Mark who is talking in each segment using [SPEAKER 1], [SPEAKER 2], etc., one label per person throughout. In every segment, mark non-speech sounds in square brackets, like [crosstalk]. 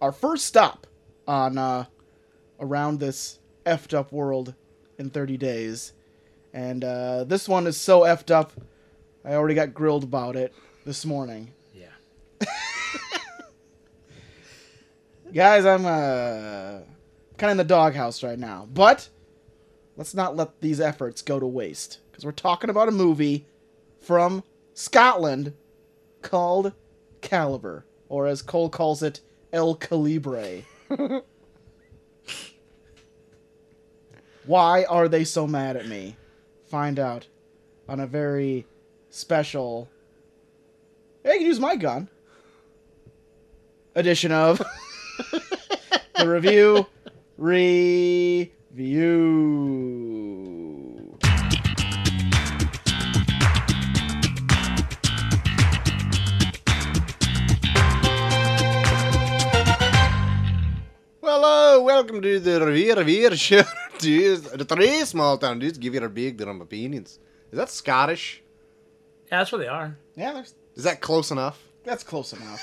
[SPEAKER 1] our first stop on uh, around this effed up world in 30 days. And uh, this one is so effed up, I already got grilled about it this morning.
[SPEAKER 2] Yeah.
[SPEAKER 1] Guys, I'm uh, kind of in the doghouse right now, but let's not let these efforts go to waste because we're talking about a movie from Scotland called Caliber, or as Cole calls it, El Calibre. Why are they so mad at me? Find out on a very special. Hey, you can use my gun. Edition of the review review.
[SPEAKER 2] Hello, welcome to the Revere Revere Show. [laughs] Dudes, the three small town dudes give you their big drum opinions. Is that Scottish?
[SPEAKER 3] Yeah, that's where they are.
[SPEAKER 1] Yeah, there's,
[SPEAKER 2] Is that close enough? [laughs]
[SPEAKER 1] that's close enough.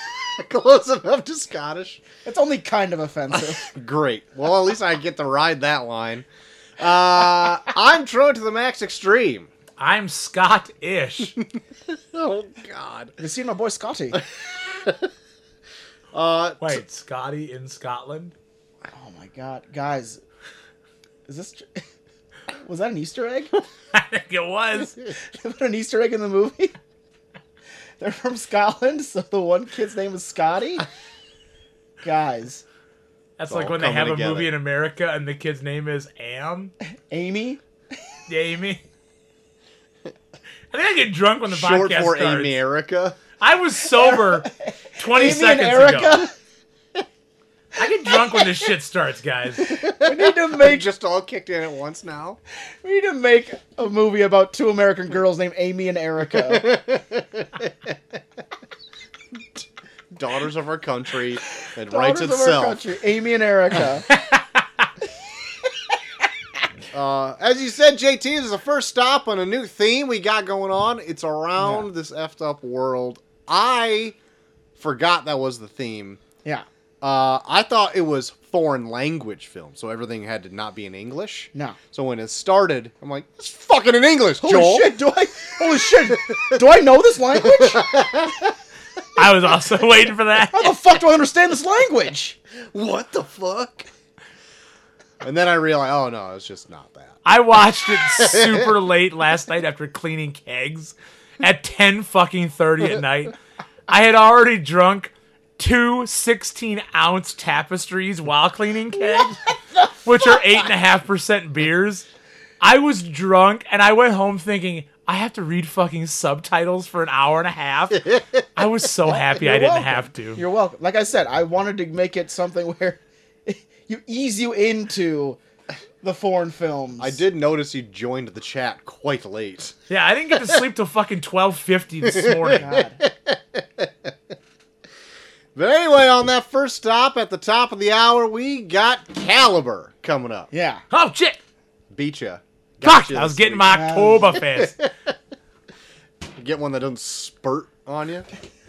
[SPEAKER 2] close enough to Scottish?
[SPEAKER 1] It's only kind of offensive.
[SPEAKER 2] Great. Well, at least I get to ride that line. Uh, [laughs] I'm Troy to the Max Extreme.
[SPEAKER 3] I'm
[SPEAKER 2] [laughs]
[SPEAKER 3] Scottish.
[SPEAKER 2] Oh, God.
[SPEAKER 1] you see my boy Scotty?
[SPEAKER 2] Uh,
[SPEAKER 3] Wait, Scotty in Scotland? [laughs]
[SPEAKER 1] Oh my god, guys, is this? tr- [laughs] Was that an Easter egg? [laughs]
[SPEAKER 3] I think it was.
[SPEAKER 1] They put an Easter egg in the movie. [laughs] They're from Scotland, so the one kid's name is Scotty. Guys,
[SPEAKER 3] That's
[SPEAKER 2] all
[SPEAKER 3] like when they
[SPEAKER 2] coming
[SPEAKER 3] have
[SPEAKER 2] together.
[SPEAKER 3] a movie in America and the kid's name is Am
[SPEAKER 1] Amy.
[SPEAKER 3] Amy. I think I get drunk when the
[SPEAKER 2] short
[SPEAKER 3] podcast
[SPEAKER 2] for
[SPEAKER 3] starts.
[SPEAKER 2] America.
[SPEAKER 3] I was sober 20
[SPEAKER 1] Amy and
[SPEAKER 3] seconds ago.
[SPEAKER 1] Erica.
[SPEAKER 3] I get drunk when this shit starts, guys.
[SPEAKER 1] [laughs] We need to
[SPEAKER 2] They
[SPEAKER 1] make
[SPEAKER 2] just all kicked in at once now.
[SPEAKER 1] we need to make a movie about two American girls named Amy and Erica.
[SPEAKER 2] Daughters of our country. It
[SPEAKER 1] Daughters
[SPEAKER 2] writes
[SPEAKER 1] of our
[SPEAKER 2] itself.
[SPEAKER 1] country, Amy and [laughs] Erica.
[SPEAKER 2] Uh, as you said, JT, this is the first stop on a new theme we got going on. It's around this effed up world. I forgot that was the theme.
[SPEAKER 1] yeah,
[SPEAKER 2] Uh, I thought it was foreign language film, so everything had to not be in English.
[SPEAKER 1] no.
[SPEAKER 2] So when it started, I'm like, it's fucking in English,
[SPEAKER 1] Holy
[SPEAKER 2] Joel.
[SPEAKER 1] shit! Do I? Holy shit! Do I know this language? How
[SPEAKER 3] I was also [laughs] waiting for that.
[SPEAKER 1] the fuck do I understand this language?
[SPEAKER 2] What the fuck? And then I realized, oh no, it's just not that.
[SPEAKER 3] I watched
[SPEAKER 1] [laughs]
[SPEAKER 3] it super late last night after cleaning kegs at 10 fucking 30 at night. I had already drunk two 16 ounce tapestries while
[SPEAKER 1] [laughs]
[SPEAKER 3] cleaning kegs, which are 8.5% beers. I was drunk and I went home thinking, I have to read fucking subtitles for an hour and
[SPEAKER 1] [laughs]
[SPEAKER 3] a half. I was so happy I
[SPEAKER 1] You're
[SPEAKER 3] didn't
[SPEAKER 1] welcome.
[SPEAKER 3] have to.
[SPEAKER 1] You're welcome. Like I said, I wanted to make it something [laughs] where you ease you into the foreign films.
[SPEAKER 2] I did notice you joined the chat quite late.
[SPEAKER 3] yeah, I didn't get to sleep till fucking 12.50 this morning.
[SPEAKER 1] [laughs] God.
[SPEAKER 2] But anyway, on that first stop at the top of the hour, we got Caliber coming up.
[SPEAKER 1] Yeah.
[SPEAKER 3] Oh, shit.
[SPEAKER 2] Beat ya.
[SPEAKER 3] Fuck,
[SPEAKER 2] Gotcha
[SPEAKER 3] I was
[SPEAKER 2] this
[SPEAKER 3] getting
[SPEAKER 2] week.
[SPEAKER 3] my
[SPEAKER 1] Yeah.
[SPEAKER 3] Oktoberfest.
[SPEAKER 2] Get one that doesn't spurt on you.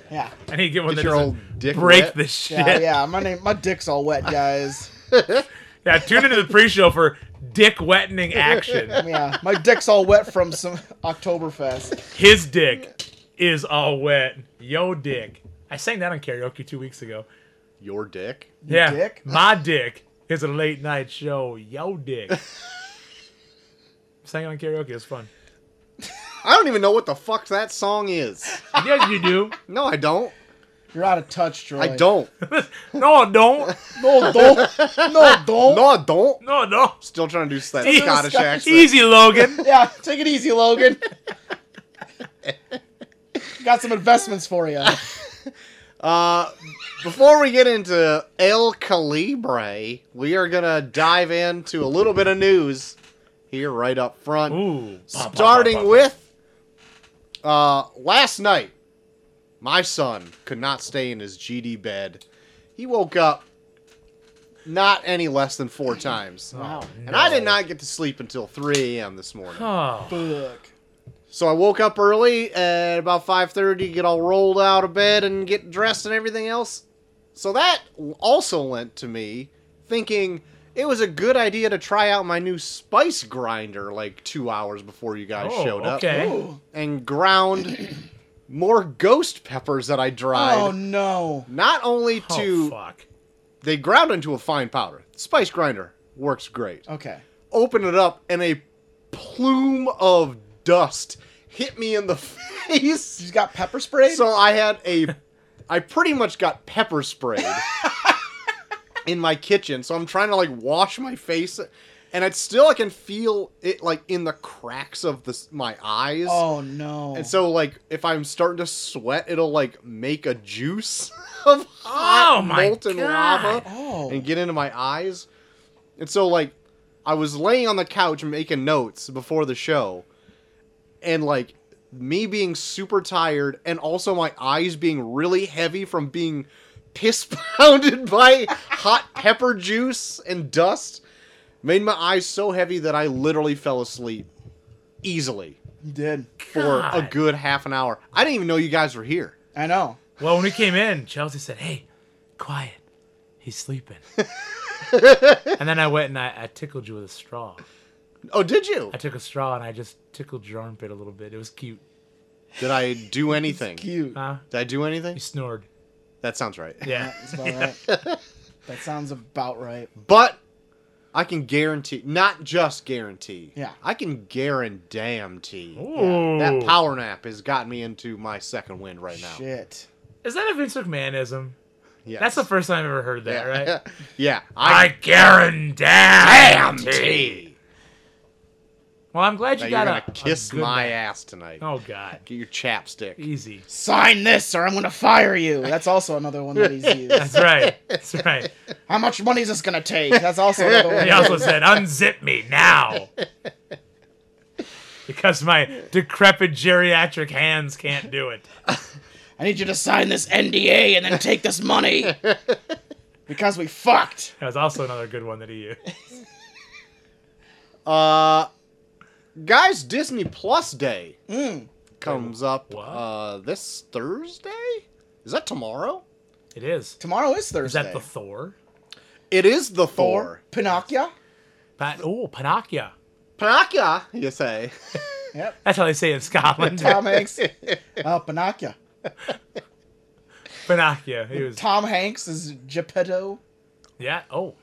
[SPEAKER 1] Yeah.
[SPEAKER 3] I need to get one
[SPEAKER 2] Get
[SPEAKER 3] that
[SPEAKER 2] your
[SPEAKER 3] doesn't
[SPEAKER 2] old dick
[SPEAKER 3] break
[SPEAKER 2] wet.
[SPEAKER 3] this shit.
[SPEAKER 1] Yeah,
[SPEAKER 3] Yeah, [laughs]
[SPEAKER 1] yeah. My name my dick's all wet, guys.
[SPEAKER 3] tune into the pre-show for dick wettening action.
[SPEAKER 2] [laughs]
[SPEAKER 1] Yeah. My dick's all wet from some Oktoberfest.
[SPEAKER 3] His dick is all wet. Yo, dick. I sang that on karaoke two weeks ago.
[SPEAKER 2] Your dick.
[SPEAKER 3] yeah,
[SPEAKER 1] dick?
[SPEAKER 3] my dick is a late night show. Yo,
[SPEAKER 2] [laughs]
[SPEAKER 3] dick. sang it on karaoke. It's fun.
[SPEAKER 2] I don't even know what the fuck that song is.
[SPEAKER 3] Yes, you do.
[SPEAKER 2] No, I don't.
[SPEAKER 1] You're out of touch, Troy.
[SPEAKER 2] I don't.
[SPEAKER 3] No, I don't.
[SPEAKER 1] No, don't. [laughs] No, don't.
[SPEAKER 2] No, I don't.
[SPEAKER 3] No, no.
[SPEAKER 2] Still trying to do that
[SPEAKER 3] Easy-
[SPEAKER 2] Scottish accent.
[SPEAKER 3] Easy,
[SPEAKER 2] [laughs]
[SPEAKER 3] Logan.
[SPEAKER 1] Yeah, take it easy, Logan. Got some investments for you.
[SPEAKER 2] Uh, before we get into El Calibre, we are gonna dive into a little bit of news here right up front.
[SPEAKER 3] Ooh.
[SPEAKER 2] Starting with uh, last night, my son could not stay in his GD bed. He woke up not any less than four times.
[SPEAKER 1] Wow.
[SPEAKER 2] And I did not get to sleep until 3 a.m. this morning.
[SPEAKER 3] Oh.
[SPEAKER 1] Fuck.
[SPEAKER 2] So I woke up early at about 5:30, get all rolled out of bed and get dressed and everything else. So that also lent to me thinking it was a good idea to try out my new spice grinder like two hours before you guys
[SPEAKER 3] Oh,
[SPEAKER 2] showed up
[SPEAKER 3] okay.
[SPEAKER 1] Ooh.
[SPEAKER 2] and ground more ghost peppers that I dried.
[SPEAKER 1] Oh no.
[SPEAKER 2] Not only
[SPEAKER 3] Oh,
[SPEAKER 2] to
[SPEAKER 3] fuck.
[SPEAKER 2] they ground into a fine powder. Spice grinder works great.
[SPEAKER 1] Okay.
[SPEAKER 2] Open it up and a plume of dust hit me in the [laughs] face.
[SPEAKER 1] She's got pepper spray.
[SPEAKER 2] So I had a, I pretty much got pepper sprayed in my kitchen. So I'm trying to like wash my face, and it's still I can feel it like in the cracks of the s- my eyes.
[SPEAKER 1] oh no.
[SPEAKER 2] And so like if I'm starting to sweat, it'll like make a juice [laughs] of hot
[SPEAKER 3] Oh my
[SPEAKER 2] molten
[SPEAKER 3] God.
[SPEAKER 2] lava
[SPEAKER 1] Oh.
[SPEAKER 2] and get into my eyes. And so like I was laying on the couch making notes before the show and like me being super tired and also my eyes being really heavy from being piss [laughs] pounded by hot pepper juice and dust made my eyes so heavy that I literally fell asleep easily
[SPEAKER 1] you did.
[SPEAKER 2] for a
[SPEAKER 3] God.
[SPEAKER 2] good half an hour. I didn't even know you guys were here.
[SPEAKER 1] I know.
[SPEAKER 3] Well, when we came in, Chelsea said, "Hey, quiet, he's
[SPEAKER 2] [laughs]
[SPEAKER 3] sleeping." and then I went and I, I tickled you with a straw.
[SPEAKER 2] Oh, did you?
[SPEAKER 3] I took a straw and I just tickled your armpit a little bit. It was cute.
[SPEAKER 2] Did I do anything? Did
[SPEAKER 1] Cute.
[SPEAKER 3] Huh?
[SPEAKER 2] I do anything?
[SPEAKER 3] You snored.
[SPEAKER 2] That sounds right.
[SPEAKER 3] Yeah.
[SPEAKER 1] That's about right. that sounds about right.
[SPEAKER 2] But I can guarantee, not just guarantee.
[SPEAKER 1] Yeah.
[SPEAKER 2] I can guarantee.
[SPEAKER 3] Ooh.
[SPEAKER 2] That power nap has gotten me into my second wind right now.
[SPEAKER 1] Shit.
[SPEAKER 3] Is that a Vince McMahonism?
[SPEAKER 2] Yes.
[SPEAKER 3] That's the first time I've ever heard that,
[SPEAKER 2] yeah.
[SPEAKER 3] right?
[SPEAKER 2] yeah.
[SPEAKER 3] I
[SPEAKER 2] [laughs] I,
[SPEAKER 3] guarantee. Well, I'm glad
[SPEAKER 2] Now
[SPEAKER 3] you got
[SPEAKER 2] you're gonna
[SPEAKER 3] a a
[SPEAKER 2] kiss
[SPEAKER 3] good
[SPEAKER 2] my
[SPEAKER 3] night.
[SPEAKER 2] ass tonight.
[SPEAKER 3] Oh God,
[SPEAKER 2] Get your chapstick. [laughs]
[SPEAKER 3] easy.
[SPEAKER 1] Sign this or I'm gonna fire you. That's also another one that he's used.
[SPEAKER 3] [laughs] That's right. That's right.
[SPEAKER 1] How much money is this gonna take? That's also another one.
[SPEAKER 3] He also said, "Unzip me now," because my decrepit geriatric hands can't do it.
[SPEAKER 1] I need you to sign this NDA and then take this money. because we fucked.
[SPEAKER 3] That was also another good one that he used.
[SPEAKER 2] Uh, guys, Disney Plus Day
[SPEAKER 1] Mm.
[SPEAKER 2] comes up
[SPEAKER 3] what?
[SPEAKER 2] uh this Thursday. Is that tomorrow?
[SPEAKER 3] It is.
[SPEAKER 1] Tomorrow is Thursday.
[SPEAKER 3] Is that the Thor?
[SPEAKER 2] It is the
[SPEAKER 1] Thor?
[SPEAKER 2] Thor.
[SPEAKER 1] Pinocchio?
[SPEAKER 3] Pa- oh, Panacea.
[SPEAKER 2] Panacea, you say? [laughs]
[SPEAKER 1] Yep.
[SPEAKER 3] That's how they say it in Scotland.
[SPEAKER 1] Tom Hanks. Oh, Pinocchio.
[SPEAKER 3] Panacea. He was.
[SPEAKER 1] Tom Hanks is Geppetto.
[SPEAKER 3] Yeah. Oh,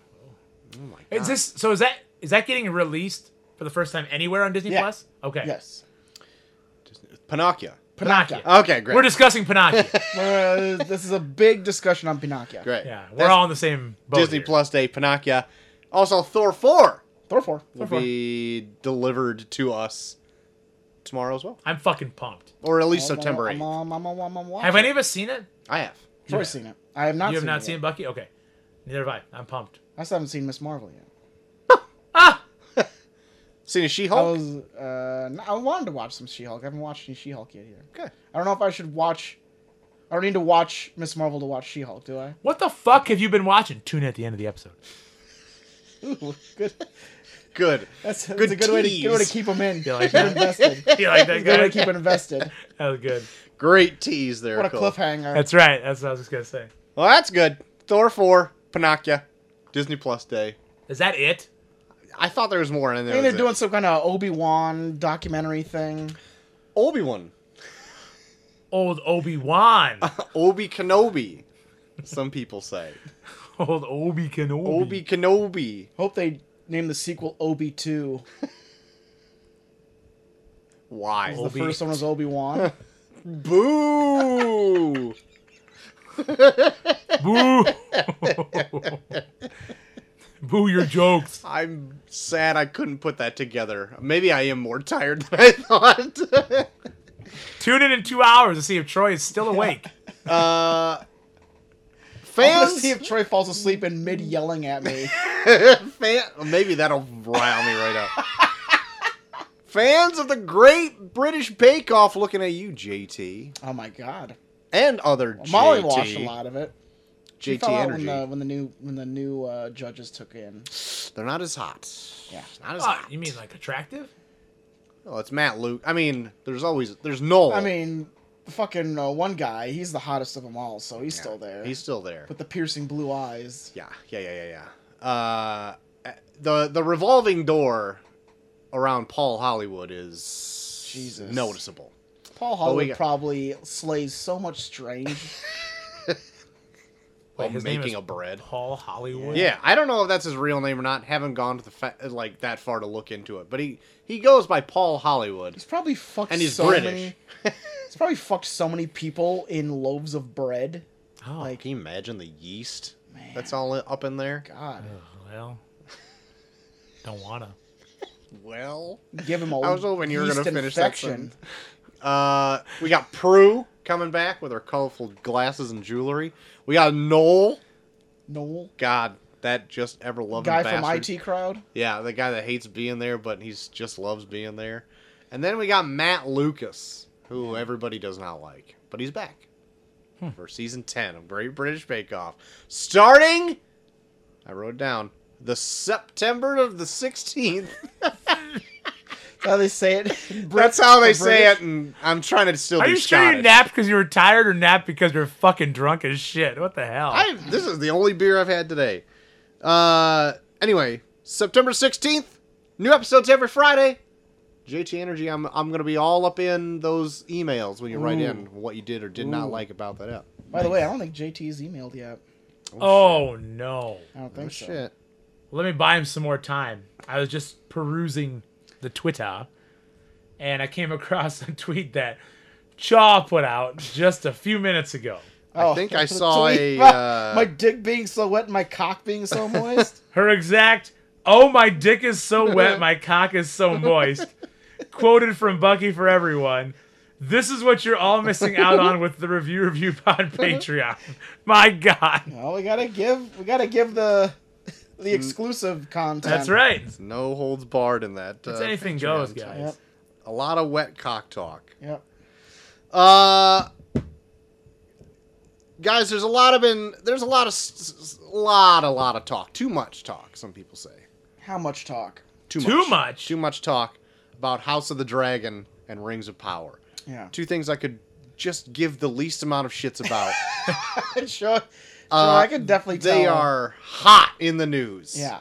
[SPEAKER 2] Oh my god.
[SPEAKER 3] is this? So is that? Is that getting released for the first time anywhere on Disney
[SPEAKER 1] Yeah.
[SPEAKER 3] Plus? Okay.
[SPEAKER 1] Yes.
[SPEAKER 2] Panacea?
[SPEAKER 3] Panacea.
[SPEAKER 2] Okay, Oh, great.
[SPEAKER 3] We're discussing
[SPEAKER 2] [laughs]
[SPEAKER 3] Panacea.
[SPEAKER 1] Uh, this is a big discussion on Pinocchio.
[SPEAKER 2] great.
[SPEAKER 3] Yeah, we're
[SPEAKER 2] That's
[SPEAKER 3] all in the same boat.
[SPEAKER 2] Disney
[SPEAKER 3] here.
[SPEAKER 2] Plus Day. Panacea. Also, Thor four
[SPEAKER 1] Thor 4.
[SPEAKER 2] will
[SPEAKER 3] Thor four.
[SPEAKER 2] be delivered to us tomorrow as well,
[SPEAKER 3] I'm fucking pumped.
[SPEAKER 2] or at least September eighth.
[SPEAKER 1] Have
[SPEAKER 3] Have any of us seen it?
[SPEAKER 2] I have.
[SPEAKER 1] I've already seen it. I have not
[SPEAKER 3] you have
[SPEAKER 1] seen
[SPEAKER 3] not
[SPEAKER 1] it.
[SPEAKER 3] seen
[SPEAKER 1] yet.
[SPEAKER 3] Bucky? Okay. Neither have I. I'm pumped.
[SPEAKER 1] I still haven't seen Miss Marvel yet.
[SPEAKER 3] Ah!
[SPEAKER 2] Seen a
[SPEAKER 1] I
[SPEAKER 2] She-Hulk.
[SPEAKER 1] was. Uh, no, I wanted to watch some She-Hulk. I haven't watched any She-Hulk yet either.
[SPEAKER 2] Okay.
[SPEAKER 1] I don't know if I should watch. I don't need to watch Miss Marvel to watch She-Hulk, do
[SPEAKER 2] [laughs]
[SPEAKER 1] I?
[SPEAKER 3] What the fuck have you been watching? Tune in at the end of the episode.
[SPEAKER 1] Ooh, good.
[SPEAKER 2] Good.
[SPEAKER 1] That's, that's
[SPEAKER 2] Good
[SPEAKER 1] a good way, to,
[SPEAKER 2] tease.
[SPEAKER 1] good way to keep them
[SPEAKER 3] [laughs]
[SPEAKER 1] in.
[SPEAKER 3] You like
[SPEAKER 1] Keep 'em
[SPEAKER 3] that?
[SPEAKER 2] [laughs]
[SPEAKER 1] invested.
[SPEAKER 3] You like
[SPEAKER 1] That's a
[SPEAKER 3] that,
[SPEAKER 1] good way
[SPEAKER 3] guys?
[SPEAKER 1] to keep 'em invested.
[SPEAKER 3] That was good.
[SPEAKER 2] Great tease there.
[SPEAKER 1] What a
[SPEAKER 2] Cole.
[SPEAKER 1] cliffhanger.
[SPEAKER 3] That's right. That's what I was just going to say.
[SPEAKER 2] Well, that's good. Thor 4, Panacea, Disney Plus Day.
[SPEAKER 3] Is that it?
[SPEAKER 2] I thought there was more in
[SPEAKER 1] I
[SPEAKER 2] there.
[SPEAKER 1] think they're doing some kind of Obi Wan documentary thing.
[SPEAKER 2] Obi Wan,
[SPEAKER 3] Old Obi
[SPEAKER 2] [laughs]
[SPEAKER 3] Wan.
[SPEAKER 2] Obi Kenobi. Some people say
[SPEAKER 3] Old Obi Kenobi.
[SPEAKER 2] Obi Kenobi.
[SPEAKER 1] Hope they name the sequel Obi Two.
[SPEAKER 2] Why?
[SPEAKER 1] The
[SPEAKER 3] Obi.
[SPEAKER 1] first one was Obi
[SPEAKER 2] [laughs]
[SPEAKER 1] Wan.
[SPEAKER 2] Boo!
[SPEAKER 3] [laughs] Boo! [laughs] Boo your jokes.
[SPEAKER 2] I'm sad I couldn't put that together. Maybe I am more tired than
[SPEAKER 1] [laughs]
[SPEAKER 2] I thought.
[SPEAKER 3] Tune in in two hours to see if Troy is still awake.
[SPEAKER 2] uh,
[SPEAKER 1] I'm gonna
[SPEAKER 2] fans,
[SPEAKER 1] see if Troy falls asleep in mid yelling at
[SPEAKER 2] [laughs]
[SPEAKER 1] me.
[SPEAKER 2] fan, maybe that'll rile me right up.
[SPEAKER 1] [laughs]
[SPEAKER 2] Fans of the Great British Bake Off, looking at you, JT.
[SPEAKER 1] Oh my god.
[SPEAKER 2] and other JT,
[SPEAKER 1] Molly watched a lot of it. She
[SPEAKER 2] JT
[SPEAKER 1] fell out
[SPEAKER 2] energy.
[SPEAKER 1] when the when the new when the new uh, judges took in.
[SPEAKER 2] They're not as hot.
[SPEAKER 1] Yeah.
[SPEAKER 2] not as
[SPEAKER 3] What?
[SPEAKER 2] hot.
[SPEAKER 3] You mean like attractive?
[SPEAKER 2] Oh, it's Matt Luke. I mean, there's always there's Noel.
[SPEAKER 1] I mean, fucking uh, one guy, he's the hottest of them all, so he's still there.
[SPEAKER 2] He's still there.
[SPEAKER 1] with the piercing blue eyes.
[SPEAKER 2] Yeah, yeah, yeah, yeah, yeah. Uh, the the revolving door around Paul Hollywood is
[SPEAKER 1] Jesus.
[SPEAKER 2] noticeable.
[SPEAKER 1] Paul Hollywood
[SPEAKER 2] got-
[SPEAKER 1] probably slays so much strange.
[SPEAKER 2] While
[SPEAKER 3] his name
[SPEAKER 2] making
[SPEAKER 3] is-
[SPEAKER 2] a bread.
[SPEAKER 3] Paul Hollywood.
[SPEAKER 2] Yeah, I don't know if that's his real name or not. Haven't gone to the fa- like that far to look into it, but he he goes by Paul Hollywood.
[SPEAKER 1] he's probably fucked
[SPEAKER 2] [laughs] And he's
[SPEAKER 1] so
[SPEAKER 2] British.
[SPEAKER 1] many. he's probably fucked so many people in loaves of bread.
[SPEAKER 3] Oh,
[SPEAKER 1] Like-
[SPEAKER 2] Can you imagine the yeast
[SPEAKER 1] Man.
[SPEAKER 2] that's all up in there?
[SPEAKER 1] God,
[SPEAKER 3] oh, well. Don't wanna.
[SPEAKER 2] Well,
[SPEAKER 1] give him a
[SPEAKER 2] I was hoping you were
[SPEAKER 1] yeast
[SPEAKER 2] gonna finish that
[SPEAKER 1] infection.
[SPEAKER 2] uh, we got Prue coming back with her colorful glasses and jewelry. We got Noel.
[SPEAKER 1] Noel,
[SPEAKER 2] God, that just ever loving
[SPEAKER 1] guy
[SPEAKER 2] bastard.
[SPEAKER 1] from IT Crowd.
[SPEAKER 2] Yeah, the guy that hates being there, but he's just loves being there. And then we got Matt Lucas, who everybody does not like, but he's back for season ten of Great British Bake Off, starting. I wrote it down the September of the sixteenth.
[SPEAKER 1] That's how they say it. [laughs] in Brit-
[SPEAKER 2] That's how they
[SPEAKER 1] the
[SPEAKER 2] say
[SPEAKER 1] British.
[SPEAKER 2] it, and I'm trying to still.
[SPEAKER 3] Are
[SPEAKER 2] be
[SPEAKER 3] you sure you
[SPEAKER 2] Scottish.
[SPEAKER 3] napped because you were tired or napped because you're fucking drunk as shit? What the hell?
[SPEAKER 2] I, this is the only beer I've had today. Uh, anyway, September 16th, new episodes every Friday. JT Energy, I'm, I'm going to be all up in those emails when you write in what you did or did not
[SPEAKER 1] Ooh.
[SPEAKER 2] like about that app.
[SPEAKER 1] By the way, I don't think JT's emailed yet.
[SPEAKER 3] oh no.
[SPEAKER 1] I don't
[SPEAKER 2] Oh,
[SPEAKER 1] think so.
[SPEAKER 2] shit.
[SPEAKER 3] Let me buy him some more time. I was just perusing the Twitter and I came across [laughs] a tweet that Chaw put out just a few minutes ago.
[SPEAKER 2] I
[SPEAKER 1] Oh, [laughs]
[SPEAKER 2] think I
[SPEAKER 1] that's
[SPEAKER 2] saw
[SPEAKER 1] what-
[SPEAKER 2] a.
[SPEAKER 1] my,
[SPEAKER 2] Uh,
[SPEAKER 1] my dick being so wet, and my cock being so
[SPEAKER 2] [laughs]
[SPEAKER 1] moist.
[SPEAKER 3] Her exact, oh, my dick is so wet, my cock is so moist, quoted from Bucky for everyone. This is what you're all missing out on with the Review Review Pod Patreon. My God.
[SPEAKER 1] well, we gotta give we gotta give the
[SPEAKER 2] Mm.
[SPEAKER 1] the exclusive content.
[SPEAKER 3] That's right.
[SPEAKER 2] no holds barred in that.
[SPEAKER 3] It's
[SPEAKER 2] uh,
[SPEAKER 3] anything
[SPEAKER 2] Patreon.
[SPEAKER 3] goes, guys.
[SPEAKER 1] Yep.
[SPEAKER 2] A lot of wet cock talk.
[SPEAKER 1] Yep.
[SPEAKER 2] Uh, guys, there's a lot of been there's a lot of s- s- lot a lot of talk. Too much talk, some people say.
[SPEAKER 1] How much talk?
[SPEAKER 2] Too,
[SPEAKER 3] Too
[SPEAKER 2] much.
[SPEAKER 3] much.
[SPEAKER 2] Too much talk about House of the Dragon and Rings of Power.
[SPEAKER 1] Yeah. [laughs]
[SPEAKER 2] Two things I could just give the least amount of
[SPEAKER 1] [laughs]
[SPEAKER 2] shits about.
[SPEAKER 1] sure. sure
[SPEAKER 2] Uh,
[SPEAKER 1] I could definitely tell.
[SPEAKER 2] they are hot in the news.
[SPEAKER 1] Yeah.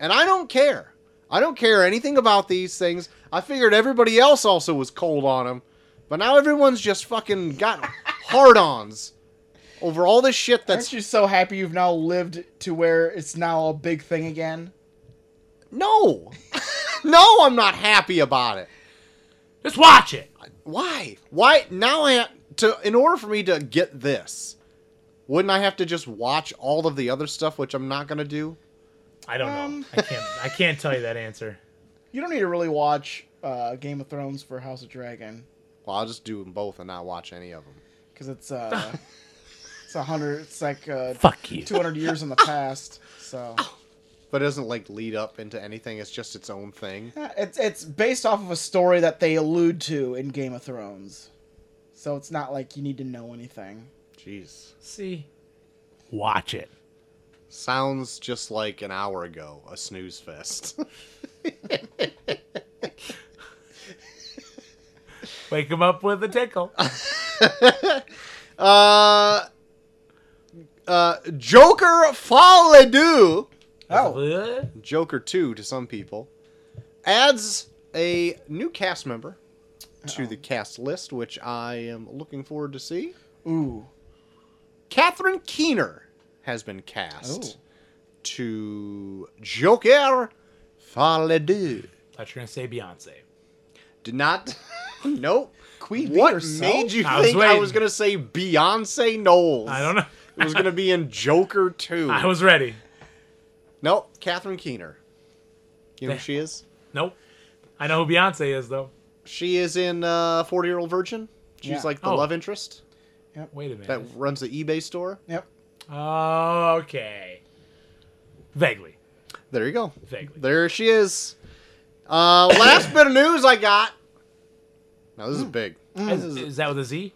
[SPEAKER 2] And I don't care. I don't care anything about these things. I figured everybody else also was cold on them, but now everyone's just fucking
[SPEAKER 1] [laughs]
[SPEAKER 2] got hard-ons over all this shit that's
[SPEAKER 1] Aren't you so happy you've now lived to where it's now a big thing again?
[SPEAKER 2] No. [laughs] no, I'm not happy about it.
[SPEAKER 3] Just watch it.
[SPEAKER 2] Why? Why now I ha- to in order for me to get this, wouldn't I have to just watch all of the other stuff which I'm not going to do?
[SPEAKER 3] I don't
[SPEAKER 1] Um.
[SPEAKER 3] know. I can't. I can't tell you that answer.
[SPEAKER 1] You don't need to really watch uh, Game of Thrones for House of Dragon
[SPEAKER 2] Well, I'll just do them both and not watch any of them.
[SPEAKER 1] because it's uh, it's a hundred. It's like uh,
[SPEAKER 3] Fuck you.
[SPEAKER 1] two hundred years in the past. So
[SPEAKER 2] But it doesn't like lead up into anything. It's just its own thing.
[SPEAKER 1] Yeah, it's it's based off of a story that they allude to in Game of Thrones. So it's not like you need to know anything.
[SPEAKER 2] Jeez.
[SPEAKER 3] See, watch it.
[SPEAKER 2] Sounds just like an hour ago, a snooze fest. [laughs]
[SPEAKER 3] Wake him up with a tickle.
[SPEAKER 2] uh uh Joker Fall Adieu.
[SPEAKER 1] Oh,
[SPEAKER 2] Joker 2 to some people, adds a new cast member to the cast list, which I am looking forward to see.
[SPEAKER 1] ooh,
[SPEAKER 2] Catherine Keener has been cast
[SPEAKER 1] Oh.
[SPEAKER 2] to Joker Faledu.
[SPEAKER 3] thought you were gonna say Beyonce.
[SPEAKER 2] Did not. [laughs] nope.
[SPEAKER 1] Queen
[SPEAKER 2] What
[SPEAKER 1] herself?
[SPEAKER 2] made you
[SPEAKER 3] I was
[SPEAKER 2] think I was
[SPEAKER 3] waiting.
[SPEAKER 2] going to say Beyonce Knowles?
[SPEAKER 3] I don't know.
[SPEAKER 2] It was going to be in Joker 2.
[SPEAKER 3] [laughs] I was ready.
[SPEAKER 2] Nope. Catherine Keener. You know who she is?
[SPEAKER 3] Nope. I know who Beyonce is though.
[SPEAKER 2] She is in uh, 40 Year Old Virgin. She's
[SPEAKER 1] Yeah.
[SPEAKER 2] like the
[SPEAKER 3] Oh.
[SPEAKER 2] love interest
[SPEAKER 3] Wait a minute.
[SPEAKER 2] that runs the eBay store.
[SPEAKER 1] Yep.
[SPEAKER 3] Oh, okay. Vaguely.
[SPEAKER 2] There you go.
[SPEAKER 3] Vaguely.
[SPEAKER 2] There she is. Uh, last bit of news I got. Now,
[SPEAKER 1] Mm.
[SPEAKER 2] this is big. This
[SPEAKER 3] Is,
[SPEAKER 2] is
[SPEAKER 3] is that with a Z?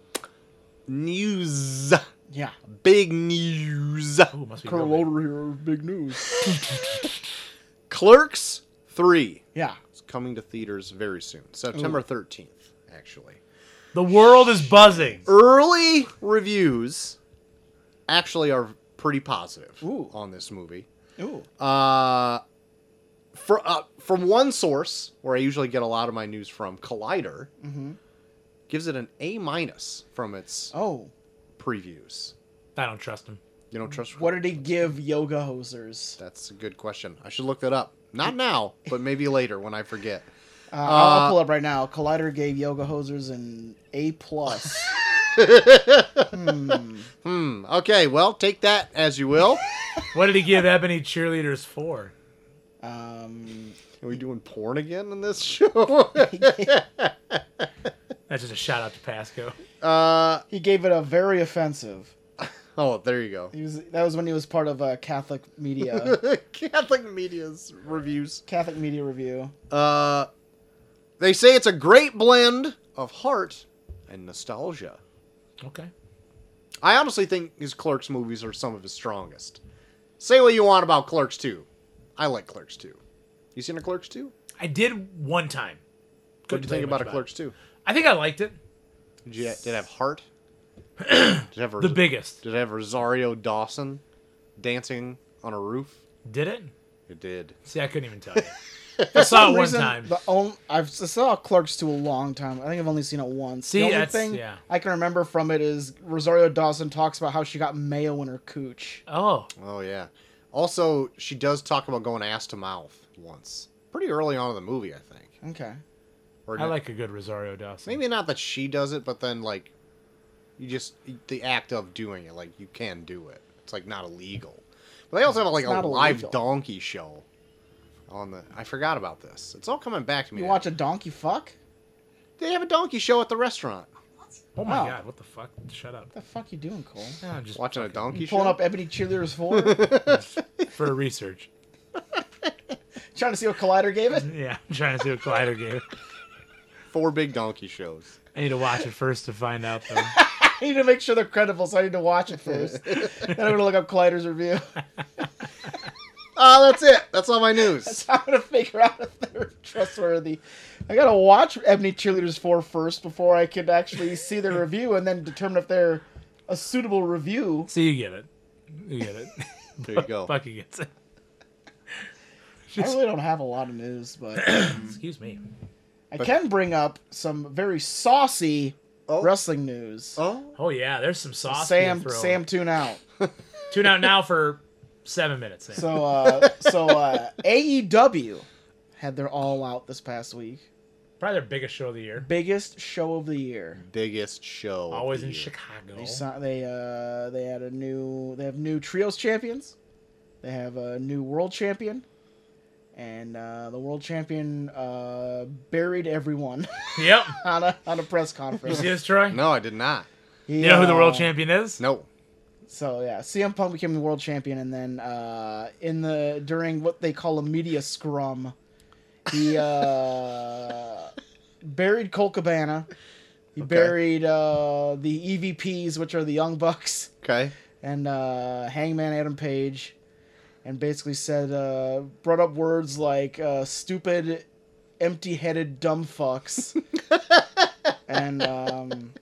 [SPEAKER 2] news.
[SPEAKER 1] Yeah.
[SPEAKER 2] Big news.
[SPEAKER 3] Ooh, must be real
[SPEAKER 1] Colonel Loder here with big news.
[SPEAKER 2] Clerks 3
[SPEAKER 1] yeah.
[SPEAKER 2] is coming to theaters very soon. September 13th, actually.
[SPEAKER 3] The world is buzzing.
[SPEAKER 2] Early reviews actually are pretty positive
[SPEAKER 1] Ooh.
[SPEAKER 2] on this movie.
[SPEAKER 1] Ooh.
[SPEAKER 2] Uh, fr- uh, from one source where I usually get a lot of my news from, Collider
[SPEAKER 1] Mm-hmm.
[SPEAKER 2] gives it an A minus from its
[SPEAKER 1] Oh.
[SPEAKER 2] previews.
[SPEAKER 3] I don't trust him.
[SPEAKER 2] You don't trust
[SPEAKER 1] What did he give yoga hosers?
[SPEAKER 2] That's a good question. I should look that up. Not now, but maybe later when I forget.
[SPEAKER 1] Uh, I'll, I'll pull up right now. Collider gave yoga hosers an A plus.
[SPEAKER 3] [laughs]
[SPEAKER 2] Hmm. Okay. Well, take that as you will.
[SPEAKER 3] What did he give Ebony cheerleaders for?
[SPEAKER 1] um,
[SPEAKER 2] Are we doing porn again in this show? [laughs]
[SPEAKER 3] That's just a shout out to Pasco.
[SPEAKER 2] uh,
[SPEAKER 1] he gave it a very offensive.
[SPEAKER 2] oh, there you go.
[SPEAKER 1] He was that was when he was part of uh, Catholic
[SPEAKER 3] [laughs]
[SPEAKER 1] media.
[SPEAKER 2] [laughs] Catholic media's reviews.
[SPEAKER 1] Catholic media review.
[SPEAKER 2] Uh, they say it's a great blend of heart and nostalgia.
[SPEAKER 3] Okay.
[SPEAKER 2] I honestly think his Clerks movies are some of his strongest. Say what you want about Clerks 2. I like Clerks 2. You seen a Clerks 2?
[SPEAKER 3] I did one time.
[SPEAKER 2] What do
[SPEAKER 3] Couldn't
[SPEAKER 2] you
[SPEAKER 3] tell
[SPEAKER 2] think about a
[SPEAKER 3] much
[SPEAKER 2] Clerks 2?
[SPEAKER 3] it. I think I liked it.
[SPEAKER 2] Did, you, did it have
[SPEAKER 3] [clears throat]
[SPEAKER 2] heart? did it have
[SPEAKER 3] The biggest.
[SPEAKER 2] Did it have Rosario Dawson dancing on a roof?
[SPEAKER 3] Did it?
[SPEAKER 2] It did.
[SPEAKER 3] See, I couldn't even tell you. I saw it
[SPEAKER 1] some
[SPEAKER 3] one
[SPEAKER 1] reason,
[SPEAKER 3] time.
[SPEAKER 1] The on- I've s- saw Clerks 2 a long time. I think I've only seen it once.
[SPEAKER 3] See,
[SPEAKER 1] the only
[SPEAKER 3] that's-
[SPEAKER 1] thing
[SPEAKER 3] yeah.
[SPEAKER 1] I can remember from it is Rosario Dawson talks about how she got mayo in her cooch.
[SPEAKER 3] Oh,
[SPEAKER 2] Oh yeah. Also, she does talk about going ass to mouth once, pretty early on in the movie, I think.
[SPEAKER 1] Okay.
[SPEAKER 2] Or
[SPEAKER 3] I like a good Rosario Dawson.
[SPEAKER 2] maybe not that she does it, but then like, you just the act of doing it, like you can do it. It's like not illegal. But they also have like
[SPEAKER 1] It's
[SPEAKER 2] a
[SPEAKER 1] not
[SPEAKER 2] live
[SPEAKER 1] illegal.
[SPEAKER 2] donkey show. On the, I forgot about this. It's all coming back to me.
[SPEAKER 1] You
[SPEAKER 2] now.
[SPEAKER 1] watch a donkey fuck?
[SPEAKER 2] They have a donkey show at the restaurant.
[SPEAKER 3] Oh my
[SPEAKER 1] Wow.
[SPEAKER 3] god, what the fuck? Shut up.
[SPEAKER 1] What the fuck you doing, Cole?
[SPEAKER 3] Ah, I'm just
[SPEAKER 2] Watching a donkey
[SPEAKER 1] You
[SPEAKER 2] show.
[SPEAKER 1] pulling up Ebony Cheerleaders
[SPEAKER 3] [laughs]
[SPEAKER 1] 4?
[SPEAKER 3] for research.
[SPEAKER 1] Trying to see what Collider gave it?
[SPEAKER 3] Yeah, I'm trying to see what Collider gave.
[SPEAKER 2] Four big donkey shows.
[SPEAKER 3] I need to watch it first to find out. Though.
[SPEAKER 1] I [laughs] need to make sure they're credible, so I need to watch it
[SPEAKER 2] [laughs]
[SPEAKER 1] first. then I'm going to look up Collider's review. [laughs]
[SPEAKER 2] Oh, that's it. That's all my news.
[SPEAKER 1] I'm going to figure out if they're trustworthy. I got to watch Ebony Cheerleaders 4 first before I can actually see their review and then determine if they're a suitable review.
[SPEAKER 3] So you get it. You get it.
[SPEAKER 2] [laughs]
[SPEAKER 3] [laughs]
[SPEAKER 2] there you go.
[SPEAKER 3] Fucking gets it.
[SPEAKER 1] I really don't have a lot of news,
[SPEAKER 2] [coughs]
[SPEAKER 1] but
[SPEAKER 3] Excuse me.
[SPEAKER 1] I can bring up some very saucy
[SPEAKER 2] Oh.
[SPEAKER 1] wrestling news.
[SPEAKER 2] Oh,
[SPEAKER 3] Oh yeah, there's some sauce.
[SPEAKER 1] Sam,
[SPEAKER 3] being thrown.
[SPEAKER 1] Sam, tune out.
[SPEAKER 3] tune out now for seven minutes. Sam.
[SPEAKER 1] So,
[SPEAKER 2] [laughs]
[SPEAKER 1] uh, so uh, AEW had their all out this past week.
[SPEAKER 3] Probably their biggest show of the year.
[SPEAKER 1] Biggest show of the year.
[SPEAKER 2] biggest show. of
[SPEAKER 3] Always
[SPEAKER 2] the
[SPEAKER 3] in
[SPEAKER 2] year.
[SPEAKER 3] Chicago.
[SPEAKER 1] They si- they uh, they had a new they have new trios champions. They have a new world champion, and uh, the world champion uh, buried everyone [laughs]
[SPEAKER 3] Yep.
[SPEAKER 1] on a on a press
[SPEAKER 3] You
[SPEAKER 1] conference. [laughs]
[SPEAKER 3] see this, Troy?
[SPEAKER 2] No, I did not.
[SPEAKER 1] He,
[SPEAKER 3] You know who the world
[SPEAKER 1] uh,
[SPEAKER 3] champion is?
[SPEAKER 2] No.
[SPEAKER 1] So yeah, CM Punk became the world champion, and then uh, in the during what they call a media scrum, he
[SPEAKER 3] [laughs]
[SPEAKER 1] uh, buried Cole Cabana. He buried uh, the EVPs, which are the Young Bucks,
[SPEAKER 2] Okay.
[SPEAKER 1] and uh, Hangman Adam Page, and basically said uh, brought up words like uh, stupid, empty-headed dumb fucks, and. Um,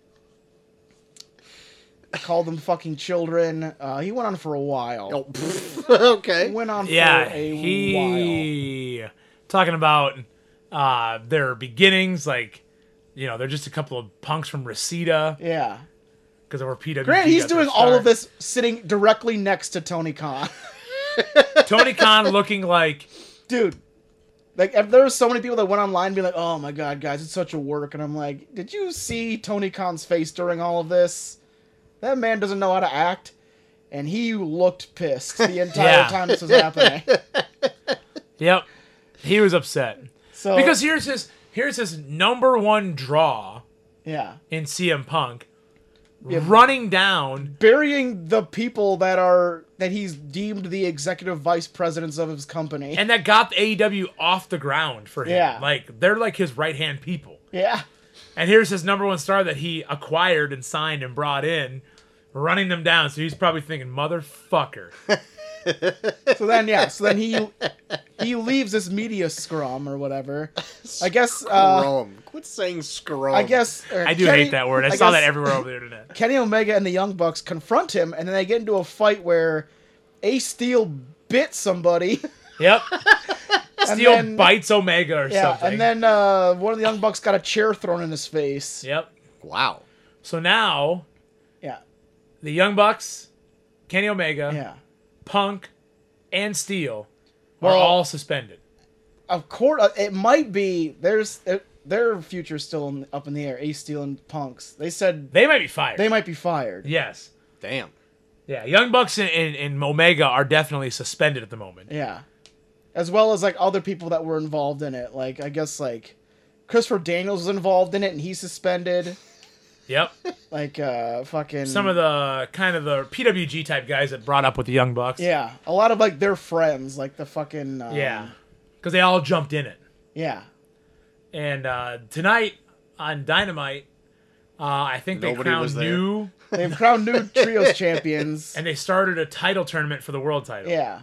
[SPEAKER 1] Called them fucking children. Uh, he went on for a while.
[SPEAKER 2] Oh, [laughs] okay.
[SPEAKER 1] went on
[SPEAKER 3] Yeah.
[SPEAKER 1] for a while.
[SPEAKER 3] He talking about uh, their beginnings, like you know, they're just a couple of punks from Reseda
[SPEAKER 1] Yeah.
[SPEAKER 3] because they were PWG.
[SPEAKER 1] Grant, he's
[SPEAKER 3] got their
[SPEAKER 1] doing all of
[SPEAKER 3] start.
[SPEAKER 1] this sitting directly next to Tony Khan.
[SPEAKER 3] Tony Khan
[SPEAKER 1] [laughs]
[SPEAKER 3] looking like
[SPEAKER 1] Dude. Like if there were so many people that went online being like, "Oh my god, guys, it's such a work," and I'm like, "Did you see Tony Khan's face during all of this? That man doesn't know how to act, and he looked pissed the
[SPEAKER 3] [laughs]
[SPEAKER 1] entire
[SPEAKER 3] Yeah.
[SPEAKER 1] time this was
[SPEAKER 3] [laughs]
[SPEAKER 1] happening."
[SPEAKER 3] Yep. He was upset.
[SPEAKER 1] So
[SPEAKER 3] Because here's his here's his number one draw
[SPEAKER 1] yeah,
[SPEAKER 3] in CM Punk running down
[SPEAKER 1] burying the people that are that he's deemed the executive vice presidents of his company.
[SPEAKER 3] and that got the AEW off the ground for him.
[SPEAKER 1] Yeah.
[SPEAKER 3] Like they're like his right hand people.
[SPEAKER 1] yeah,
[SPEAKER 3] And here's his number one star that he acquired and signed and brought in, running them
[SPEAKER 1] [laughs]
[SPEAKER 3] down. So he's probably thinking, motherfucker.
[SPEAKER 1] So then, yeah. So then he he leaves this media scrum or whatever. I guess. Uh,
[SPEAKER 2] Scrum. Quit saying scrum.
[SPEAKER 1] I guess. or
[SPEAKER 3] I do
[SPEAKER 1] Kenny-
[SPEAKER 3] hate that word. I,
[SPEAKER 1] I
[SPEAKER 3] saw
[SPEAKER 1] guess
[SPEAKER 3] that everywhere over
[SPEAKER 1] [laughs]
[SPEAKER 3] the internet.
[SPEAKER 1] Kenny Omega and the Young Bucks confront him, and then they get into a fight where Ace Steel bit somebody. [laughs]
[SPEAKER 3] Yep.
[SPEAKER 1] and
[SPEAKER 3] [laughs] Steel
[SPEAKER 1] then-
[SPEAKER 3] bites Omega or
[SPEAKER 1] Yeah,
[SPEAKER 3] something.
[SPEAKER 1] and then uh, one of the Young Bucks got a chair thrown in his face.
[SPEAKER 3] Yep.
[SPEAKER 2] Wow.
[SPEAKER 3] So now
[SPEAKER 1] Yeah,
[SPEAKER 3] the Young Bucks, Kenny Omega,
[SPEAKER 1] yeah.
[SPEAKER 3] Punk, and Steel are
[SPEAKER 1] Well-
[SPEAKER 3] all suspended.
[SPEAKER 1] Of course, uh, it might be. There's uh, their future's still in, up in the air. Ace Steel and Punks. They said
[SPEAKER 3] They might be fired.
[SPEAKER 1] they might be fired.
[SPEAKER 3] yes.
[SPEAKER 2] Damn.
[SPEAKER 3] Yeah. Young Bucks and, and, and Omega are definitely suspended at the moment.
[SPEAKER 1] Yeah. As well as like other people that were involved in it. Like I guess like Christopher Daniels was involved in it and he's suspended.
[SPEAKER 3] Yep.
[SPEAKER 1] Like uh fucking
[SPEAKER 3] Some of the kind of the PWG type guys that brought up with the Young Bucks.
[SPEAKER 1] Yeah. A lot of like their friends, like the fucking um,
[SPEAKER 3] Yeah. Because they all jumped in it.
[SPEAKER 1] Yeah.
[SPEAKER 3] And uh, tonight on Dynamite, uh, I think they
[SPEAKER 2] Nobody was
[SPEAKER 3] crowned
[SPEAKER 2] there. [laughs]
[SPEAKER 3] new
[SPEAKER 1] They've crowned
[SPEAKER 3] [laughs]
[SPEAKER 1] new trios champions.
[SPEAKER 3] and they started a title tournament for the world title.
[SPEAKER 1] yeah.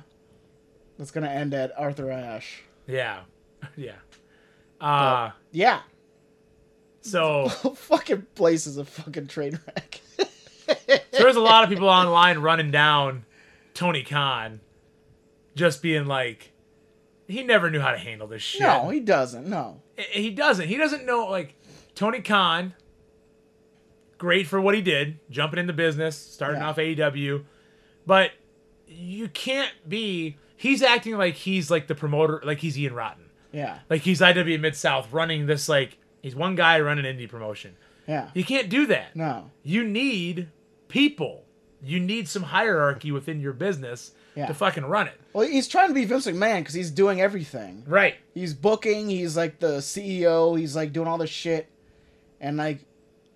[SPEAKER 1] That's gonna end at Arthur Ashe.
[SPEAKER 3] Yeah. [laughs] Yeah. Uh,
[SPEAKER 1] Yeah. [laughs]
[SPEAKER 3] so,
[SPEAKER 1] The fucking place is a fucking train wreck. [laughs]
[SPEAKER 3] so there's a lot of people online running down Tony Khan, just being like, he never knew how to handle this shit.
[SPEAKER 1] No, he doesn't. No.
[SPEAKER 3] he, he doesn't. He doesn't know, like, Tony Khan, great for what he did, jumping into business, starting
[SPEAKER 1] Yeah.
[SPEAKER 3] off AEW, but you can't be, he's acting like he's like the promoter, like he's Ian Rotten.
[SPEAKER 1] Yeah.
[SPEAKER 3] Like he's IW Mid South running this, like, he's one guy running indie promotion.
[SPEAKER 1] Yeah.
[SPEAKER 3] You can't do that.
[SPEAKER 1] No.
[SPEAKER 3] you need people. You need some hierarchy within your business
[SPEAKER 1] Yeah.
[SPEAKER 3] to fucking run it.
[SPEAKER 1] Well, he's trying to be Vince McMahon because he's doing everything.
[SPEAKER 3] Right.
[SPEAKER 1] he's booking he's like the ceo he's like doing all this shit and like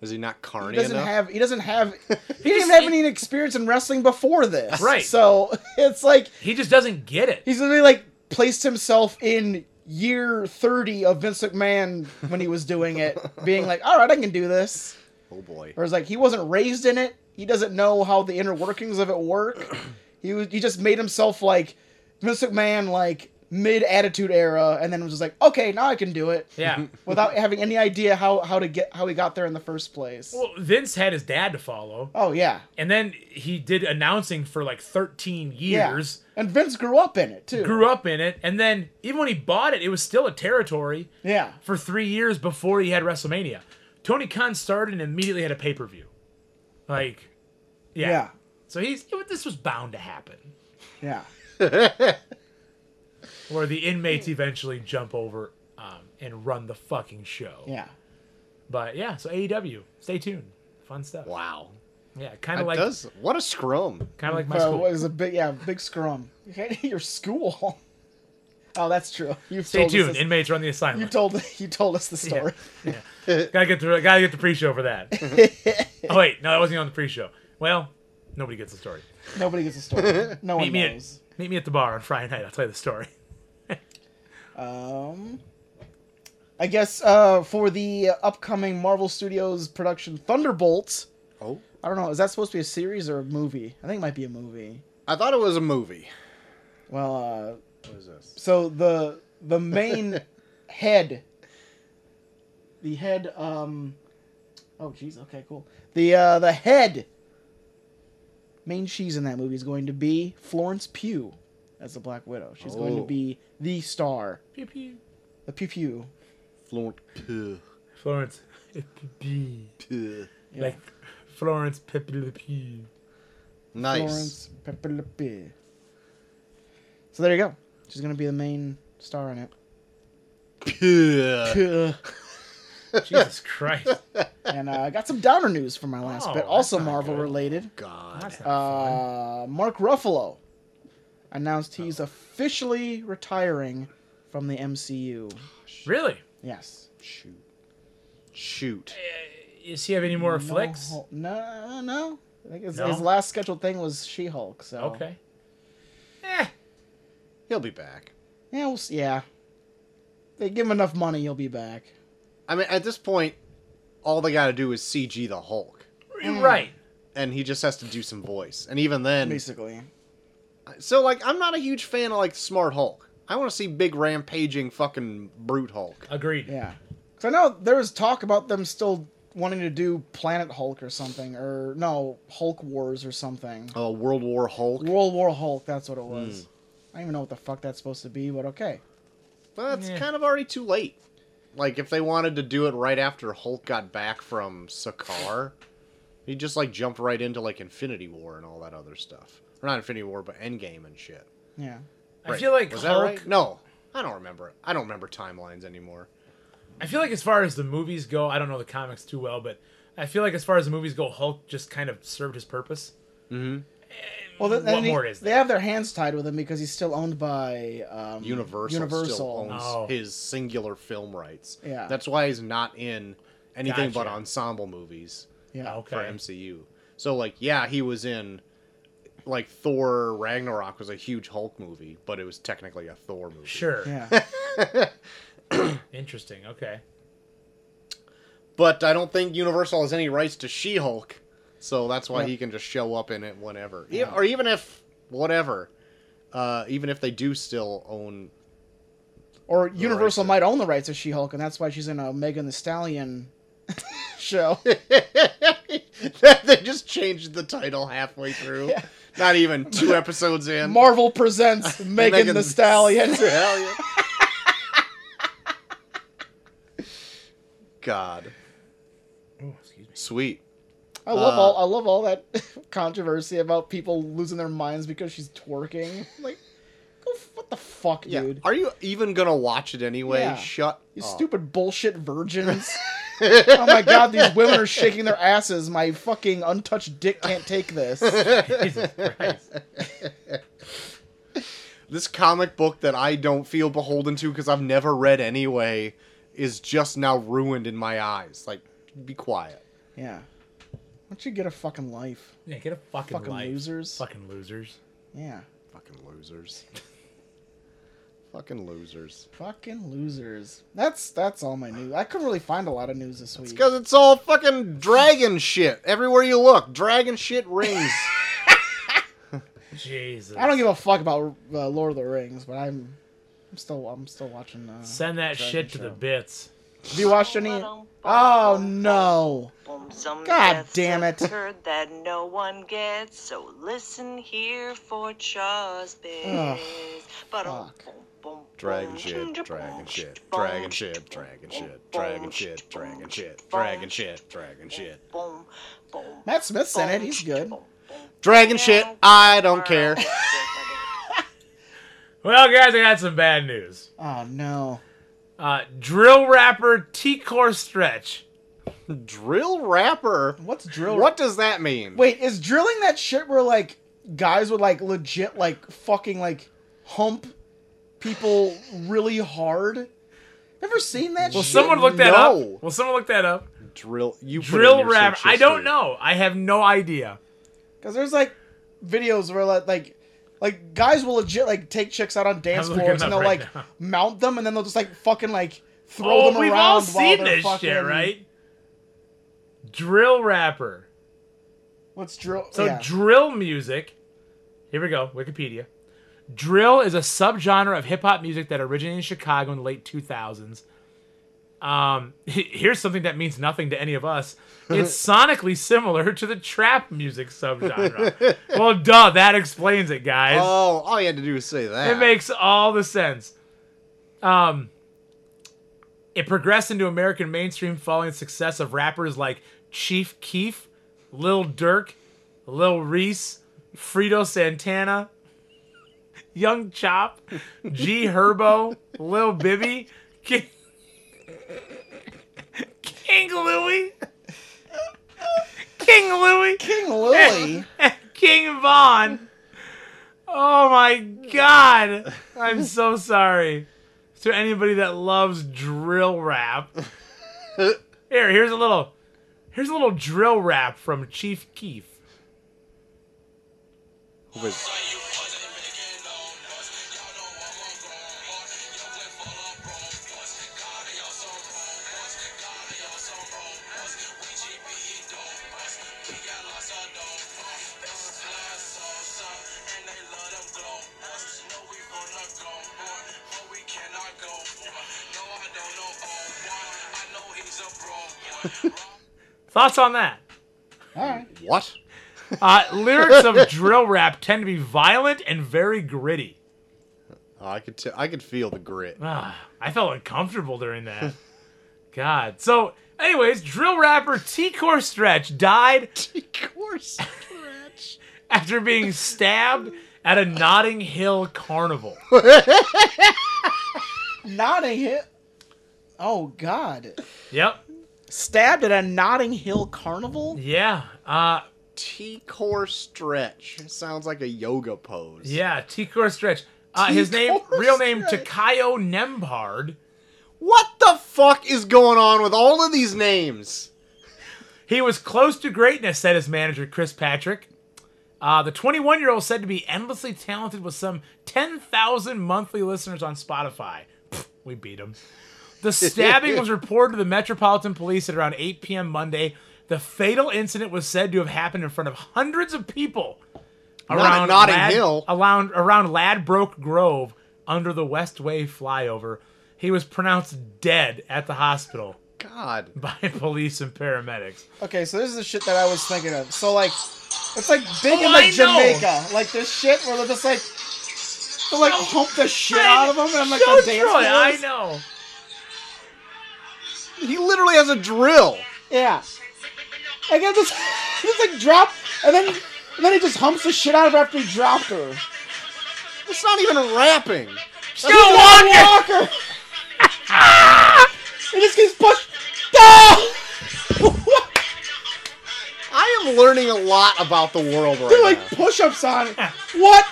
[SPEAKER 2] Is he not
[SPEAKER 1] he
[SPEAKER 2] carny
[SPEAKER 1] doesn't
[SPEAKER 2] enough?
[SPEAKER 1] have he doesn't have he didn't
[SPEAKER 3] just-
[SPEAKER 1] even have any experience in wrestling before this
[SPEAKER 3] Right.
[SPEAKER 1] so [laughs] it's like
[SPEAKER 3] He just doesn't get it.
[SPEAKER 1] he's literally like placed himself in year 30 of vince mcmahon when he was doing it being like all right i can do this
[SPEAKER 2] oh boy.
[SPEAKER 1] or it's like he wasn't raised in it he doesn't know how the inner workings of it work [clears throat] he was he just made himself like vince mcmahon like mid attitude era and then was just like okay now i can do it [laughs]
[SPEAKER 3] Yeah. [laughs]
[SPEAKER 1] without having any idea how how to get how he got there in the first place.
[SPEAKER 3] well, Vince had his dad to follow,
[SPEAKER 1] oh yeah,
[SPEAKER 3] and then he did announcing for like 13
[SPEAKER 1] yeah.
[SPEAKER 3] years,
[SPEAKER 1] And Vince grew up in it too.
[SPEAKER 3] grew up in it, and then even when he bought it, it was still a territory
[SPEAKER 1] Yeah,
[SPEAKER 3] for three years before he had WrestleMania. Tony Khan started and immediately had a pay per view. Like, yeah.
[SPEAKER 1] yeah,
[SPEAKER 3] So he's, this was bound to happen.
[SPEAKER 1] yeah.
[SPEAKER 3] where the inmates
[SPEAKER 1] Hmm.
[SPEAKER 3] eventually jump over um, and run the fucking show.
[SPEAKER 1] yeah.
[SPEAKER 3] But yeah, so AEW, stay tuned, fun stuff.
[SPEAKER 2] Wow.
[SPEAKER 3] Yeah, kind
[SPEAKER 2] That
[SPEAKER 3] of like kind
[SPEAKER 2] does. What a scrum.
[SPEAKER 3] of like my
[SPEAKER 1] But it
[SPEAKER 3] school.
[SPEAKER 1] was a big yeah big scrum. Your school. [laughs] Oh, that's true. You've
[SPEAKER 3] Stay
[SPEAKER 1] told us
[SPEAKER 3] tuned,
[SPEAKER 1] this-
[SPEAKER 3] inmates run the
[SPEAKER 1] [laughs] you
[SPEAKER 3] assignment.
[SPEAKER 1] told you told us the
[SPEAKER 3] [laughs]
[SPEAKER 1] story.
[SPEAKER 3] yeah. gotta get the gotta get the pre-show for that.
[SPEAKER 2] [laughs]
[SPEAKER 3] oh wait, no, that wasn't on the pre-show. Well, nobody gets the story.
[SPEAKER 1] Nobody gets the story. No one
[SPEAKER 3] Meet me at
[SPEAKER 1] knows.
[SPEAKER 3] meet me at the bar on Friday night. I'll tell you the story. [laughs]
[SPEAKER 1] Um, I guess uh, for the upcoming Marvel Studios production Thunderbolts.
[SPEAKER 2] Oh.
[SPEAKER 1] I don't know. Is that supposed to be a series or a movie? I think it might be a movie.
[SPEAKER 2] I thought it was a movie.
[SPEAKER 1] Well, uh,
[SPEAKER 2] What is this?
[SPEAKER 1] so the the
[SPEAKER 3] [laughs]
[SPEAKER 1] main head, the head, um, oh jeez, okay, cool. The uh, the head, main she's in that movie is going to be Florence Pugh as the Black Widow. She's going to
[SPEAKER 2] Oh.
[SPEAKER 1] be the star,
[SPEAKER 3] Pew pew.
[SPEAKER 1] the Pew Pew.
[SPEAKER 2] Florent. Puh,
[SPEAKER 3] Florence. Pew.
[SPEAKER 2] puh.
[SPEAKER 1] Yeah.
[SPEAKER 3] Like Florence Pepe Le
[SPEAKER 2] [laughs]
[SPEAKER 3] Pew.
[SPEAKER 2] Nice.
[SPEAKER 1] Florence Pepper Le Pew. So there you go. She's going to be the main star in it.
[SPEAKER 2] Puh.
[SPEAKER 3] [laughs] Jesus Christ.
[SPEAKER 1] and uh, I got some downer news for my last
[SPEAKER 3] Oh,
[SPEAKER 1] bit,
[SPEAKER 3] that's
[SPEAKER 1] also
[SPEAKER 3] not
[SPEAKER 1] Marvel
[SPEAKER 3] good.
[SPEAKER 1] related.
[SPEAKER 2] God.
[SPEAKER 3] That's not fun.
[SPEAKER 1] Uh, Mark Ruffalo announced he's
[SPEAKER 3] Oh.
[SPEAKER 1] officially retiring from the MCU.
[SPEAKER 3] Really?
[SPEAKER 1] Yes.
[SPEAKER 2] Shoot. Shoot.
[SPEAKER 3] Does he have any more flicks?
[SPEAKER 1] uh, No, no, no. I think his,
[SPEAKER 3] No?
[SPEAKER 1] his last scheduled thing was She-Hulk. So
[SPEAKER 3] Okay.
[SPEAKER 1] oh.
[SPEAKER 3] Eh,
[SPEAKER 2] He'll be back.
[SPEAKER 1] yeah, we'll, s- yeah. They give him enough money, he'll be back.
[SPEAKER 2] I mean, at this point, all they got to do is CG the Hulk,
[SPEAKER 3] you're
[SPEAKER 1] Mm.
[SPEAKER 3] right.
[SPEAKER 2] and he just has to do some voice. And even then,
[SPEAKER 1] Basically,
[SPEAKER 2] so like, I'm not a huge fan of like Smart Hulk. I want to see big rampaging fucking brute Hulk.
[SPEAKER 3] Agreed.
[SPEAKER 1] Yeah. Because I know there was talk about them still wanting to do Planet Hulk or something, or no, Hulk Wars or something.
[SPEAKER 2] Oh, World War Hulk.
[SPEAKER 1] World War Hulk, that's what it
[SPEAKER 3] Hmm.
[SPEAKER 1] was. I don't even know what the fuck that's supposed to be, but okay.
[SPEAKER 2] Well, it's
[SPEAKER 3] Yeah.
[SPEAKER 2] kind of already too late. Like if they wanted to do it right after Hulk got back from Sakaar, he just like jumped right into like Infinity War and all that other stuff. Or not Infinity War, but Endgame and shit.
[SPEAKER 1] Yeah.
[SPEAKER 3] I feel like
[SPEAKER 2] Was that
[SPEAKER 3] Hulk.
[SPEAKER 2] right? No, I don't remember. it. I don't remember timelines anymore.
[SPEAKER 3] I feel like as far as the movies go, I don't know the comics too well, but I feel like as far as the movies go, Hulk just kind of served his purpose.
[SPEAKER 1] Well, then,
[SPEAKER 3] What
[SPEAKER 1] then he-
[SPEAKER 3] more is
[SPEAKER 1] they
[SPEAKER 3] there?
[SPEAKER 1] have their hands tied with him because he's still owned by um,
[SPEAKER 2] Universal, still
[SPEAKER 1] Universal.
[SPEAKER 2] owns
[SPEAKER 3] Oh.
[SPEAKER 2] his singular film rights.
[SPEAKER 1] Yeah.
[SPEAKER 2] that's why he's not in anything but
[SPEAKER 3] Gotcha.
[SPEAKER 2] ensemble movies.
[SPEAKER 1] Yeah.
[SPEAKER 3] Okay.
[SPEAKER 2] Oh, for MCU. So like, yeah, he was in like Thor Ragnarok was a huge Hulk movie, but it was technically a Thor movie.
[SPEAKER 3] Sure.
[SPEAKER 2] [laughs]
[SPEAKER 1] Yeah.
[SPEAKER 3] Interesting. Okay.
[SPEAKER 2] But I don't think Universal has any rights to She-Hulk, so that's why
[SPEAKER 1] Yeah.
[SPEAKER 2] he can just show up in it whenever. E-
[SPEAKER 1] Yeah.
[SPEAKER 2] Or even if whatever. Uh, even if they do still own [laughs]
[SPEAKER 1] Or
[SPEAKER 2] rights
[SPEAKER 1] Universal
[SPEAKER 2] to-
[SPEAKER 1] might own the rights of She Hulk, and that's why she's in a Megan the Stallion [laughs] show.
[SPEAKER 2] they just changed the title
[SPEAKER 1] [laughs]
[SPEAKER 2] halfway through. Not even two episodes in.
[SPEAKER 1] Marvel
[SPEAKER 2] [laughs]
[SPEAKER 1] presents Megan,
[SPEAKER 2] Megan
[SPEAKER 1] the Stallion.
[SPEAKER 2] Stallion. [laughs] God,
[SPEAKER 3] Oh, excuse me.
[SPEAKER 2] sweet.
[SPEAKER 1] [laughs] I love
[SPEAKER 2] Uh,
[SPEAKER 1] all I love all that [laughs] controversy about people losing their minds because she's twerking. [laughs] Like, go f- what the fuck,
[SPEAKER 2] Yeah. Uh.
[SPEAKER 1] dude?
[SPEAKER 2] Are you even gonna watch it anyway?
[SPEAKER 1] Yeah.
[SPEAKER 2] Shut.
[SPEAKER 1] You
[SPEAKER 2] up.
[SPEAKER 1] stupid bullshit
[SPEAKER 2] [laughs]
[SPEAKER 1] virgins. oh my god, these women are shaking their asses. My fucking untouched dick can't take this.
[SPEAKER 3] Jesus Christ.
[SPEAKER 2] This comic book that I don't feel beholden to because I've never read anyway is just now ruined in my eyes. Like, be quiet.
[SPEAKER 1] Yeah. Why don't you get a fucking life?
[SPEAKER 3] Yeah, get a fucking,
[SPEAKER 1] Fucking
[SPEAKER 3] life.
[SPEAKER 1] losers.
[SPEAKER 3] Fucking
[SPEAKER 1] [laughs]
[SPEAKER 3] losers.
[SPEAKER 1] Yeah.
[SPEAKER 2] Fucking losers. [laughs] Fucking losers.
[SPEAKER 1] Fucking losers. That's that's all my news. I couldn't really find a lot of news this week.
[SPEAKER 2] Because it's all fucking dragon shit. Everywhere you look, dragon shit [laughs] rings.
[SPEAKER 3] Jesus.
[SPEAKER 1] I don't give a fuck about uh, Lord of the Rings, but I'm I'm still I'm still watching. Uh,
[SPEAKER 3] Send that
[SPEAKER 1] Dragon
[SPEAKER 3] shit to
[SPEAKER 1] show.
[SPEAKER 3] the bits.
[SPEAKER 1] Have you watched any? Oh no. God damn it.
[SPEAKER 4] Heard that no one gets, so listen here for Char's
[SPEAKER 1] Ugh,
[SPEAKER 4] biz. But
[SPEAKER 1] fuck.
[SPEAKER 2] Dragon shit, dragon shit, dragon shit, dragon shit, dragon shit, dragon shit, dragon shit, dragon shit.
[SPEAKER 4] Boom, boom,
[SPEAKER 1] Matt Smith's in it. He's good.
[SPEAKER 4] boom, boom.
[SPEAKER 2] Dragon shit, I don't care.
[SPEAKER 3] Well, guys, I got some bad news.
[SPEAKER 1] Oh no.
[SPEAKER 3] Uh, drill rapper T Core Stretch.
[SPEAKER 2] Drill rapper?
[SPEAKER 1] What's drill?
[SPEAKER 2] What does that mean?
[SPEAKER 1] Wait, is drilling that shit where like guys would like legit like fucking like hump people really hard? Ever seen that?
[SPEAKER 3] Will
[SPEAKER 1] shit?
[SPEAKER 3] someone look that
[SPEAKER 2] no.
[SPEAKER 3] up? Will someone look that up?
[SPEAKER 2] Drill, you put it
[SPEAKER 3] Drill
[SPEAKER 2] in your
[SPEAKER 3] rapper.
[SPEAKER 2] search
[SPEAKER 3] I
[SPEAKER 2] history.
[SPEAKER 3] don't know. I have no idea.
[SPEAKER 1] Because there's like videos where like like like guys will legit like take chicks out on dance
[SPEAKER 3] looking
[SPEAKER 1] floors
[SPEAKER 3] up
[SPEAKER 1] and they'll
[SPEAKER 3] right
[SPEAKER 1] like
[SPEAKER 3] now.
[SPEAKER 1] mount them and then they'll just like fucking like throw
[SPEAKER 3] Oh,
[SPEAKER 1] them
[SPEAKER 3] we've
[SPEAKER 1] around.
[SPEAKER 3] all
[SPEAKER 1] while
[SPEAKER 3] seen
[SPEAKER 1] they're
[SPEAKER 3] this
[SPEAKER 1] fucking...
[SPEAKER 3] shit, right? Drill rapper.
[SPEAKER 1] What's drill?
[SPEAKER 3] So
[SPEAKER 1] yeah.
[SPEAKER 3] drill music. Here we go. Wikipedia. Drill is a subgenre of hip hop music that originated in Chicago in the late 2000s. Um, [laughs] here's something that means nothing to any of us. It's sonically similar to the trap music subgenre. well, duh, that explains it, guys.
[SPEAKER 2] Oh, all you had to do was say that.
[SPEAKER 3] It makes all the sense. Um, it progressed into American mainstream following the success of rappers like Chief Keef, Lil Durk, Lil Reese, Frito Santana, Young Chop, G Herbo, Lil Bibby, King, King Louie, King Louie,
[SPEAKER 1] King
[SPEAKER 3] [laughs]
[SPEAKER 1] Lily.
[SPEAKER 3] King Vaughn. Oh my god. I'm so sorry to anybody that loves drill rap. Here, here's a little here's a little drill rap from Chief Keef.
[SPEAKER 2] With-
[SPEAKER 3] Thoughts on that?
[SPEAKER 1] All right.
[SPEAKER 2] What?
[SPEAKER 3] Uh, lyrics of drill rap tend to be violent and very gritty.
[SPEAKER 2] Oh, I could t- I could feel the grit.
[SPEAKER 3] Ah, I felt uncomfortable during that. God. So, anyways, drill rapper T Core Stretch died
[SPEAKER 2] course, stretch.
[SPEAKER 3] after being stabbed at a Notting Hill carnival.
[SPEAKER 1] Notting Hill. Oh God.
[SPEAKER 3] Yep.
[SPEAKER 1] Stabbed at a Notting Hill carnival.
[SPEAKER 3] Yeah. Uh,
[SPEAKER 2] T core stretch sounds like a yoga pose.
[SPEAKER 3] yeah. T Core Stretch. Uh, his
[SPEAKER 1] T.
[SPEAKER 3] name,
[SPEAKER 1] Core
[SPEAKER 3] real name,
[SPEAKER 1] Stretch.
[SPEAKER 3] Takayo Nembhard.
[SPEAKER 2] What the fuck is going on with all of these names?
[SPEAKER 3] He was close to greatness, said his manager, Chris Patrick. Uh, the 21 year old said to be endlessly talented with some 10,000 monthly listeners on Spotify. Pfft, we beat him.
[SPEAKER 2] [laughs]
[SPEAKER 3] The stabbing was reported to the Metropolitan Police at around 8 p.m. Monday. The fatal incident was said to have happened in front of hundreds of people
[SPEAKER 2] at Notting
[SPEAKER 3] Lad-
[SPEAKER 2] Hill.
[SPEAKER 3] around, around Ladbroke Grove under the Westway flyover. He was pronounced dead at the hospital [laughs]
[SPEAKER 2] God.
[SPEAKER 3] by police and paramedics.
[SPEAKER 1] Okay, so this is the shit that I was thinking of. So like, it's like big
[SPEAKER 3] Oh,
[SPEAKER 1] in like
[SPEAKER 3] I know.
[SPEAKER 1] Jamaica, like this shit where they're just like, they like hump the shit out of them, and I'm like,
[SPEAKER 3] Show
[SPEAKER 1] the dance
[SPEAKER 3] Troy, I
[SPEAKER 1] floors.
[SPEAKER 3] know.
[SPEAKER 2] He literally has a drill.
[SPEAKER 1] Yeah. And then just, [laughs] just like drop, and then and then he just humps the shit out of her after he dropped her.
[SPEAKER 2] It's not even rapping.
[SPEAKER 3] Joe Walker. [laughs]
[SPEAKER 1] Walker. he just gets pushed. [laughs] Ah!
[SPEAKER 2] I am learning a lot about the world right
[SPEAKER 1] They're like
[SPEAKER 2] now.
[SPEAKER 1] push-ups on it. What?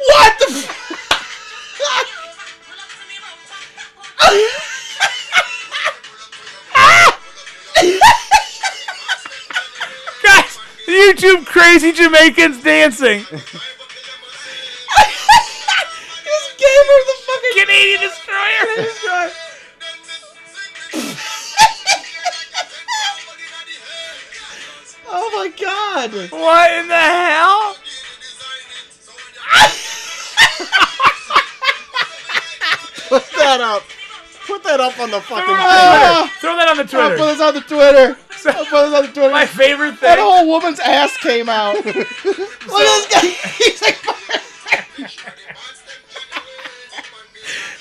[SPEAKER 1] What the? F- [laughs]
[SPEAKER 3] Guys, the YouTube crazy Jamaicans dancing.
[SPEAKER 1] just gave her the fucking.
[SPEAKER 3] Canadian destroyer.
[SPEAKER 1] shot. oh my god!
[SPEAKER 3] What in the hell?
[SPEAKER 2] Put that up. Put that up on the fucking
[SPEAKER 1] Ah!
[SPEAKER 3] Throw that on the
[SPEAKER 1] I'll put
[SPEAKER 3] Twitter.
[SPEAKER 1] this on the Twitter. I'll put this on the Twitter.
[SPEAKER 3] My favorite
[SPEAKER 1] that
[SPEAKER 3] thing.
[SPEAKER 1] whole woman's ass came out.
[SPEAKER 3] [laughs]
[SPEAKER 1] Look at this guy. [laughs] He's like.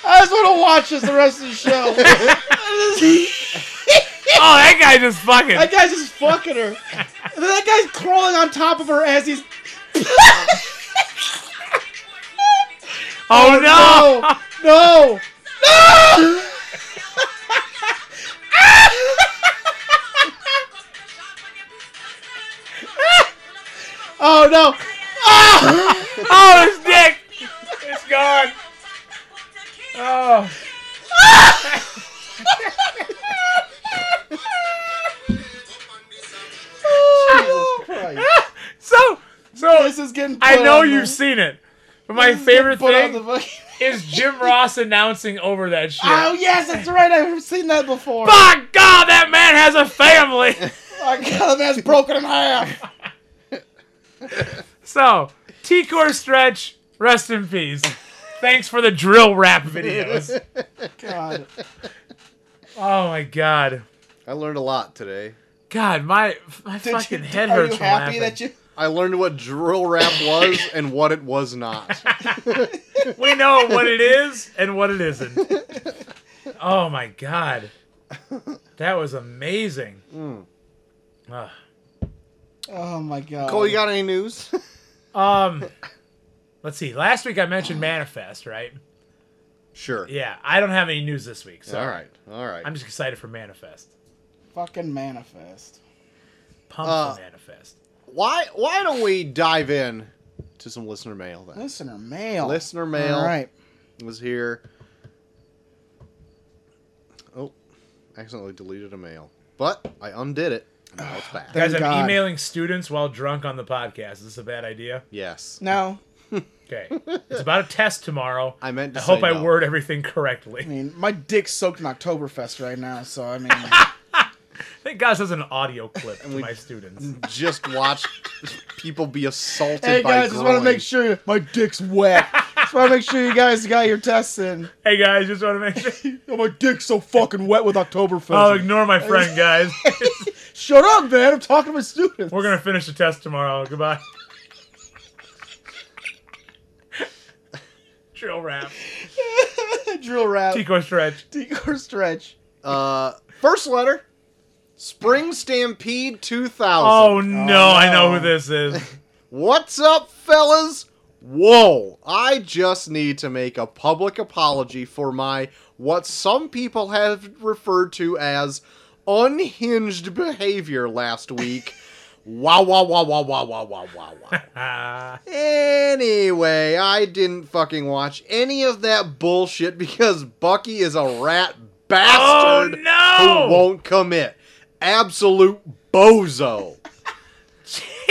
[SPEAKER 1] I just want to watch this the rest of the
[SPEAKER 3] [laughs]
[SPEAKER 1] show.
[SPEAKER 3] Oh, that guy just fucking.
[SPEAKER 1] that guy's just fucking her. And then that guy's crawling on top of her as he's.
[SPEAKER 3] Oh no.
[SPEAKER 1] No! No! oh no! Ah!
[SPEAKER 3] [laughs] Oh, his dick. It's gone. Oh.
[SPEAKER 1] Oh, Jesus Christ.
[SPEAKER 3] So, so
[SPEAKER 1] This is getting.
[SPEAKER 3] I
[SPEAKER 1] put
[SPEAKER 3] know
[SPEAKER 1] on
[SPEAKER 3] you've
[SPEAKER 1] the-
[SPEAKER 3] seen it, but my
[SPEAKER 1] this is getting
[SPEAKER 3] favorite
[SPEAKER 1] put on
[SPEAKER 3] thing
[SPEAKER 1] the
[SPEAKER 3] [laughs]
[SPEAKER 1] fucking-
[SPEAKER 3] is Jim Ross announcing over that shit.
[SPEAKER 1] Oh yes, that's right. I've seen that before.
[SPEAKER 3] By God, that man has
[SPEAKER 1] [laughs]
[SPEAKER 3] a family.
[SPEAKER 1] My God, that's broken in half.
[SPEAKER 3] So, T Core Stretch, rest in peace. Thanks for the drill
[SPEAKER 1] [laughs]
[SPEAKER 3] rap videos. [laughs]
[SPEAKER 1] God.
[SPEAKER 3] Oh my god.
[SPEAKER 2] I learned a lot today.
[SPEAKER 3] God, my my
[SPEAKER 1] Did
[SPEAKER 3] fucking
[SPEAKER 1] you,
[SPEAKER 3] head
[SPEAKER 1] are
[SPEAKER 3] hurts
[SPEAKER 1] you
[SPEAKER 3] from
[SPEAKER 1] happy
[SPEAKER 3] laughing.
[SPEAKER 1] that you?
[SPEAKER 2] I learned what drill rap was and what it was not.
[SPEAKER 3] We know what it is and what
[SPEAKER 1] [laughs]
[SPEAKER 3] it isn't. Oh my god. That was amazing.
[SPEAKER 1] Hmm.
[SPEAKER 3] Ugh.
[SPEAKER 1] Oh my God.
[SPEAKER 2] [laughs] Cole, you got any news?
[SPEAKER 3] Um let's see. Last week I mentioned Manifest, right?
[SPEAKER 2] [laughs] Sure.
[SPEAKER 3] Yeah, I don't have any news this week. So
[SPEAKER 2] All right. All right.
[SPEAKER 3] I'm just excited for Manifest.
[SPEAKER 1] fucking manifest.
[SPEAKER 3] Pumped
[SPEAKER 2] Uh,
[SPEAKER 3] for Manifest.
[SPEAKER 2] Why why don't we dive in to some listener mail then?
[SPEAKER 1] Listener mail.
[SPEAKER 2] Listener mail.
[SPEAKER 1] All right.
[SPEAKER 2] was here. Oh, accidentally deleted a mail, but I undid it. and Now it's back.
[SPEAKER 1] Thank
[SPEAKER 3] Guys, I'm
[SPEAKER 1] God.
[SPEAKER 3] emailing students while drunk on the podcast. Is this a bad idea?
[SPEAKER 2] Yes,
[SPEAKER 1] No,
[SPEAKER 3] Okay. It's about a test tomorrow.
[SPEAKER 2] [laughs] I meant to
[SPEAKER 3] I hope
[SPEAKER 2] say
[SPEAKER 3] I
[SPEAKER 2] no.
[SPEAKER 3] word everything
[SPEAKER 1] I
[SPEAKER 3] correctly.
[SPEAKER 2] [laughs]
[SPEAKER 1] mean my dick's soaked in Oktoberfest right now, so I mean.
[SPEAKER 3] Thank God this is an audio clip to
[SPEAKER 2] we-
[SPEAKER 3] my students.
[SPEAKER 2] [laughs] just watched people be
[SPEAKER 1] [laughs]
[SPEAKER 2] assaulted
[SPEAKER 1] hey
[SPEAKER 2] by
[SPEAKER 1] guys, just want to
[SPEAKER 2] groin.
[SPEAKER 1] make sure my dick's wet. Just want to make sure you guys got your tests [laughs] in.
[SPEAKER 3] Hey guys, just want to make sure.
[SPEAKER 2] [laughs]
[SPEAKER 1] Oh, my dick's so fucking wet with Oktoberfest.
[SPEAKER 3] Oh, ignore my friend,
[SPEAKER 2] [laughs]
[SPEAKER 3] guys.
[SPEAKER 1] Shut up, man. I'm talking to my students.
[SPEAKER 3] We're gonna finish the test tomorrow. Goodbye. [laughs] Drill rap,
[SPEAKER 1] [laughs] drill rap.
[SPEAKER 3] Tico stretch.
[SPEAKER 1] Decor stretch.
[SPEAKER 2] Uh, first letter, Spring Stampede 2000.
[SPEAKER 3] Oh no, I know who this is.
[SPEAKER 2] [laughs] What's up, fellas? Whoa! I just need to make a public apology for my what some people have referred to as unhinged behavior
[SPEAKER 1] [laughs]
[SPEAKER 2] last week. wow! Wow! Wow! Wow! Wow! Wow! Wow! Wow! Wow!
[SPEAKER 3] Ah,
[SPEAKER 2] Anyway, I didn't fucking watch any of that bullshit because Bucky is a rat bastard
[SPEAKER 3] Oh, no!
[SPEAKER 2] who won't commit. Absolute
[SPEAKER 3] [laughs]
[SPEAKER 2] bozo.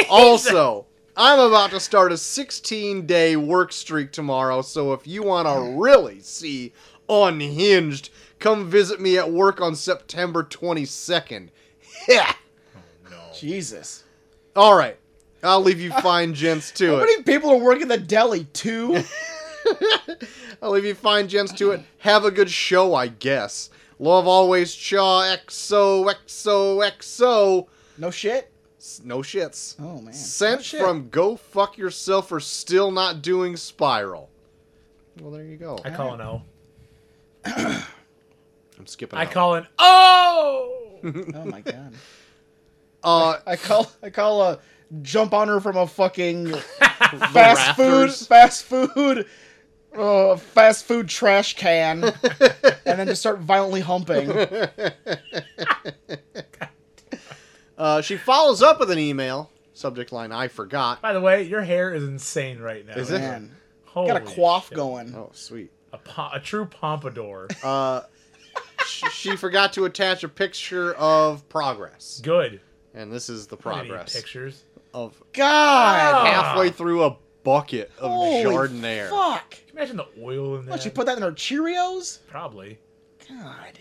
[SPEAKER 2] also, I'm about to start a 16 day work streak tomorrow, so if you want to really see Unhinged, come visit me at work on September 22nd. [laughs] Yeah.
[SPEAKER 1] Jesus.
[SPEAKER 2] All right. I'll leave you fine gents to
[SPEAKER 1] How
[SPEAKER 2] it.
[SPEAKER 1] many people are working the deli? [laughs] Two?
[SPEAKER 2] I'll leave you fine gems to it. Have a good show, I guess. Love always, Chaw. XO, XO, XO.
[SPEAKER 1] No shit?
[SPEAKER 2] S- No shits.
[SPEAKER 1] Oh, man.
[SPEAKER 2] Sent
[SPEAKER 1] No shit.
[SPEAKER 2] from Go Fuck Yourself for Still Not Doing Spiral. Well, there you go.
[SPEAKER 3] I call an O.
[SPEAKER 2] I'm skipping.
[SPEAKER 3] I
[SPEAKER 2] out.
[SPEAKER 3] call an O.
[SPEAKER 1] Oh, my God.
[SPEAKER 2] Uh,
[SPEAKER 1] I call I call a jump on her from a fucking fast food
[SPEAKER 2] rafters.
[SPEAKER 1] fast food uh, fast food trash can and then just start violently humping.
[SPEAKER 2] uh, she follows up with an email. Subject line: I forgot.
[SPEAKER 3] By the way, your hair is insane right now.
[SPEAKER 2] Is it?
[SPEAKER 1] Man.
[SPEAKER 3] Holy
[SPEAKER 1] Got a quaff
[SPEAKER 3] shit.
[SPEAKER 1] going.
[SPEAKER 2] Oh, sweet.
[SPEAKER 3] A, po- a true pompadour.
[SPEAKER 2] Uh, [laughs] sh- she forgot to attach a picture of progress,
[SPEAKER 3] Good.
[SPEAKER 2] and this is the
[SPEAKER 3] I didn't need
[SPEAKER 2] progress
[SPEAKER 3] Pictures.
[SPEAKER 2] of
[SPEAKER 1] God.
[SPEAKER 2] halfway through a bucket of
[SPEAKER 1] Ah. Holy
[SPEAKER 2] jardinere.
[SPEAKER 1] Fuck.
[SPEAKER 3] Can you imagine the oil in that?
[SPEAKER 1] What, she put that in her Cheerios?
[SPEAKER 3] Probably.
[SPEAKER 1] God.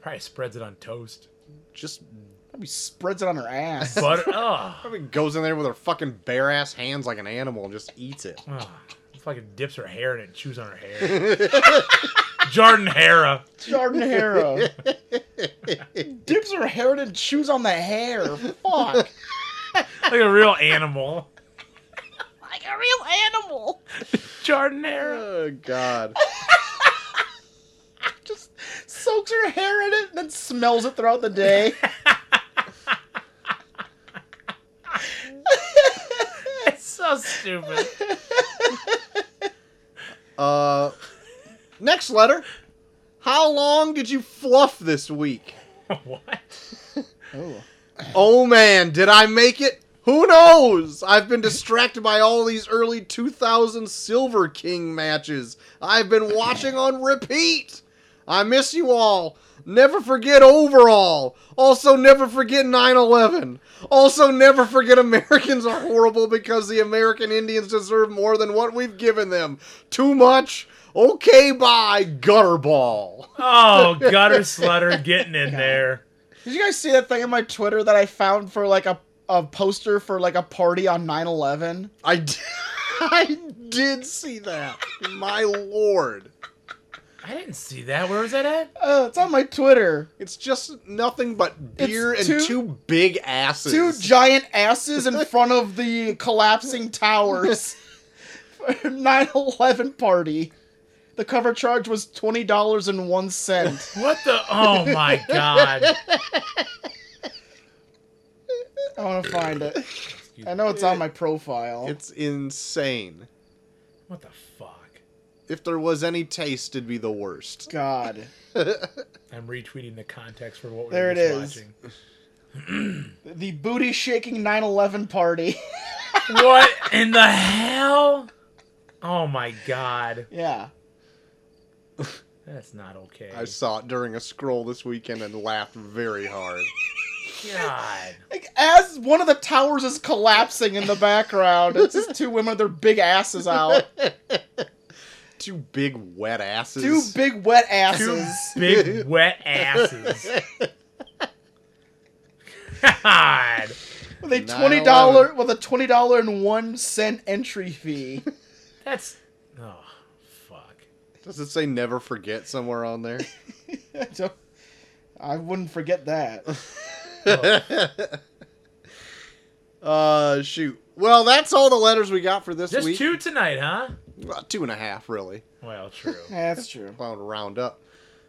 [SPEAKER 3] Probably spreads it on toast.
[SPEAKER 2] Just
[SPEAKER 1] Probably spreads it on her
[SPEAKER 3] [laughs]
[SPEAKER 1] ass.
[SPEAKER 3] But ugh.
[SPEAKER 2] probably goes in there with her fucking bare ass hands like an animal and just eats it.
[SPEAKER 3] Ugh. Fucking dips her hair in it and chews on
[SPEAKER 1] [laughs]
[SPEAKER 3] her hair. Jordan Hera.
[SPEAKER 1] Jardinera. Dips her hair in and chews on the hair. Fuck.
[SPEAKER 3] Like a real animal.
[SPEAKER 4] Like a real animal.
[SPEAKER 1] [laughs]
[SPEAKER 3] Jordan Hera.
[SPEAKER 2] Oh god.
[SPEAKER 1] Just soaks her hair in it and then smells it throughout the day.
[SPEAKER 3] It's so stupid.
[SPEAKER 2] Uh, next letter. How long did you fluff this week?
[SPEAKER 3] what?
[SPEAKER 1] Oh.
[SPEAKER 2] Oh man, did I make it? Who knows? I've been distracted by all these early 2000 Silver King matches I've been watching on repeat. I miss you all. Never forget overall. Also, never forget 9 11. Also, never forget Americans are horrible because the American Indians deserve more than what we've given them. Too much? Okay, bye, Gutterball.
[SPEAKER 3] Oh, gutter slutter getting in there.
[SPEAKER 1] Did you guys see that thing on my Twitter that I found for like a, a poster for like a party on 9 11?
[SPEAKER 2] I did, [laughs] I did see that. My lord.
[SPEAKER 3] I didn't see that. Where was that at?
[SPEAKER 1] Oh, it's on my Twitter.
[SPEAKER 2] It's just nothing but
[SPEAKER 1] It's
[SPEAKER 2] beer and
[SPEAKER 1] two-
[SPEAKER 2] two big asses.
[SPEAKER 1] Two giant asses in front of the collapsing towers. 9 11 party. The cover charge was $20.01.
[SPEAKER 3] What the? Oh my god.
[SPEAKER 1] I want to find it. [laughs] I know it's on my profile.
[SPEAKER 2] it's insane.
[SPEAKER 3] What the fuck?
[SPEAKER 2] If there was any taste, it'd be the worst.
[SPEAKER 1] God.
[SPEAKER 3] I'm retweeting the context for what we
[SPEAKER 1] There
[SPEAKER 3] were
[SPEAKER 1] it
[SPEAKER 3] just
[SPEAKER 1] is. The booty shaking 9 11 party. [laughs]
[SPEAKER 3] watching. What in the hell? Oh my god.
[SPEAKER 1] yeah.
[SPEAKER 3] That's not okay.
[SPEAKER 2] I saw it during a scroll this weekend and laughed very hard.
[SPEAKER 1] [laughs]
[SPEAKER 3] God.
[SPEAKER 1] Like, as one of the towers is collapsing in the background, it's just two women with their big asses out.
[SPEAKER 2] Two big wet asses.
[SPEAKER 1] Two big wet
[SPEAKER 3] Two
[SPEAKER 1] asses. [laughs]
[SPEAKER 3] big wet asses. God.
[SPEAKER 1] With a twenty
[SPEAKER 2] 9/11.
[SPEAKER 1] dollar with a twenty dollar and one cent entry fee. [laughs]
[SPEAKER 3] That's. Oh, fuck.
[SPEAKER 2] Does it say never forget somewhere on
[SPEAKER 1] [laughs]
[SPEAKER 2] there?
[SPEAKER 1] I don't- I wouldn't forget that.
[SPEAKER 2] uh, shoot. Well, that's all the letters we got for this
[SPEAKER 3] Just
[SPEAKER 2] week.
[SPEAKER 3] two tonight, huh?
[SPEAKER 2] About two and a half, really.
[SPEAKER 3] Well, [laughs] true.
[SPEAKER 1] That's true.
[SPEAKER 2] If I would round up.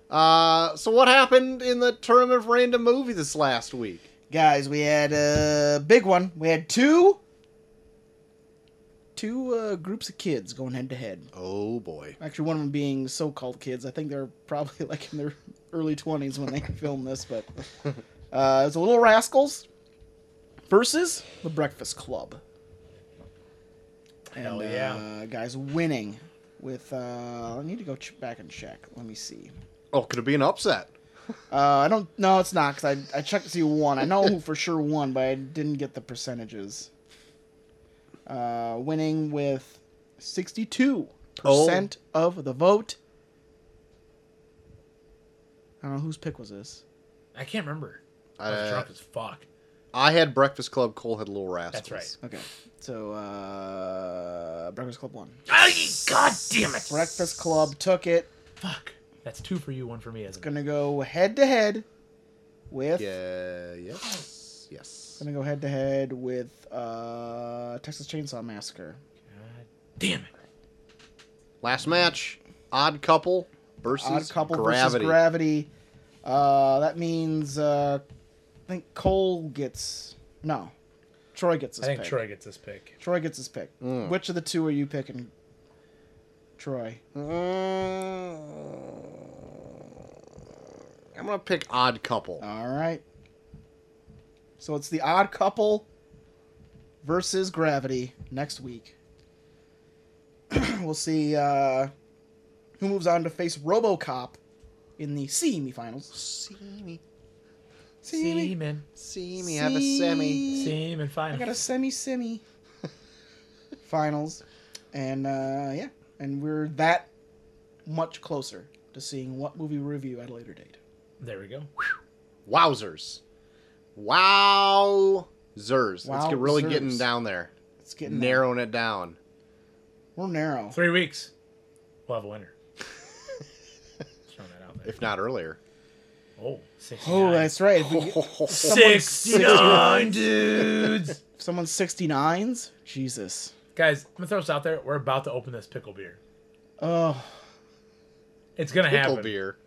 [SPEAKER 2] Uh, so what happened in the tournament of random movie this last week?
[SPEAKER 1] Guys, we had a big one. We had two two uh, groups of kids going head to head.
[SPEAKER 2] Oh boy.
[SPEAKER 1] Actually, one of them being so-called kids. I think they're probably [laughs] like in their early twenties when they [laughs] filmed this, but uh, it's the Little Rascals versus the Breakfast Club.
[SPEAKER 3] Hell
[SPEAKER 1] and,
[SPEAKER 3] yeah.
[SPEAKER 1] Uh, guys, winning with. Uh, I need to go ch- back and check. Let me see.
[SPEAKER 2] Oh, could it be an upset?
[SPEAKER 1] Uh, I don't. No, it's not because I I checked to see who won. I know who for sure won, but I didn't get the percentages. Uh, winning with sixty-two percent of the vote. I don't know whose pick was this.
[SPEAKER 3] I can't remember. I was
[SPEAKER 2] Uh,
[SPEAKER 3] drunk as fuck.
[SPEAKER 2] I had Breakfast Club. Cole had Little Rascals.
[SPEAKER 3] That's right.
[SPEAKER 1] Okay, so uh, Breakfast Club won.
[SPEAKER 3] Oh, God damn it!
[SPEAKER 1] Breakfast Club took it.
[SPEAKER 3] Fuck. That's two for you, one for me. Isn't it?
[SPEAKER 1] Gonna go head to head with.
[SPEAKER 2] Yeah. Yes. Yes.
[SPEAKER 1] Gonna go head to head with uh, Texas Chainsaw Massacre.
[SPEAKER 3] God damn it!
[SPEAKER 2] Last match. Odd couple versus
[SPEAKER 1] odd couple versus
[SPEAKER 2] gravity.
[SPEAKER 1] gravity. Uh, that means uh, I think Cole gets no. Troy gets
[SPEAKER 3] I
[SPEAKER 1] his
[SPEAKER 3] think
[SPEAKER 1] pick.
[SPEAKER 3] Troy gets this pick.
[SPEAKER 1] Troy gets his pick.
[SPEAKER 2] Mm.
[SPEAKER 1] Which of the two are you picking, Troy?
[SPEAKER 2] Mm, I'm gonna pick odd couple.
[SPEAKER 1] All right. So it's the odd couple versus gravity next week. [clears throat] we'll see uh, who moves on to face RoboCop in the semi finals.
[SPEAKER 2] see me,
[SPEAKER 3] Seaman.
[SPEAKER 2] see me, have a semi.
[SPEAKER 3] Seaman
[SPEAKER 1] I got a
[SPEAKER 3] final.
[SPEAKER 1] semi [laughs] semi finals, and uh, yeah, and we're that much closer to seeing what movie we review at a later date.
[SPEAKER 3] There we go.
[SPEAKER 2] Wowzers, wowzers. Let's get really
[SPEAKER 1] Wowzers.
[SPEAKER 2] getting down there,
[SPEAKER 1] It's getting there.
[SPEAKER 2] narrowing it down.
[SPEAKER 1] We're narrow.
[SPEAKER 3] Three weeks. We'll have a
[SPEAKER 1] [laughs]
[SPEAKER 3] winner. Just throwing that out there.
[SPEAKER 2] If not earlier.
[SPEAKER 3] Oh, 69.
[SPEAKER 1] Oh, that's right.
[SPEAKER 2] [laughs]
[SPEAKER 1] If, we, [laughs] Someone's
[SPEAKER 3] 69 dudes.
[SPEAKER 1] if someone's 69s, Jesus.
[SPEAKER 3] Guys, I'm gonna throw this out there. We're about to open this pickle beer.
[SPEAKER 1] Oh,
[SPEAKER 3] It's gonna
[SPEAKER 2] Pickle
[SPEAKER 3] happen.
[SPEAKER 2] beer.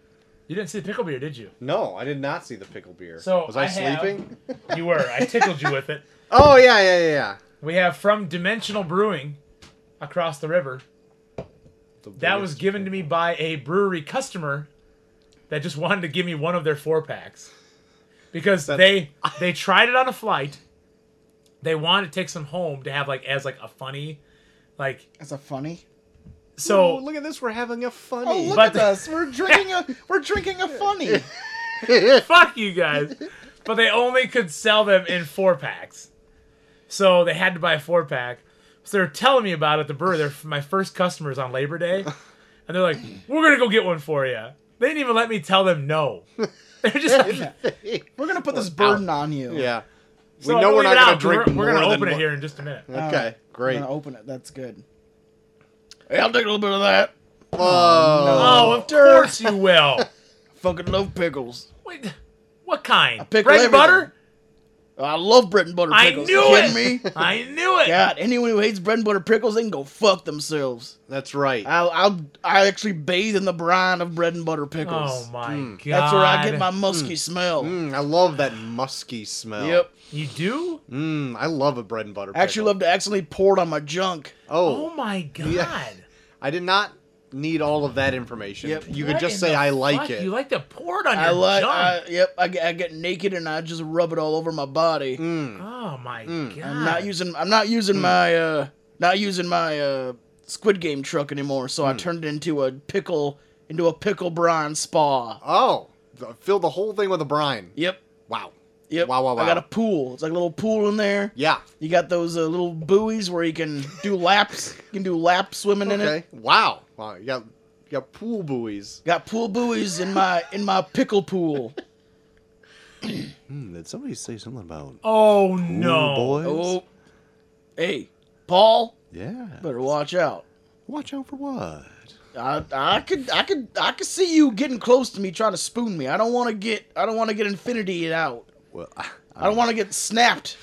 [SPEAKER 3] You didn't see the pickle beer, did you?
[SPEAKER 2] No, I did not see the pickle beer.
[SPEAKER 3] So,
[SPEAKER 2] was I,
[SPEAKER 3] I have-
[SPEAKER 2] sleeping? [laughs]
[SPEAKER 3] You were. I tickled you
[SPEAKER 1] [laughs]
[SPEAKER 3] with it.
[SPEAKER 2] Oh yeah, yeah, yeah, yeah.
[SPEAKER 3] We have from Dimensional Brewing across the river.
[SPEAKER 2] The
[SPEAKER 3] That
[SPEAKER 2] biggest-
[SPEAKER 3] was given to me by a brewery customer that just wanted to give me one of their four packs because they they tried it on a flight. They wanted to take some home to have like as like a funny, like
[SPEAKER 1] that's a funny.
[SPEAKER 3] so.
[SPEAKER 2] Ooh, look at this. We're having a funny.
[SPEAKER 1] Oh, look
[SPEAKER 3] But-
[SPEAKER 1] at us. We're drinking [laughs] a we're drinking a funny.
[SPEAKER 3] fuck you
[SPEAKER 2] [laughs]
[SPEAKER 3] guys. But they only could sell them in four packs. So they had to buy a four pack. So they're telling me about it at the brewery. They're my first customers on Labor Day. And they're like, we're going to go get one for you. They didn't even let me tell them
[SPEAKER 2] [laughs]
[SPEAKER 3] no. They're just like,
[SPEAKER 1] We're gonna put this burden on you.
[SPEAKER 2] yeah.
[SPEAKER 3] so
[SPEAKER 2] we
[SPEAKER 3] I'm
[SPEAKER 2] know we're
[SPEAKER 3] leave
[SPEAKER 2] not
[SPEAKER 3] it
[SPEAKER 2] gonna
[SPEAKER 3] out, 'cause
[SPEAKER 2] drink.
[SPEAKER 3] We're, we're gonna
[SPEAKER 2] more than
[SPEAKER 3] open it
[SPEAKER 2] one-
[SPEAKER 3] here in just a minute.
[SPEAKER 1] All
[SPEAKER 2] Okay, great.
[SPEAKER 1] I'm Uh, gonna open it. That's good.
[SPEAKER 2] Hey, I'll take a little bit of that. Oh,
[SPEAKER 3] Oh, of
[SPEAKER 2] [laughs]
[SPEAKER 3] course you will.
[SPEAKER 1] Fucking love pickles.
[SPEAKER 3] Wait, what kind?
[SPEAKER 1] pickle
[SPEAKER 3] Bread and butter?
[SPEAKER 1] I love bread and butter
[SPEAKER 3] I
[SPEAKER 1] pickles.
[SPEAKER 3] knew
[SPEAKER 1] you
[SPEAKER 3] it.
[SPEAKER 1] Kidding [laughs] me?
[SPEAKER 3] [laughs] I knew it.
[SPEAKER 1] God, anyone who hates bread and butter pickles, they can go fuck themselves.
[SPEAKER 2] That's right.
[SPEAKER 1] I'll, I'll I actually bathe in the brine of bread and butter pickles.
[SPEAKER 3] Oh my god.
[SPEAKER 1] Mm. That's where I get my musky smell.
[SPEAKER 2] Mm, I love that musky smell.
[SPEAKER 1] Yep.
[SPEAKER 3] You do?
[SPEAKER 2] Mm, I love a bread and butter.
[SPEAKER 1] I actually
[SPEAKER 2] pickle.
[SPEAKER 1] love to accidentally pour it on my junk.
[SPEAKER 2] Oh,
[SPEAKER 1] Mm. [laughs]
[SPEAKER 3] Oh my god.
[SPEAKER 2] I did not need all of that information.
[SPEAKER 1] Yep.
[SPEAKER 2] You
[SPEAKER 3] What
[SPEAKER 2] could just
[SPEAKER 3] in
[SPEAKER 2] say
[SPEAKER 3] the
[SPEAKER 2] I like
[SPEAKER 3] fuck?
[SPEAKER 2] it.
[SPEAKER 3] You like to pour it on
[SPEAKER 1] I
[SPEAKER 3] your
[SPEAKER 1] like.
[SPEAKER 3] junk.
[SPEAKER 1] I, yep. I, get- I get naked and I just rub it all over my body.
[SPEAKER 2] Mm.
[SPEAKER 3] oh my god!
[SPEAKER 1] I'm not using. I'm not using my. uh Not using my uh Squid Game truck anymore. So I turned it into a pickle. Into a pickle brine spa.
[SPEAKER 2] Oh, th- fill the whole thing with a brine.
[SPEAKER 1] Yep.
[SPEAKER 2] Wow.
[SPEAKER 1] Yep.
[SPEAKER 2] Wow, wow, wow.
[SPEAKER 1] I got a pool. It's like a little pool in there.
[SPEAKER 2] Yeah.
[SPEAKER 1] You got those uh, little buoys where you can do laps. You can do lap swimming in it.
[SPEAKER 2] Okay. Wow. Wow. You got you got pool buoys.
[SPEAKER 1] Got pool buoys in my in my pickle pool.
[SPEAKER 2] did somebody say something about
[SPEAKER 3] Oh no!
[SPEAKER 1] Oh, hey, Paul,
[SPEAKER 2] Yeah.
[SPEAKER 1] better watch out.
[SPEAKER 2] Watch out for what?
[SPEAKER 1] I, I could I could I could see you getting close to me trying to spoon me. I don't want to get I don't want to get infinity out.
[SPEAKER 2] Well, ah, I,
[SPEAKER 1] I don't want to get snapped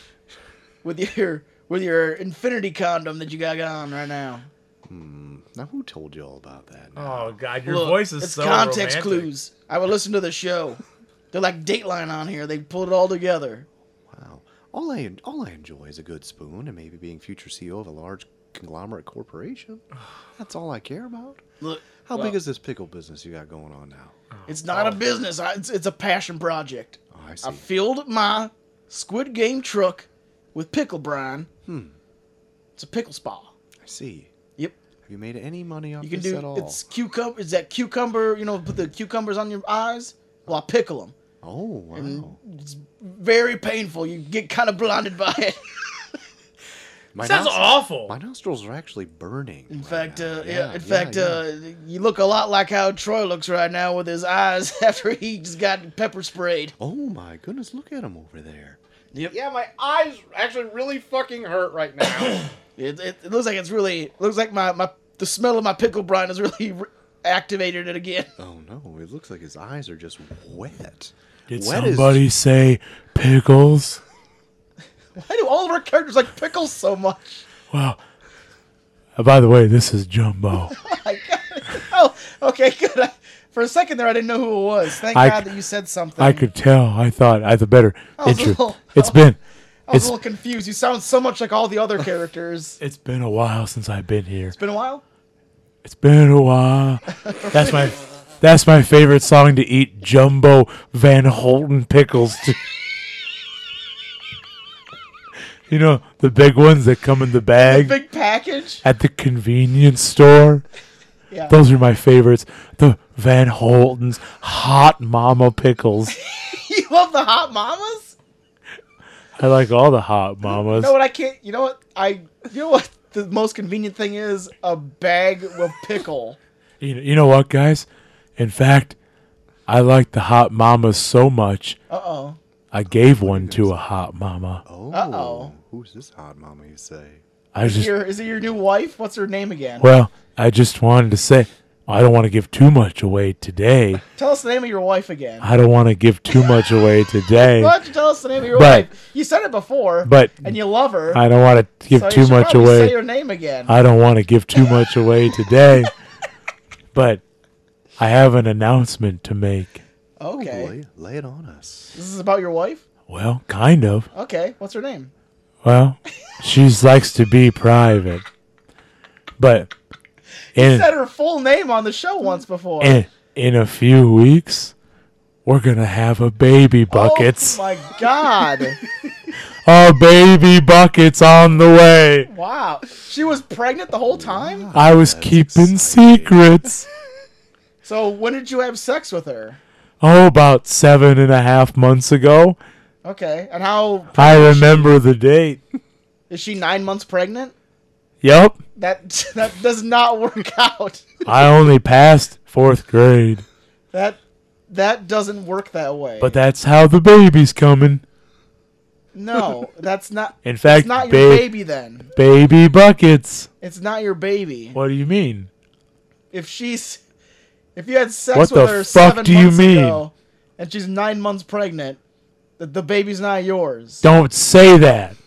[SPEAKER 1] with your with your infinity condom that you got on right now.
[SPEAKER 2] now who told you all about that? Now?
[SPEAKER 3] Oh God, your
[SPEAKER 1] Look,
[SPEAKER 3] voice is
[SPEAKER 1] it's
[SPEAKER 3] so
[SPEAKER 1] context
[SPEAKER 3] romantic.
[SPEAKER 1] clues. I would listen to the show. They're like Dateline on here. They pulled it all together.
[SPEAKER 2] Wow. All I all I enjoy is a good spoon and maybe being future CEO of a large conglomerate
[SPEAKER 1] [sighs]
[SPEAKER 2] corporation. [sighs] That's all I care about.
[SPEAKER 1] Look,
[SPEAKER 2] How
[SPEAKER 1] well, Oh.
[SPEAKER 2] big is this pickle business you got going on now?
[SPEAKER 1] It's not a business. I, it's, it's a passion project.
[SPEAKER 2] Oh, I see.
[SPEAKER 1] I filled my Squid Game truck with pickle brine. Hmm. It's a pickle spa.
[SPEAKER 2] I see.
[SPEAKER 1] Yep.
[SPEAKER 2] Have you made any money off
[SPEAKER 1] You can
[SPEAKER 2] this
[SPEAKER 1] do
[SPEAKER 2] at all?
[SPEAKER 1] it's cucumber. Is that cucumber? You know, put the cucumbers on your eyes. Well, I pickle them.
[SPEAKER 2] Oh wow.
[SPEAKER 1] It's very painful. You get kind of blinded by [laughs] it.
[SPEAKER 2] My
[SPEAKER 3] Sounds
[SPEAKER 2] nos-
[SPEAKER 3] awful.
[SPEAKER 2] My nostrils are actually burning.
[SPEAKER 1] In
[SPEAKER 2] right
[SPEAKER 1] fact,
[SPEAKER 2] now.
[SPEAKER 1] uh, yeah, In
[SPEAKER 2] yeah,
[SPEAKER 1] fact,
[SPEAKER 2] yeah.
[SPEAKER 1] Uh, you look a lot like how Troy looks right now with his eyes [laughs] after he just got pepper sprayed.
[SPEAKER 2] Oh my goodness! Look at him over there.
[SPEAKER 1] Yep.
[SPEAKER 2] Yeah, my eyes actually really fucking hurt right now.
[SPEAKER 1] It, it, it looks like it's really looks like my, my the smell of my pickle brine has really re- activated it again. [laughs]
[SPEAKER 2] oh no! It looks like his eyes are just wet.
[SPEAKER 3] Did
[SPEAKER 2] Wet is-
[SPEAKER 3] somebody say pickles?
[SPEAKER 1] Why do all of our characters like pickles so much?
[SPEAKER 3] Well, uh, by the way, this
[SPEAKER 1] [laughs]
[SPEAKER 3] is Jumbo.
[SPEAKER 1] My God. Oh, okay, [laughs] good. I, for a second there, I didn't know who it was. Thank
[SPEAKER 3] I-
[SPEAKER 1] God that you said something.
[SPEAKER 3] I could tell. I thought I the better.
[SPEAKER 1] I was a
[SPEAKER 3] It's
[SPEAKER 1] little-
[SPEAKER 3] it's been
[SPEAKER 1] I was
[SPEAKER 3] it's
[SPEAKER 1] a little confused. You sound so much like all the
[SPEAKER 3] [laughs]
[SPEAKER 1] other characters.
[SPEAKER 3] it's been a while since I've been here.
[SPEAKER 1] It's been a
[SPEAKER 3] [laughs]
[SPEAKER 1] while.
[SPEAKER 3] It's been a while. That's my that's my favorite song to eat Jumbo Van Holten pickles to. You know, the big ones that come in the bag
[SPEAKER 1] Big package. [laughs]
[SPEAKER 3] at the convenience store.
[SPEAKER 1] Yeah.
[SPEAKER 3] Those are my favorites. The Van Holten's hot mama pickles.
[SPEAKER 1] you love the hot mamas.
[SPEAKER 3] I like all the hot mamas.
[SPEAKER 1] You know what I can't? You know what I? You know what the most convenient thing is? A bag of pickle.
[SPEAKER 3] You, you know what, guys? In fact, I like the hot mamas so much,
[SPEAKER 1] Uh oh.
[SPEAKER 3] I gave one to a hot mama.
[SPEAKER 2] Oh,
[SPEAKER 1] Uh-oh.
[SPEAKER 2] who's this hot mama? You say?
[SPEAKER 3] I just,
[SPEAKER 1] Your is it your new wife? What's her name again?
[SPEAKER 3] well, I just wanted to say, I don't want to give too much away today.
[SPEAKER 1] Tell us the name of your wife again.
[SPEAKER 3] I don't want to give too much away today,
[SPEAKER 1] Why don't you tell us the name of your
[SPEAKER 3] But-
[SPEAKER 1] wife? You said it before,
[SPEAKER 3] but
[SPEAKER 1] and you love her.
[SPEAKER 3] I don't want to give
[SPEAKER 1] so you
[SPEAKER 3] too
[SPEAKER 1] should
[SPEAKER 3] much
[SPEAKER 1] probably
[SPEAKER 3] away.
[SPEAKER 1] Say her name again.
[SPEAKER 3] I don't want to give too much
[SPEAKER 1] [laughs]
[SPEAKER 3] away today, but I have an announcement to make.
[SPEAKER 1] okay.
[SPEAKER 2] Lay, lay it on us.
[SPEAKER 1] This is about your wife.
[SPEAKER 3] Well, kind of.
[SPEAKER 1] Okay. What's her name?
[SPEAKER 3] Well, she likes to be private, but
[SPEAKER 1] You
[SPEAKER 3] in
[SPEAKER 1] said her full name on the show once before.
[SPEAKER 3] in, in a few weeks, we're gonna have a baby buckets.
[SPEAKER 1] Oh my
[SPEAKER 3] [laughs]
[SPEAKER 1] God!
[SPEAKER 3] a baby buckets on the way.
[SPEAKER 1] wow. She was pregnant the whole time.
[SPEAKER 3] I was keeping secrets.
[SPEAKER 1] So when did you have sex with her?
[SPEAKER 3] Oh, about seven and a half months ago.
[SPEAKER 1] Okay. And how
[SPEAKER 3] I remember the date.
[SPEAKER 1] Is she nine months pregnant?
[SPEAKER 3] Yup.
[SPEAKER 1] That [laughs] that does not work [laughs] out.
[SPEAKER 3] I only passed fourth grade.
[SPEAKER 1] That that doesn't work that way.
[SPEAKER 3] But that's how the baby's coming. [laughs]
[SPEAKER 1] no, that's not.
[SPEAKER 3] In fact,
[SPEAKER 1] it's not your
[SPEAKER 3] ba-
[SPEAKER 1] baby. Then
[SPEAKER 3] baby buckets.
[SPEAKER 1] it's not your baby.
[SPEAKER 3] What do you mean?
[SPEAKER 1] If she's if you had sex
[SPEAKER 3] What
[SPEAKER 1] with
[SPEAKER 3] the
[SPEAKER 1] her
[SPEAKER 3] fuck
[SPEAKER 1] seven
[SPEAKER 3] do you
[SPEAKER 1] months
[SPEAKER 3] mean?
[SPEAKER 1] ago, and she's nine months pregnant, the, the baby's not yours.
[SPEAKER 3] Don't say that.
[SPEAKER 1] [laughs]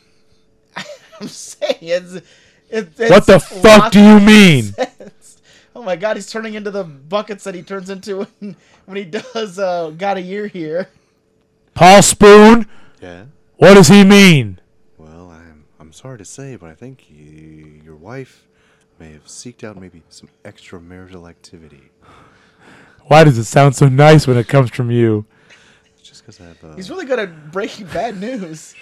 [SPEAKER 1] I'm saying it's, it, it's
[SPEAKER 3] What the fuck do
[SPEAKER 1] [laughs]
[SPEAKER 3] you mean?
[SPEAKER 1] mean? Oh my god, he's turning into the buckets that he turns into [laughs] when, when he does uh, got a year here.
[SPEAKER 3] Paul Spoon?
[SPEAKER 2] Yeah.
[SPEAKER 3] What does he mean?
[SPEAKER 2] Well, I'm I'm sorry to say, but I think y your wife may have seeked out maybe some extramarital activity.
[SPEAKER 3] Why does it sound so nice when it comes from you?
[SPEAKER 2] Just because I have. Uh,
[SPEAKER 1] He's really good at breaking bad news.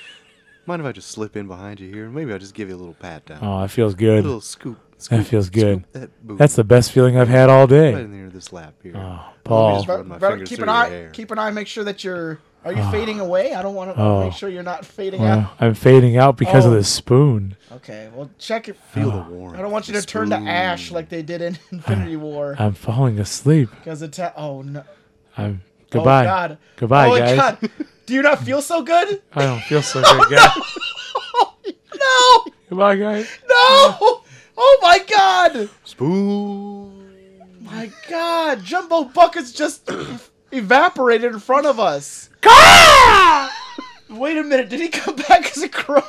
[SPEAKER 2] mind if I just slip in behind you here? Maybe I just give you a little pat down,
[SPEAKER 3] Oh, it feels
[SPEAKER 2] a
[SPEAKER 3] good.
[SPEAKER 2] little scoop. scoop
[SPEAKER 3] That feels good.
[SPEAKER 2] scoop that boob
[SPEAKER 3] That's the best feeling I've had all
[SPEAKER 2] right
[SPEAKER 3] day.
[SPEAKER 2] in the of this lap here.
[SPEAKER 3] Oh,
[SPEAKER 2] Let me
[SPEAKER 3] Paul.
[SPEAKER 2] just run my
[SPEAKER 1] Brother,
[SPEAKER 2] fingers
[SPEAKER 1] keep
[SPEAKER 2] through
[SPEAKER 1] an
[SPEAKER 2] your
[SPEAKER 1] eye.
[SPEAKER 2] hair.
[SPEAKER 1] Keep an eye. Make sure that you're. Are
[SPEAKER 3] [sighs]
[SPEAKER 1] you fading away? I don't want to
[SPEAKER 3] Oh.
[SPEAKER 1] make sure you're not fading
[SPEAKER 3] Wow,
[SPEAKER 1] out.
[SPEAKER 3] I'm fading out because of
[SPEAKER 1] Oh.
[SPEAKER 3] this spoon.
[SPEAKER 1] Okay. Well, check it.
[SPEAKER 2] Feel
[SPEAKER 3] Ah.
[SPEAKER 2] the warmth.
[SPEAKER 1] I don't want you
[SPEAKER 2] the
[SPEAKER 1] to turn to
[SPEAKER 2] spoon.
[SPEAKER 1] ash like they did in [laughs] Infinity War.
[SPEAKER 3] I'm falling asleep.
[SPEAKER 1] Because it's. a- Oh no.
[SPEAKER 3] I'm goodbye.
[SPEAKER 1] Oh God.
[SPEAKER 3] Goodbye,
[SPEAKER 1] oh, my
[SPEAKER 3] guys. [laughs]
[SPEAKER 1] God. Do you not feel so good? [laughs] Oh,
[SPEAKER 3] I don't feel so good, guys.
[SPEAKER 1] No.
[SPEAKER 3] Goodbye, guys.
[SPEAKER 1] No. Oh my God.
[SPEAKER 2] Spoon.
[SPEAKER 1] my god, Jumbo Buckets just [clears throat] evaporated in front of us. Wait a minute, did he come [laughs] back as a crow?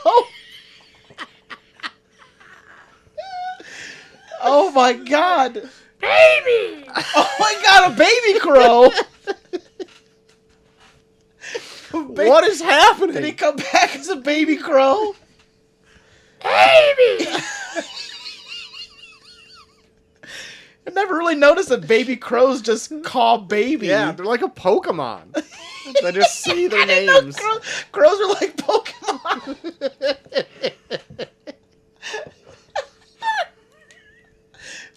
[SPEAKER 1] oh my god. Baby! Oh my god, a baby [laughs] crow! A ba-
[SPEAKER 2] what is happening?
[SPEAKER 1] Did he come back as a baby crow? Baby! [laughs] I never really noticed that baby crows just call baby.
[SPEAKER 2] yeah, they're like a
[SPEAKER 1] [laughs]
[SPEAKER 2] Pokemon. they just say their
[SPEAKER 1] No,
[SPEAKER 2] names.
[SPEAKER 1] crow- crows are like Pokemon. [laughs]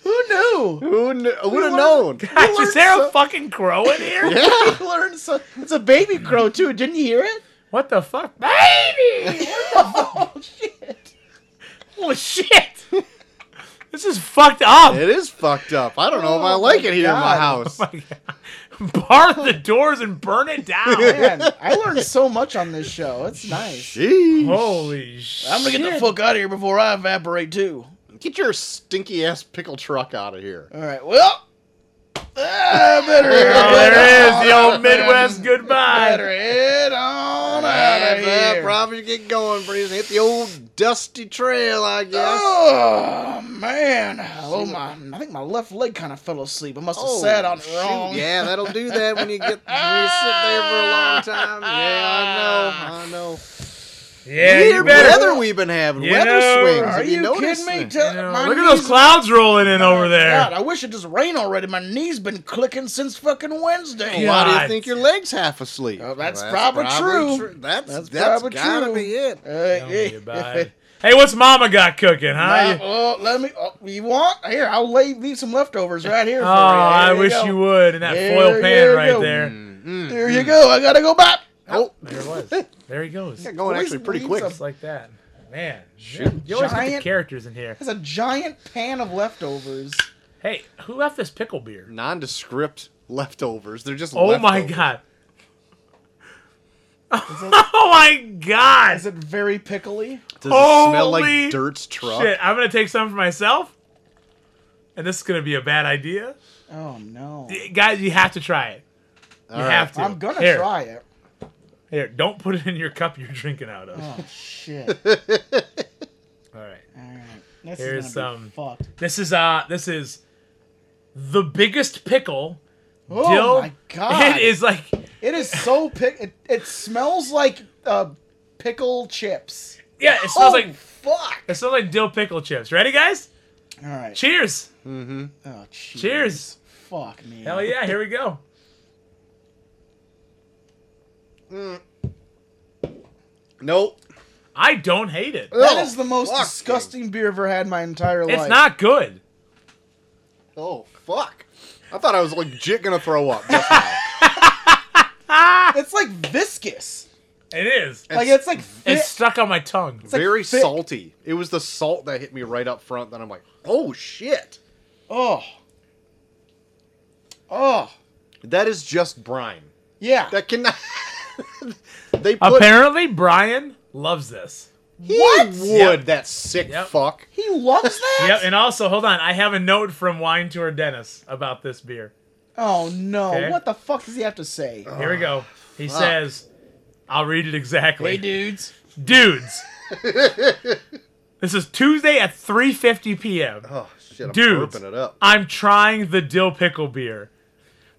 [SPEAKER 1] Who knew?
[SPEAKER 2] Who kn- would have
[SPEAKER 1] learned-
[SPEAKER 2] known?
[SPEAKER 3] Guys,
[SPEAKER 1] learned
[SPEAKER 3] is there
[SPEAKER 1] so-
[SPEAKER 3] a fucking crow
[SPEAKER 1] [laughs]
[SPEAKER 3] in here?
[SPEAKER 2] Yeah.
[SPEAKER 1] We learned so- it's a baby crow too. Didn't you hear it?
[SPEAKER 3] What the fuck? [laughs] Baby! [laughs]
[SPEAKER 1] oh shit!
[SPEAKER 3] Holy shit! [laughs] This is fucked up.
[SPEAKER 2] [laughs] It is fucked up. I don't know if I
[SPEAKER 1] Oh
[SPEAKER 2] like
[SPEAKER 1] my
[SPEAKER 2] it here in my
[SPEAKER 1] God. [laughs]
[SPEAKER 2] house.
[SPEAKER 3] Oh my God. [laughs] Bar the doors and burn it [laughs] down.
[SPEAKER 1] Man, I learned so much on this show. It's nice.
[SPEAKER 2] Jeez.
[SPEAKER 3] Holy shit.
[SPEAKER 1] I'm gonna get the fuck out of here before I evaporate too.
[SPEAKER 2] Get your stinky ass pickle truck out of here.
[SPEAKER 1] All right. Well, ah, [laughs] better. head
[SPEAKER 3] Oh, there
[SPEAKER 1] on
[SPEAKER 3] is the
[SPEAKER 1] out,
[SPEAKER 3] old
[SPEAKER 1] man. [laughs]
[SPEAKER 3] Midwest
[SPEAKER 1] Better
[SPEAKER 3] goodbye.
[SPEAKER 1] head on out
[SPEAKER 2] Yeah,
[SPEAKER 1] of
[SPEAKER 2] but
[SPEAKER 1] here.
[SPEAKER 2] probably get going, Breeze. Hit the old dusty trail, I guess.
[SPEAKER 1] Oh man! Oh my! Oh, I think my left leg kind of fell asleep. I must have sat on it
[SPEAKER 2] Oh, shoot.
[SPEAKER 1] wrong.
[SPEAKER 2] Yeah, that'll do that when you get when you sit there for a long time. Yeah, I know. I know.
[SPEAKER 3] Yeah, you
[SPEAKER 2] Weird
[SPEAKER 3] better.
[SPEAKER 2] weather we've been having.
[SPEAKER 3] Yeah,
[SPEAKER 2] weather swings.
[SPEAKER 1] Are
[SPEAKER 2] Have you,
[SPEAKER 1] you,
[SPEAKER 2] noticed
[SPEAKER 1] kidding me?
[SPEAKER 2] that?
[SPEAKER 1] Tell-
[SPEAKER 3] You know,
[SPEAKER 1] my
[SPEAKER 3] look at those
[SPEAKER 1] knees-
[SPEAKER 3] clouds rolling in over
[SPEAKER 1] God,
[SPEAKER 3] there.
[SPEAKER 1] I wish it just rained already. My knee's been clicking since fucking Wednesday.
[SPEAKER 3] Yeah.
[SPEAKER 2] Why do you
[SPEAKER 3] God.
[SPEAKER 2] think your legs half asleep?
[SPEAKER 1] Oh, that's probably true.
[SPEAKER 2] That's that's,
[SPEAKER 1] That's probably
[SPEAKER 2] gotta
[SPEAKER 1] true.
[SPEAKER 2] be it.
[SPEAKER 1] Uh,
[SPEAKER 3] Tell me about [laughs]
[SPEAKER 1] yeah.
[SPEAKER 3] it. Hey, what's Mama got cooking,
[SPEAKER 1] Uh,
[SPEAKER 3] huh? You-
[SPEAKER 1] well, let me. Oh, you want? Here, I'll lay, leave some leftovers right here.
[SPEAKER 3] Oh,
[SPEAKER 1] For you.
[SPEAKER 3] I
[SPEAKER 1] Here you
[SPEAKER 3] wish
[SPEAKER 1] go.
[SPEAKER 3] you would. In that
[SPEAKER 1] There
[SPEAKER 3] foil pan
[SPEAKER 1] you
[SPEAKER 3] right
[SPEAKER 1] go.
[SPEAKER 3] there.
[SPEAKER 2] Mm-mm.
[SPEAKER 1] Here you go. I gotta go back.
[SPEAKER 2] Oh,
[SPEAKER 3] There it was. There he goes.
[SPEAKER 2] yeah, going
[SPEAKER 1] Always
[SPEAKER 2] actually pretty
[SPEAKER 1] leaves
[SPEAKER 2] quick.
[SPEAKER 1] a-
[SPEAKER 3] Just like that. Man.
[SPEAKER 2] Shoot.
[SPEAKER 3] You always get the
[SPEAKER 1] Giant-
[SPEAKER 3] characters in here.
[SPEAKER 1] There's a giant pan of leftovers.
[SPEAKER 3] Hey, who left this pickle beer?
[SPEAKER 2] Nondescript leftovers. They're just.
[SPEAKER 3] Oh my
[SPEAKER 2] leftovers.
[SPEAKER 3] god. [laughs] Oh my god.
[SPEAKER 1] Is it very pickly?
[SPEAKER 2] Does it smell
[SPEAKER 3] Holy
[SPEAKER 2] like Dirt's truck?
[SPEAKER 3] Shit, I'm gonna take some for myself. And this is gonna be a bad idea.
[SPEAKER 1] Oh no!
[SPEAKER 3] Y- Guys, you have to try it.
[SPEAKER 2] All
[SPEAKER 3] you
[SPEAKER 2] right.
[SPEAKER 3] have to.
[SPEAKER 1] I'm gonna
[SPEAKER 3] Here,
[SPEAKER 1] try it.
[SPEAKER 3] Here, don't put it in your cup you're drinking out of.
[SPEAKER 1] Oh shit!
[SPEAKER 3] All right.
[SPEAKER 1] All right. This
[SPEAKER 3] Here's
[SPEAKER 1] is gonna
[SPEAKER 3] some
[SPEAKER 1] be fucked.
[SPEAKER 3] This is uh this is the biggest pickle.
[SPEAKER 1] Oh
[SPEAKER 3] dill.
[SPEAKER 1] my god!
[SPEAKER 3] [laughs] It is like
[SPEAKER 1] It is so pick. It, it smells like uh, pickle chips.
[SPEAKER 3] yeah, it smells
[SPEAKER 1] oh,
[SPEAKER 3] like
[SPEAKER 1] fuck!
[SPEAKER 3] it smells like dill pickle chips. Ready guys?
[SPEAKER 1] All right.
[SPEAKER 3] Cheers.
[SPEAKER 1] oh, cheers.
[SPEAKER 3] Cheers.
[SPEAKER 1] Fuck me.
[SPEAKER 3] Hell yeah, here we go.
[SPEAKER 2] Nope.
[SPEAKER 3] I don't hate it.
[SPEAKER 1] That
[SPEAKER 2] Oh,
[SPEAKER 1] is the most
[SPEAKER 2] fuck.
[SPEAKER 1] disgusting beer I've ever had in my entire life.
[SPEAKER 3] It's not good.
[SPEAKER 2] Oh fuck! I thought I was legit gonna throw
[SPEAKER 1] [laughs]
[SPEAKER 2] up. just now.
[SPEAKER 1] It's like viscous.
[SPEAKER 3] It is.
[SPEAKER 1] like it's like thick.
[SPEAKER 3] It's stuck on my tongue.
[SPEAKER 1] like
[SPEAKER 2] Very
[SPEAKER 1] thick.
[SPEAKER 2] salty. It was the salt that hit me right up front. That I'm like, oh shit!
[SPEAKER 1] oh. Oh.
[SPEAKER 2] That is just brine.
[SPEAKER 1] Yeah.
[SPEAKER 2] That cannot. [laughs] they put
[SPEAKER 3] Apparently, Brian loves this.
[SPEAKER 2] he
[SPEAKER 1] What?
[SPEAKER 2] would
[SPEAKER 3] Yep.
[SPEAKER 2] that sick
[SPEAKER 3] Yep.
[SPEAKER 2] fuck.
[SPEAKER 1] he loves that.
[SPEAKER 3] Yep, and also, hold on, I have a note from Wine Tour Dennis about this beer.
[SPEAKER 1] oh no!
[SPEAKER 3] Okay.
[SPEAKER 1] What the fuck does he have to say?
[SPEAKER 3] Here we go. He says, I'll read it exactly.
[SPEAKER 1] Hey, dudes.
[SPEAKER 3] Dudes. this is Tuesday at 3.50 p.m.
[SPEAKER 2] Oh shit! I'm
[SPEAKER 3] Dudes.
[SPEAKER 2] burping it up.
[SPEAKER 3] I'm trying the dill pickle beer.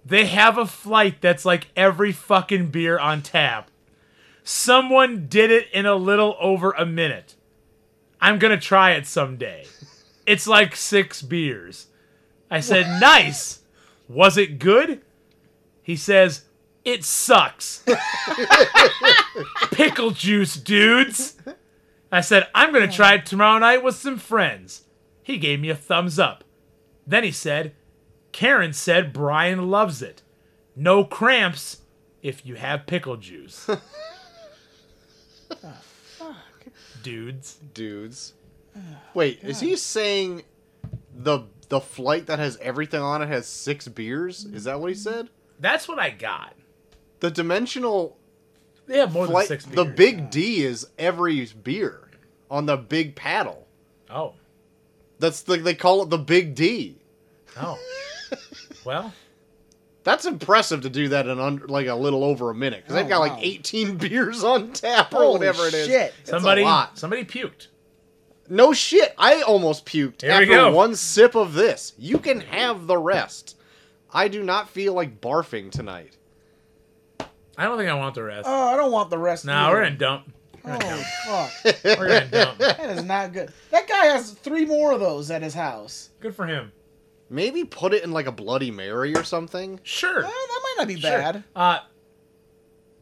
[SPEAKER 3] They have a flight that's like every fucking beer on tap. Someone did it in a little over a minute. I'm gonna try it someday. It's like six beers. I said, nice. Was it good? He says, it sucks. Pickle juice, dudes. I said, I'm gonna try it tomorrow night with some friends. He gave me a thumbs up. Then he said, Karen said Brian loves it. No cramps if you have pickle
[SPEAKER 2] [laughs]
[SPEAKER 3] juice. Dudes.
[SPEAKER 2] Dudes. Wait, is he saying the the flight that has everything on it has six beers? Is that what he
[SPEAKER 1] Mm-hmm.
[SPEAKER 2] said?
[SPEAKER 3] That's what I got.
[SPEAKER 2] The dimensional
[SPEAKER 3] They have more
[SPEAKER 2] flight.
[SPEAKER 3] than six beers.
[SPEAKER 2] The big D is every beer on the big paddle.
[SPEAKER 3] Oh.
[SPEAKER 2] [laughs] That's the they call it the big D.
[SPEAKER 3] Oh. Well,
[SPEAKER 2] That's impressive to do that in under, like a little over a minute because
[SPEAKER 1] Oh,
[SPEAKER 2] they've got
[SPEAKER 1] wow.
[SPEAKER 2] like 18 [laughs] beers on tap or
[SPEAKER 1] Holy
[SPEAKER 2] whatever it is.
[SPEAKER 1] shit.
[SPEAKER 2] It's a
[SPEAKER 3] somebody
[SPEAKER 2] lot.
[SPEAKER 3] somebody puked.
[SPEAKER 2] No shit. I almost puked
[SPEAKER 3] Here we
[SPEAKER 2] after
[SPEAKER 3] go.
[SPEAKER 2] one sip of this. You can have the rest. I do not feel like barfing tonight.
[SPEAKER 3] I don't think I want the rest.
[SPEAKER 1] Oh, I don't want the rest.
[SPEAKER 3] no,
[SPEAKER 1] either.
[SPEAKER 3] we're gonna dump. We're gonna dump.
[SPEAKER 1] Oh fuck,
[SPEAKER 3] We're gonna dump.
[SPEAKER 2] [laughs]
[SPEAKER 1] that is not good. That guy has three more of those at his house.
[SPEAKER 3] Good for him.
[SPEAKER 2] Maybe put it in like a Bloody Mary or something.
[SPEAKER 3] Sure.
[SPEAKER 1] Eh, that might not be
[SPEAKER 3] Sure.
[SPEAKER 1] bad.
[SPEAKER 3] Uh,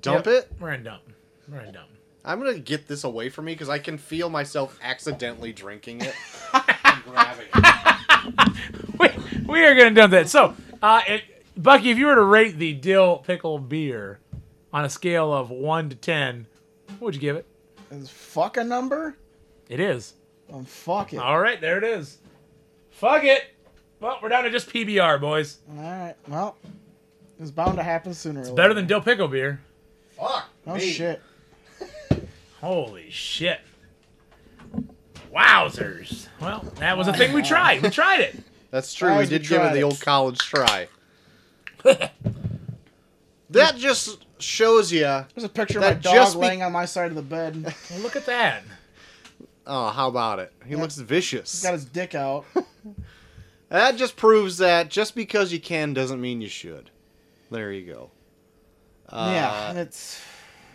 [SPEAKER 2] Dump
[SPEAKER 3] Yep.
[SPEAKER 2] it.
[SPEAKER 3] we're gonna dump. We're gonna dump.
[SPEAKER 2] I'm gonna get this away from me because I can feel myself accidentally drinking it. and grabbing it.
[SPEAKER 3] [laughs] we, we are going to dump that. So, uh, it, Bucky, if you were to rate the dill pickle beer on a scale of 1 to 10, what would you give it?
[SPEAKER 1] Is fuck a number?
[SPEAKER 3] It is.
[SPEAKER 1] Um, fuck it. All
[SPEAKER 3] All right, there it is. Fuck it. Well, we're down to just PBR, boys.
[SPEAKER 1] right. Well, it's bound to happen sooner or later.
[SPEAKER 3] Better than dill pickle beer.
[SPEAKER 2] Fuck.
[SPEAKER 1] Oh
[SPEAKER 2] me.
[SPEAKER 1] shit.
[SPEAKER 3] Holy shit. Wowzers. Well, that was a thing we tried. We tried it.
[SPEAKER 2] That's true.
[SPEAKER 1] Guys,
[SPEAKER 2] we did
[SPEAKER 1] we
[SPEAKER 2] give it
[SPEAKER 1] tried
[SPEAKER 2] the
[SPEAKER 1] it.
[SPEAKER 2] old college try. that just shows you.
[SPEAKER 1] There's a picture
[SPEAKER 2] That
[SPEAKER 1] of my dog
[SPEAKER 2] just be-
[SPEAKER 1] laying on my side of the [laughs] bed.
[SPEAKER 3] Well, look at that.
[SPEAKER 2] Oh, how about it? He looks vicious.
[SPEAKER 1] Got his dick out.
[SPEAKER 2] That just proves that just because you can doesn't mean you should. There you go.
[SPEAKER 1] [laughs] yeah,
[SPEAKER 2] Uh,
[SPEAKER 1] it's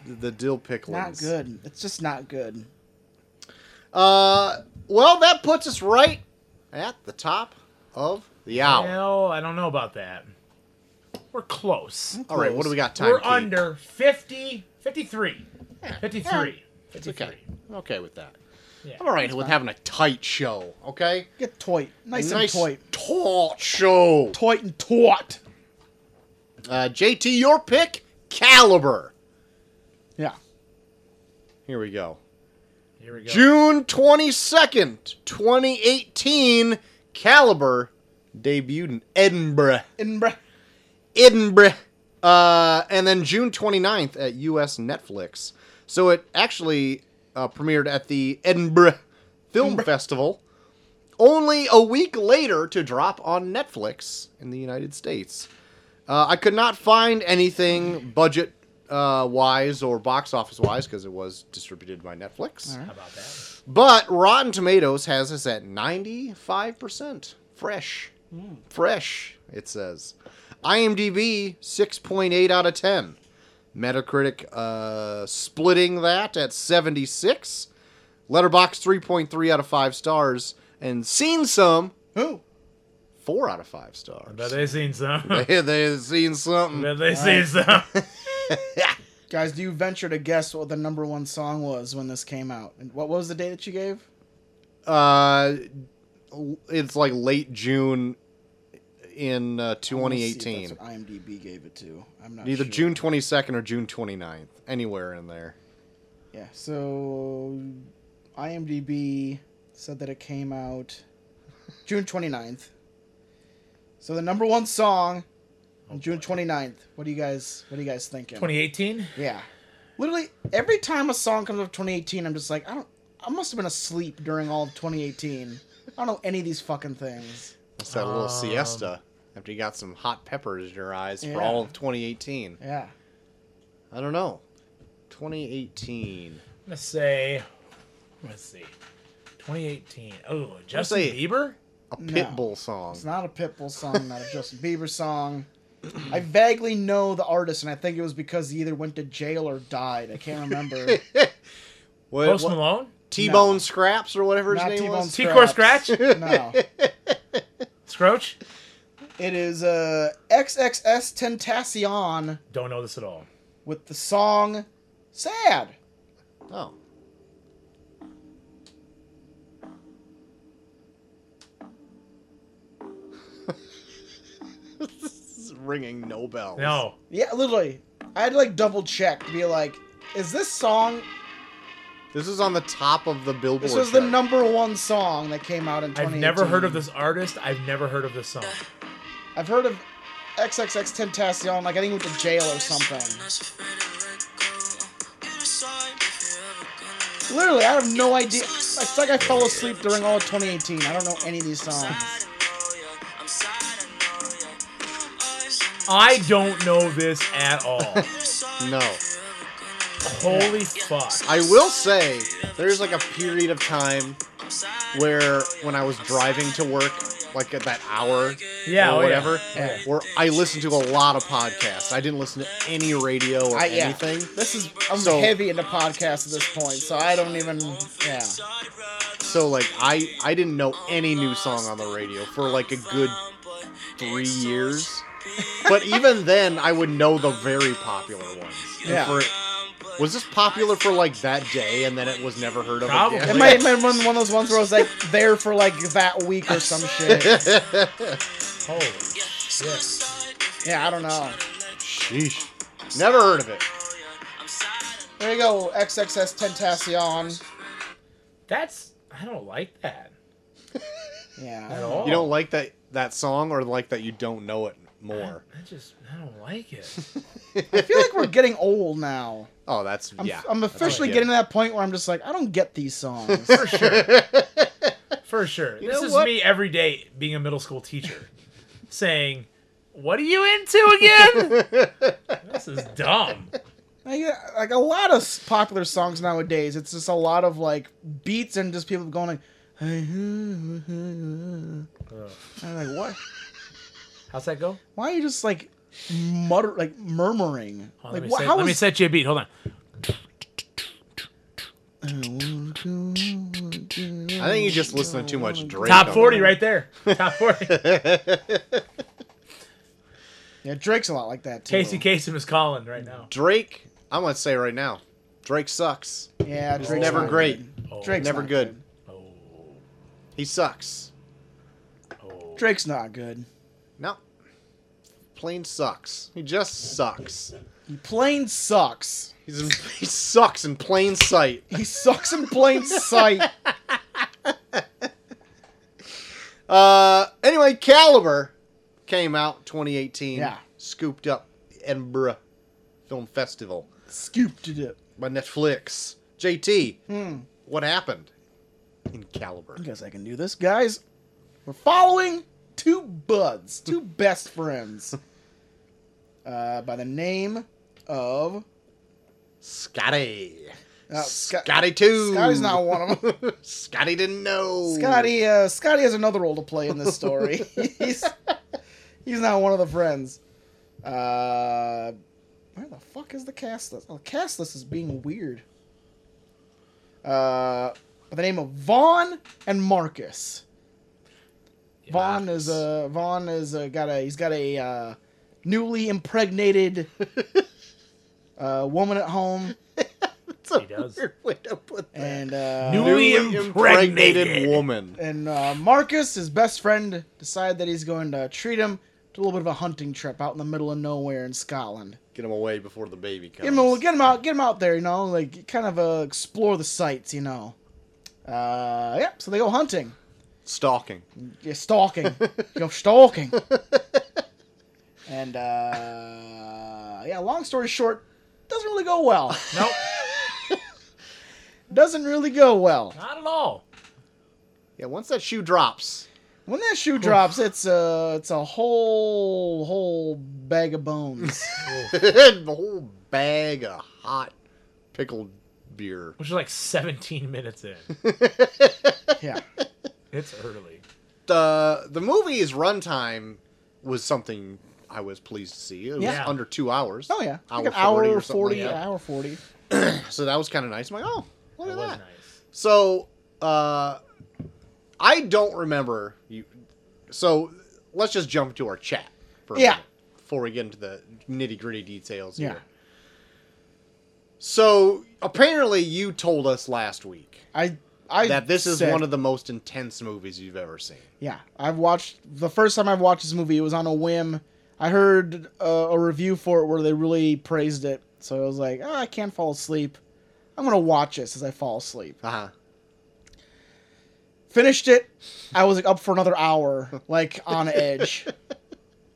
[SPEAKER 2] The dill pickles.
[SPEAKER 1] not good. It's just not good.
[SPEAKER 2] Uh, well, that puts us right at the top of the hour.
[SPEAKER 3] Well, I don't know about that. We're close.
[SPEAKER 2] All right, what do we got? Time.
[SPEAKER 3] We're
[SPEAKER 2] Keith?
[SPEAKER 3] under 50, 53. 53.
[SPEAKER 2] It's okay. I'm okay with that.
[SPEAKER 3] Yeah.
[SPEAKER 2] I'm all right with having a tight show. Okay.
[SPEAKER 1] Get toit. Nice,
[SPEAKER 2] nice
[SPEAKER 1] and toit.
[SPEAKER 2] taut show.
[SPEAKER 1] Toit and taut.
[SPEAKER 2] Uh, JT, your pick, Caliber.
[SPEAKER 1] Yeah.
[SPEAKER 2] Here we go.
[SPEAKER 3] Here we go.
[SPEAKER 2] June 22nd, 2018, Caliber debuted in Edinburgh.
[SPEAKER 1] And bre-
[SPEAKER 2] Edinburgh. Uh, and then June 29th at US Netflix. So it actually uh, premiered at the Edinburgh Film Festival only a week later to drop on Netflix in the United States. Uh, I could not find anything budget uh, wise or box office wise because it was distributed by Netflix.
[SPEAKER 3] How about that?
[SPEAKER 2] But Rotten Tomatoes has us at 95% fresh.
[SPEAKER 1] Hmm.
[SPEAKER 2] Fresh, it says. IMDb 6.8 out of 10. Metacritic uh, splitting that at 76. Letterbox 3.3 out of 5 stars. And Seen Some
[SPEAKER 1] who?
[SPEAKER 2] 4 out of 5
[SPEAKER 3] Bet
[SPEAKER 2] stars.
[SPEAKER 3] they seen some.
[SPEAKER 2] [laughs]
[SPEAKER 3] [laughs]
[SPEAKER 2] They, they seen something.
[SPEAKER 3] Bet they seen some.
[SPEAKER 2] [laughs]
[SPEAKER 1] Guys, do you venture to guess what the number one song was when this came out? And what was the date that you gave?
[SPEAKER 2] Uh, it's like late June in uh,
[SPEAKER 1] I wanna see if
[SPEAKER 2] 2018.
[SPEAKER 1] That's what IMDb gave it to. I'm not
[SPEAKER 2] Either
[SPEAKER 1] sure.
[SPEAKER 2] June 22nd or June 29th. Anywhere in there.
[SPEAKER 1] Yeah. So IMDb said that it came out June 29th. So the number one song on June 29th. What do you guys what do you guys thinking?
[SPEAKER 3] 2018?
[SPEAKER 1] Yeah. Literally every time a song comes up 2018, I'm just like, I don't I must have been asleep during all of 2018. I don't know any of these fucking things.
[SPEAKER 2] It's that little
[SPEAKER 3] Um,
[SPEAKER 2] siesta after you got some hot peppers in your eyes
[SPEAKER 1] Yeah.
[SPEAKER 2] for all of 2018.
[SPEAKER 1] Yeah.
[SPEAKER 2] I don't know. 2018.
[SPEAKER 3] Let's say, let's see, 2018. Oh, Justin
[SPEAKER 2] say-
[SPEAKER 3] Bieber?
[SPEAKER 2] A
[SPEAKER 1] No.
[SPEAKER 2] Pitbull song.
[SPEAKER 1] It's not a Pitbull song, not a Justin Bieber song. I vaguely know the artist, and I think it was because he either went to jail or died. I can't remember.
[SPEAKER 2] What-
[SPEAKER 3] Post
[SPEAKER 2] what-
[SPEAKER 3] Malone?
[SPEAKER 2] T-Bone
[SPEAKER 1] No.
[SPEAKER 2] Scraps or whatever his
[SPEAKER 1] Not
[SPEAKER 2] name was?
[SPEAKER 1] T-Bone
[SPEAKER 3] T-Core
[SPEAKER 1] Scraps.
[SPEAKER 3] Scratch?
[SPEAKER 1] no.
[SPEAKER 3] Scroach?
[SPEAKER 1] It is uh, XXS Tentacion
[SPEAKER 3] Don't know this at all.
[SPEAKER 1] with the song Sad.
[SPEAKER 2] [laughs] Oh. [laughs] this is ringing no bells.
[SPEAKER 3] No.
[SPEAKER 1] Yeah, literally. I had to like double check to be like, is this song?
[SPEAKER 2] This is on the top of the Billboard.
[SPEAKER 1] This was the
[SPEAKER 2] chart.
[SPEAKER 1] number one song that came out in
[SPEAKER 3] I've
[SPEAKER 1] 2018.
[SPEAKER 3] never heard of this artist. I've never heard of this song.
[SPEAKER 1] I've heard of XXX Tentacion, like I think he went to jail or something. Literally, I have no idea. It's like I fell asleep during all of 2018. I don't know any of these songs.
[SPEAKER 5] I'm sad, I know, yeah. I'm sad, I know, yeah.
[SPEAKER 3] I don't know this at all.
[SPEAKER 2] No. [laughs]
[SPEAKER 3] Holy fuck.
[SPEAKER 2] I will say there's like a period of time where when I was driving to work, like at that hour
[SPEAKER 3] Yeah, oh,
[SPEAKER 2] or
[SPEAKER 3] yeah.
[SPEAKER 2] whatever,
[SPEAKER 1] Yeah.
[SPEAKER 2] where I listened to a lot of podcasts. I didn't listen to any radio or
[SPEAKER 1] I, yeah.
[SPEAKER 2] anything.
[SPEAKER 1] This is I'm
[SPEAKER 2] So-
[SPEAKER 1] heavy into podcasts at this point, so I don't even yeah.
[SPEAKER 2] So like I I didn't know any new song on the radio for like a good three years. but even [laughs] then, I would know the very popular ones. And
[SPEAKER 1] Yeah.
[SPEAKER 2] for- was this popular for like that day, and then it was never heard of
[SPEAKER 3] Probably.
[SPEAKER 2] again?
[SPEAKER 1] It might have been one one of those ones where I was like there for like that week or some shit.
[SPEAKER 3] Holy shit.
[SPEAKER 1] Yeah, I don't know.
[SPEAKER 2] Sheesh. Never heard of it.
[SPEAKER 1] There you go, XXS Tentacion.
[SPEAKER 3] That's. I don't like that at
[SPEAKER 1] Yeah.
[SPEAKER 3] all.
[SPEAKER 2] You don't like that that song, or like that you don't know it more.
[SPEAKER 3] I just. I don't like
[SPEAKER 2] [laughs]
[SPEAKER 3] it.
[SPEAKER 1] I feel like we're getting old now.
[SPEAKER 2] Oh, that's
[SPEAKER 1] I'm,
[SPEAKER 2] yeah.
[SPEAKER 1] I'm
[SPEAKER 2] that's
[SPEAKER 1] officially
[SPEAKER 2] what I
[SPEAKER 1] getting to that point where I'm just like, I don't get these
[SPEAKER 3] [laughs]
[SPEAKER 1] songs.
[SPEAKER 3] For sure. For sure. this
[SPEAKER 2] know
[SPEAKER 3] is
[SPEAKER 2] what?
[SPEAKER 3] me every day being a middle school teacher saying, What are you
[SPEAKER 2] [laughs]
[SPEAKER 3] into again? this is dumb.
[SPEAKER 1] Like, uh, like a lot of s- popular songs nowadays, it's just a lot of like beats and just people going like, and
[SPEAKER 3] Ugh.
[SPEAKER 1] I'm like, what?
[SPEAKER 3] How's that go?
[SPEAKER 1] Why are you just like mutter, like murmuring? like,
[SPEAKER 3] Hold on, let, me
[SPEAKER 1] what?
[SPEAKER 3] set,
[SPEAKER 1] How
[SPEAKER 3] let me
[SPEAKER 1] is-
[SPEAKER 3] set you a beat. Hold on.
[SPEAKER 2] I think you're just listening to too much Drake.
[SPEAKER 3] Top
[SPEAKER 2] on
[SPEAKER 3] 40
[SPEAKER 2] that.
[SPEAKER 3] right
[SPEAKER 2] [laughs]
[SPEAKER 3] there. Top 40.
[SPEAKER 1] [laughs] Yeah, Drake's a lot like that too.
[SPEAKER 3] Casey Kasem is calling right now.
[SPEAKER 2] Drake. I'm gonna say right now, Drake sucks.
[SPEAKER 1] Yeah, Drake's
[SPEAKER 2] never
[SPEAKER 1] not
[SPEAKER 2] great.
[SPEAKER 1] good.
[SPEAKER 3] Oh.
[SPEAKER 1] Drake's
[SPEAKER 2] Never
[SPEAKER 1] not
[SPEAKER 2] good.
[SPEAKER 3] Oh,
[SPEAKER 2] He sucks.
[SPEAKER 3] oh.
[SPEAKER 1] Drake's not good.
[SPEAKER 2] No. Plain sucks. He just sucks.
[SPEAKER 1] He plain sucks.
[SPEAKER 2] He's in, [laughs] he sucks in plain sight.
[SPEAKER 1] He sucks in plain sight.
[SPEAKER 2] [laughs] Uh, anyway, Caliber came out 2018.
[SPEAKER 1] Yeah.
[SPEAKER 2] Scooped up the Edinburgh Film Festival
[SPEAKER 1] Scooped it up.
[SPEAKER 2] by Netflix. JT,
[SPEAKER 1] Hmm.
[SPEAKER 2] what happened in Caliber?
[SPEAKER 1] You guys, I can do this, guys. We're following two buds, two best friends, uh, by the name of
[SPEAKER 2] Scotty.
[SPEAKER 1] uh, Scott-
[SPEAKER 2] Scotty too.
[SPEAKER 1] Scotty's not one of them.
[SPEAKER 2] [laughs] Scotty didn't know.
[SPEAKER 1] Scotty, uh, Scotty has another role to play in this
[SPEAKER 2] [laughs]
[SPEAKER 1] story. he's he's not one of the friends. Uh, where the fuck is the cast list? Oh, the cast list is being weird. Uh, by the name of Vaughn and Marcus. Vaughn is a Vaughn is a, got a he's got a uh, newly
[SPEAKER 2] [laughs]
[SPEAKER 1] impregnated uh, woman at home,
[SPEAKER 2] That's a
[SPEAKER 3] He does.
[SPEAKER 2] weird way to put that.
[SPEAKER 1] and uh,
[SPEAKER 3] New- Newly impregnated.
[SPEAKER 2] woman.
[SPEAKER 1] and uh, Marcus, his best friend, decide that he's going to treat him to a little bit of a hunting trip out in the middle of nowhere in Scotland.
[SPEAKER 2] Get him away before the baby comes.
[SPEAKER 1] Get him, well, get him out, get him out there, you know, like kind of uh, explore the sights, you know. Uh, yeah, so they go hunting.
[SPEAKER 2] Stalking.
[SPEAKER 1] You're stalking. You're stalking. and uh, yeah, long story short, doesn't really go well.
[SPEAKER 3] Nope.
[SPEAKER 1] Doesn't really go well.
[SPEAKER 3] Not at all.
[SPEAKER 2] Yeah, once that shoe drops, [laughs]
[SPEAKER 1] When that shoe drops, it's a it's a whole whole bag of [laughs] bones.
[SPEAKER 2] the whole bag of hot pickled beer.
[SPEAKER 3] Which is like 17 minutes in.
[SPEAKER 1] yeah,
[SPEAKER 3] It's
[SPEAKER 2] [laughs]
[SPEAKER 3] early.
[SPEAKER 2] The the movie's runtime was something I was pleased to see. It was
[SPEAKER 3] Yeah.
[SPEAKER 2] under two hours.
[SPEAKER 1] oh yeah,
[SPEAKER 2] hour
[SPEAKER 1] like an
[SPEAKER 2] forty,
[SPEAKER 1] hour
[SPEAKER 2] or something
[SPEAKER 1] forty,
[SPEAKER 2] like that.
[SPEAKER 1] hour forty.
[SPEAKER 2] So that was kind of nice. I'm like, oh, look
[SPEAKER 3] It
[SPEAKER 2] at
[SPEAKER 3] was
[SPEAKER 2] that.
[SPEAKER 3] nice.
[SPEAKER 2] So, uh, I don't remember you. So let's just jump to our chat. For a
[SPEAKER 1] Yeah.
[SPEAKER 2] minute Before we get into the nitty gritty details
[SPEAKER 1] Yeah.
[SPEAKER 2] here. So apparently, you told us last week
[SPEAKER 1] I I
[SPEAKER 2] that this is
[SPEAKER 1] said-
[SPEAKER 2] one of the most intense movies you've ever seen.
[SPEAKER 1] Yeah, I've watched the first time I've watched this movie. It was on a whim. I heard uh, a review for it where they really praised it, so I was like, oh, I can't fall asleep. I'm gonna watch this as I fall asleep.
[SPEAKER 2] Uh huh.
[SPEAKER 1] Finished it. I was like up for another hour, like on
[SPEAKER 2] [laughs]
[SPEAKER 1] edge.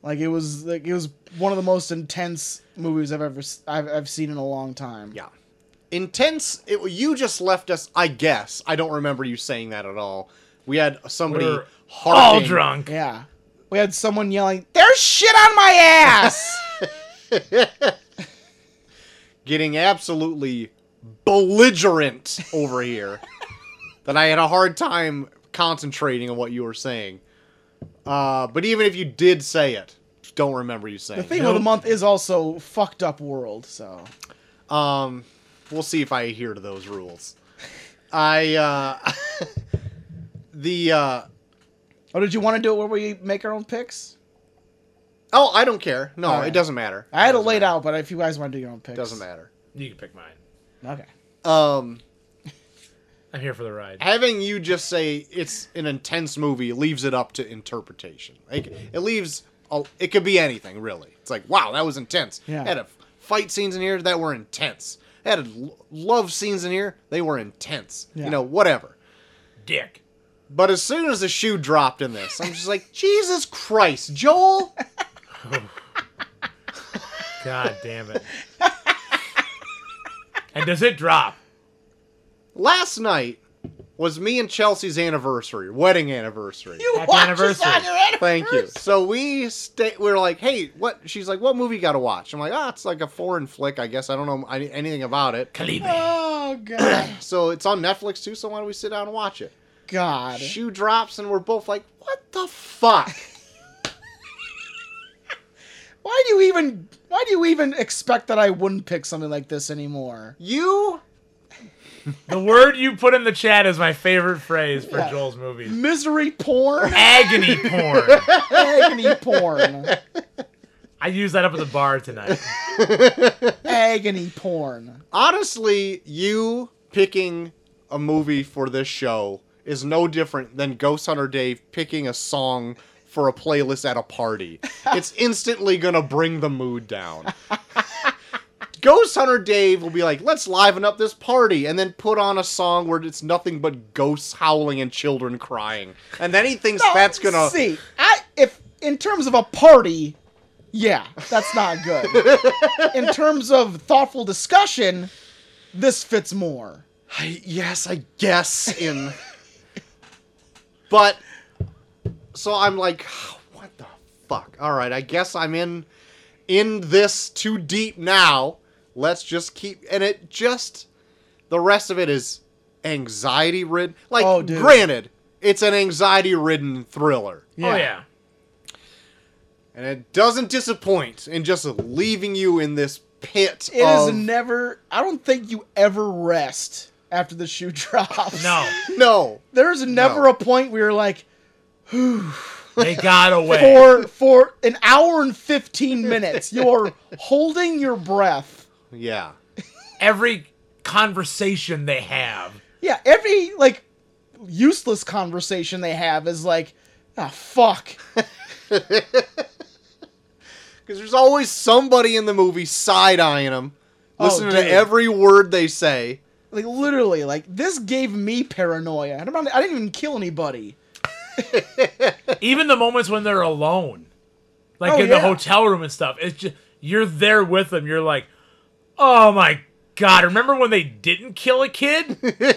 [SPEAKER 1] like it was like it was one of the most intense movies I've ever s- I've, I've seen in a long time.
[SPEAKER 2] Yeah. Intense. It, you just left us. I guess I don't remember you saying that at all. We had somebody
[SPEAKER 3] We're all
[SPEAKER 2] harping
[SPEAKER 3] drunk.
[SPEAKER 1] Yeah. we had someone yelling, "There's shit on my
[SPEAKER 2] [laughs]
[SPEAKER 1] ass!"
[SPEAKER 2] Getting absolutely belligerent
[SPEAKER 1] [laughs]
[SPEAKER 2] over here that I had a hard time concentrating on what you were saying. Uh, but even if you did say it, don't remember you saying
[SPEAKER 1] the
[SPEAKER 2] it.
[SPEAKER 1] theme of the month is also "fucked up world," so
[SPEAKER 2] Um, we'll see if I adhere to those rules. I uh, [laughs] the uh,
[SPEAKER 1] Oh, did you want to do it where we make our own picks?
[SPEAKER 2] oh, I don't care. No,
[SPEAKER 1] All right.
[SPEAKER 2] it doesn't matter.
[SPEAKER 1] I had it
[SPEAKER 2] Doesn't
[SPEAKER 1] laid
[SPEAKER 2] matter.
[SPEAKER 1] out, but if you guys want to do your own picks,
[SPEAKER 2] Doesn't matter.
[SPEAKER 3] You can pick mine.
[SPEAKER 1] Okay.
[SPEAKER 2] Um,
[SPEAKER 3] I'm here for the ride.
[SPEAKER 2] having you just say it's an intense movie leaves it up to interpretation. Like it leaves, a, it could be anything really. It's like wow, that was intense.
[SPEAKER 1] Yeah.
[SPEAKER 2] Had a fight scenes in here that were intense. Had a l- love scenes in here they were intense.
[SPEAKER 1] Yeah.
[SPEAKER 2] You know whatever.
[SPEAKER 3] Dick.
[SPEAKER 2] But as soon as the shoe dropped in this, I'm just like [laughs] Jesus
[SPEAKER 1] [laughs]
[SPEAKER 2] Christ, Joel.
[SPEAKER 3] God damn
[SPEAKER 2] [laughs]
[SPEAKER 3] it. and does it drop?
[SPEAKER 2] Last night was me and Chelsea's anniversary, wedding anniversary.
[SPEAKER 1] You [laughs]
[SPEAKER 3] Happy
[SPEAKER 1] watch us
[SPEAKER 3] anniversary.
[SPEAKER 1] on your anniversary.
[SPEAKER 2] Thank you. So we stay. We are like, hey, what? She's like, what movie you got to watch? I'm like, ah, it's like a foreign flick. I guess I don't know any- anything about it.
[SPEAKER 3] Kalibe.
[SPEAKER 1] Oh
[SPEAKER 2] [clears throat]
[SPEAKER 1] god,
[SPEAKER 2] So it's on Netflix too. So why don't we sit down and watch it?
[SPEAKER 1] god.
[SPEAKER 2] Shoe drops, and we're both like, what the fuck?
[SPEAKER 1] Why do you even? Why do you even expect that I wouldn't pick something like this anymore?
[SPEAKER 2] You
[SPEAKER 3] The word you put in the chat is my favorite phrase for
[SPEAKER 1] Yeah.
[SPEAKER 3] Joel's movies.
[SPEAKER 1] Misery
[SPEAKER 2] [laughs]
[SPEAKER 1] porn,
[SPEAKER 3] Agony
[SPEAKER 1] [laughs]
[SPEAKER 3] porn.
[SPEAKER 1] agony porn,
[SPEAKER 3] I used that up at the bar tonight.
[SPEAKER 1] agony porn.
[SPEAKER 2] honestly, you picking a movie for this show is no different than Ghost Hunter Dave picking a song for a playlist at a
[SPEAKER 1] [laughs]
[SPEAKER 2] party. It's instantly gonna bring the mood down. [laughs] Ghost Hunter Dave will be like, let's liven up this party, and then put on a song where it's nothing but ghosts howling and children crying. And then he thinks
[SPEAKER 1] No,
[SPEAKER 2] that's gonna.
[SPEAKER 1] see. I if in terms of a party, yeah, that's not
[SPEAKER 2] [laughs]
[SPEAKER 1] good. in terms of thoughtful discussion, this fits more.
[SPEAKER 2] I, yes, I guess in. [laughs] but so I'm like, [sighs] what the fuck? All right, I guess I'm in in this too deep now. Let's just keep and it just the rest of it is anxiety ridden. Like
[SPEAKER 1] Oh, dude.
[SPEAKER 2] granted, it's an anxiety ridden thriller.
[SPEAKER 3] Oh yeah.
[SPEAKER 2] And it doesn't disappoint in just leaving you in this pit
[SPEAKER 1] It is
[SPEAKER 2] of
[SPEAKER 1] never. I don't think you ever rest after the shoe [laughs] drops.
[SPEAKER 3] No.
[SPEAKER 2] no.
[SPEAKER 1] there's never
[SPEAKER 2] No.
[SPEAKER 1] a point where you're like [laughs]
[SPEAKER 3] They got away.
[SPEAKER 1] for for an hour and fifteen minutes you're holding your breath.
[SPEAKER 2] Yeah.
[SPEAKER 3] Every conversation they have.
[SPEAKER 1] Yeah, every like useless conversation they have is like, ah, fuck.
[SPEAKER 2] Because there's always somebody in the movie side eyeing them,
[SPEAKER 1] Oh,
[SPEAKER 2] listening
[SPEAKER 1] dude.
[SPEAKER 2] to every word they say.
[SPEAKER 1] Like literally, like this gave me paranoia. And I'm not, I didn't even kill anybody.
[SPEAKER 3] Even the moments when they're alone. Like
[SPEAKER 1] Oh,
[SPEAKER 3] in
[SPEAKER 1] yeah.
[SPEAKER 3] the hotel room and stuff. It's just you're there with them. You're like, oh my god, remember when they didn't kill
[SPEAKER 1] [laughs]
[SPEAKER 3] a kid? and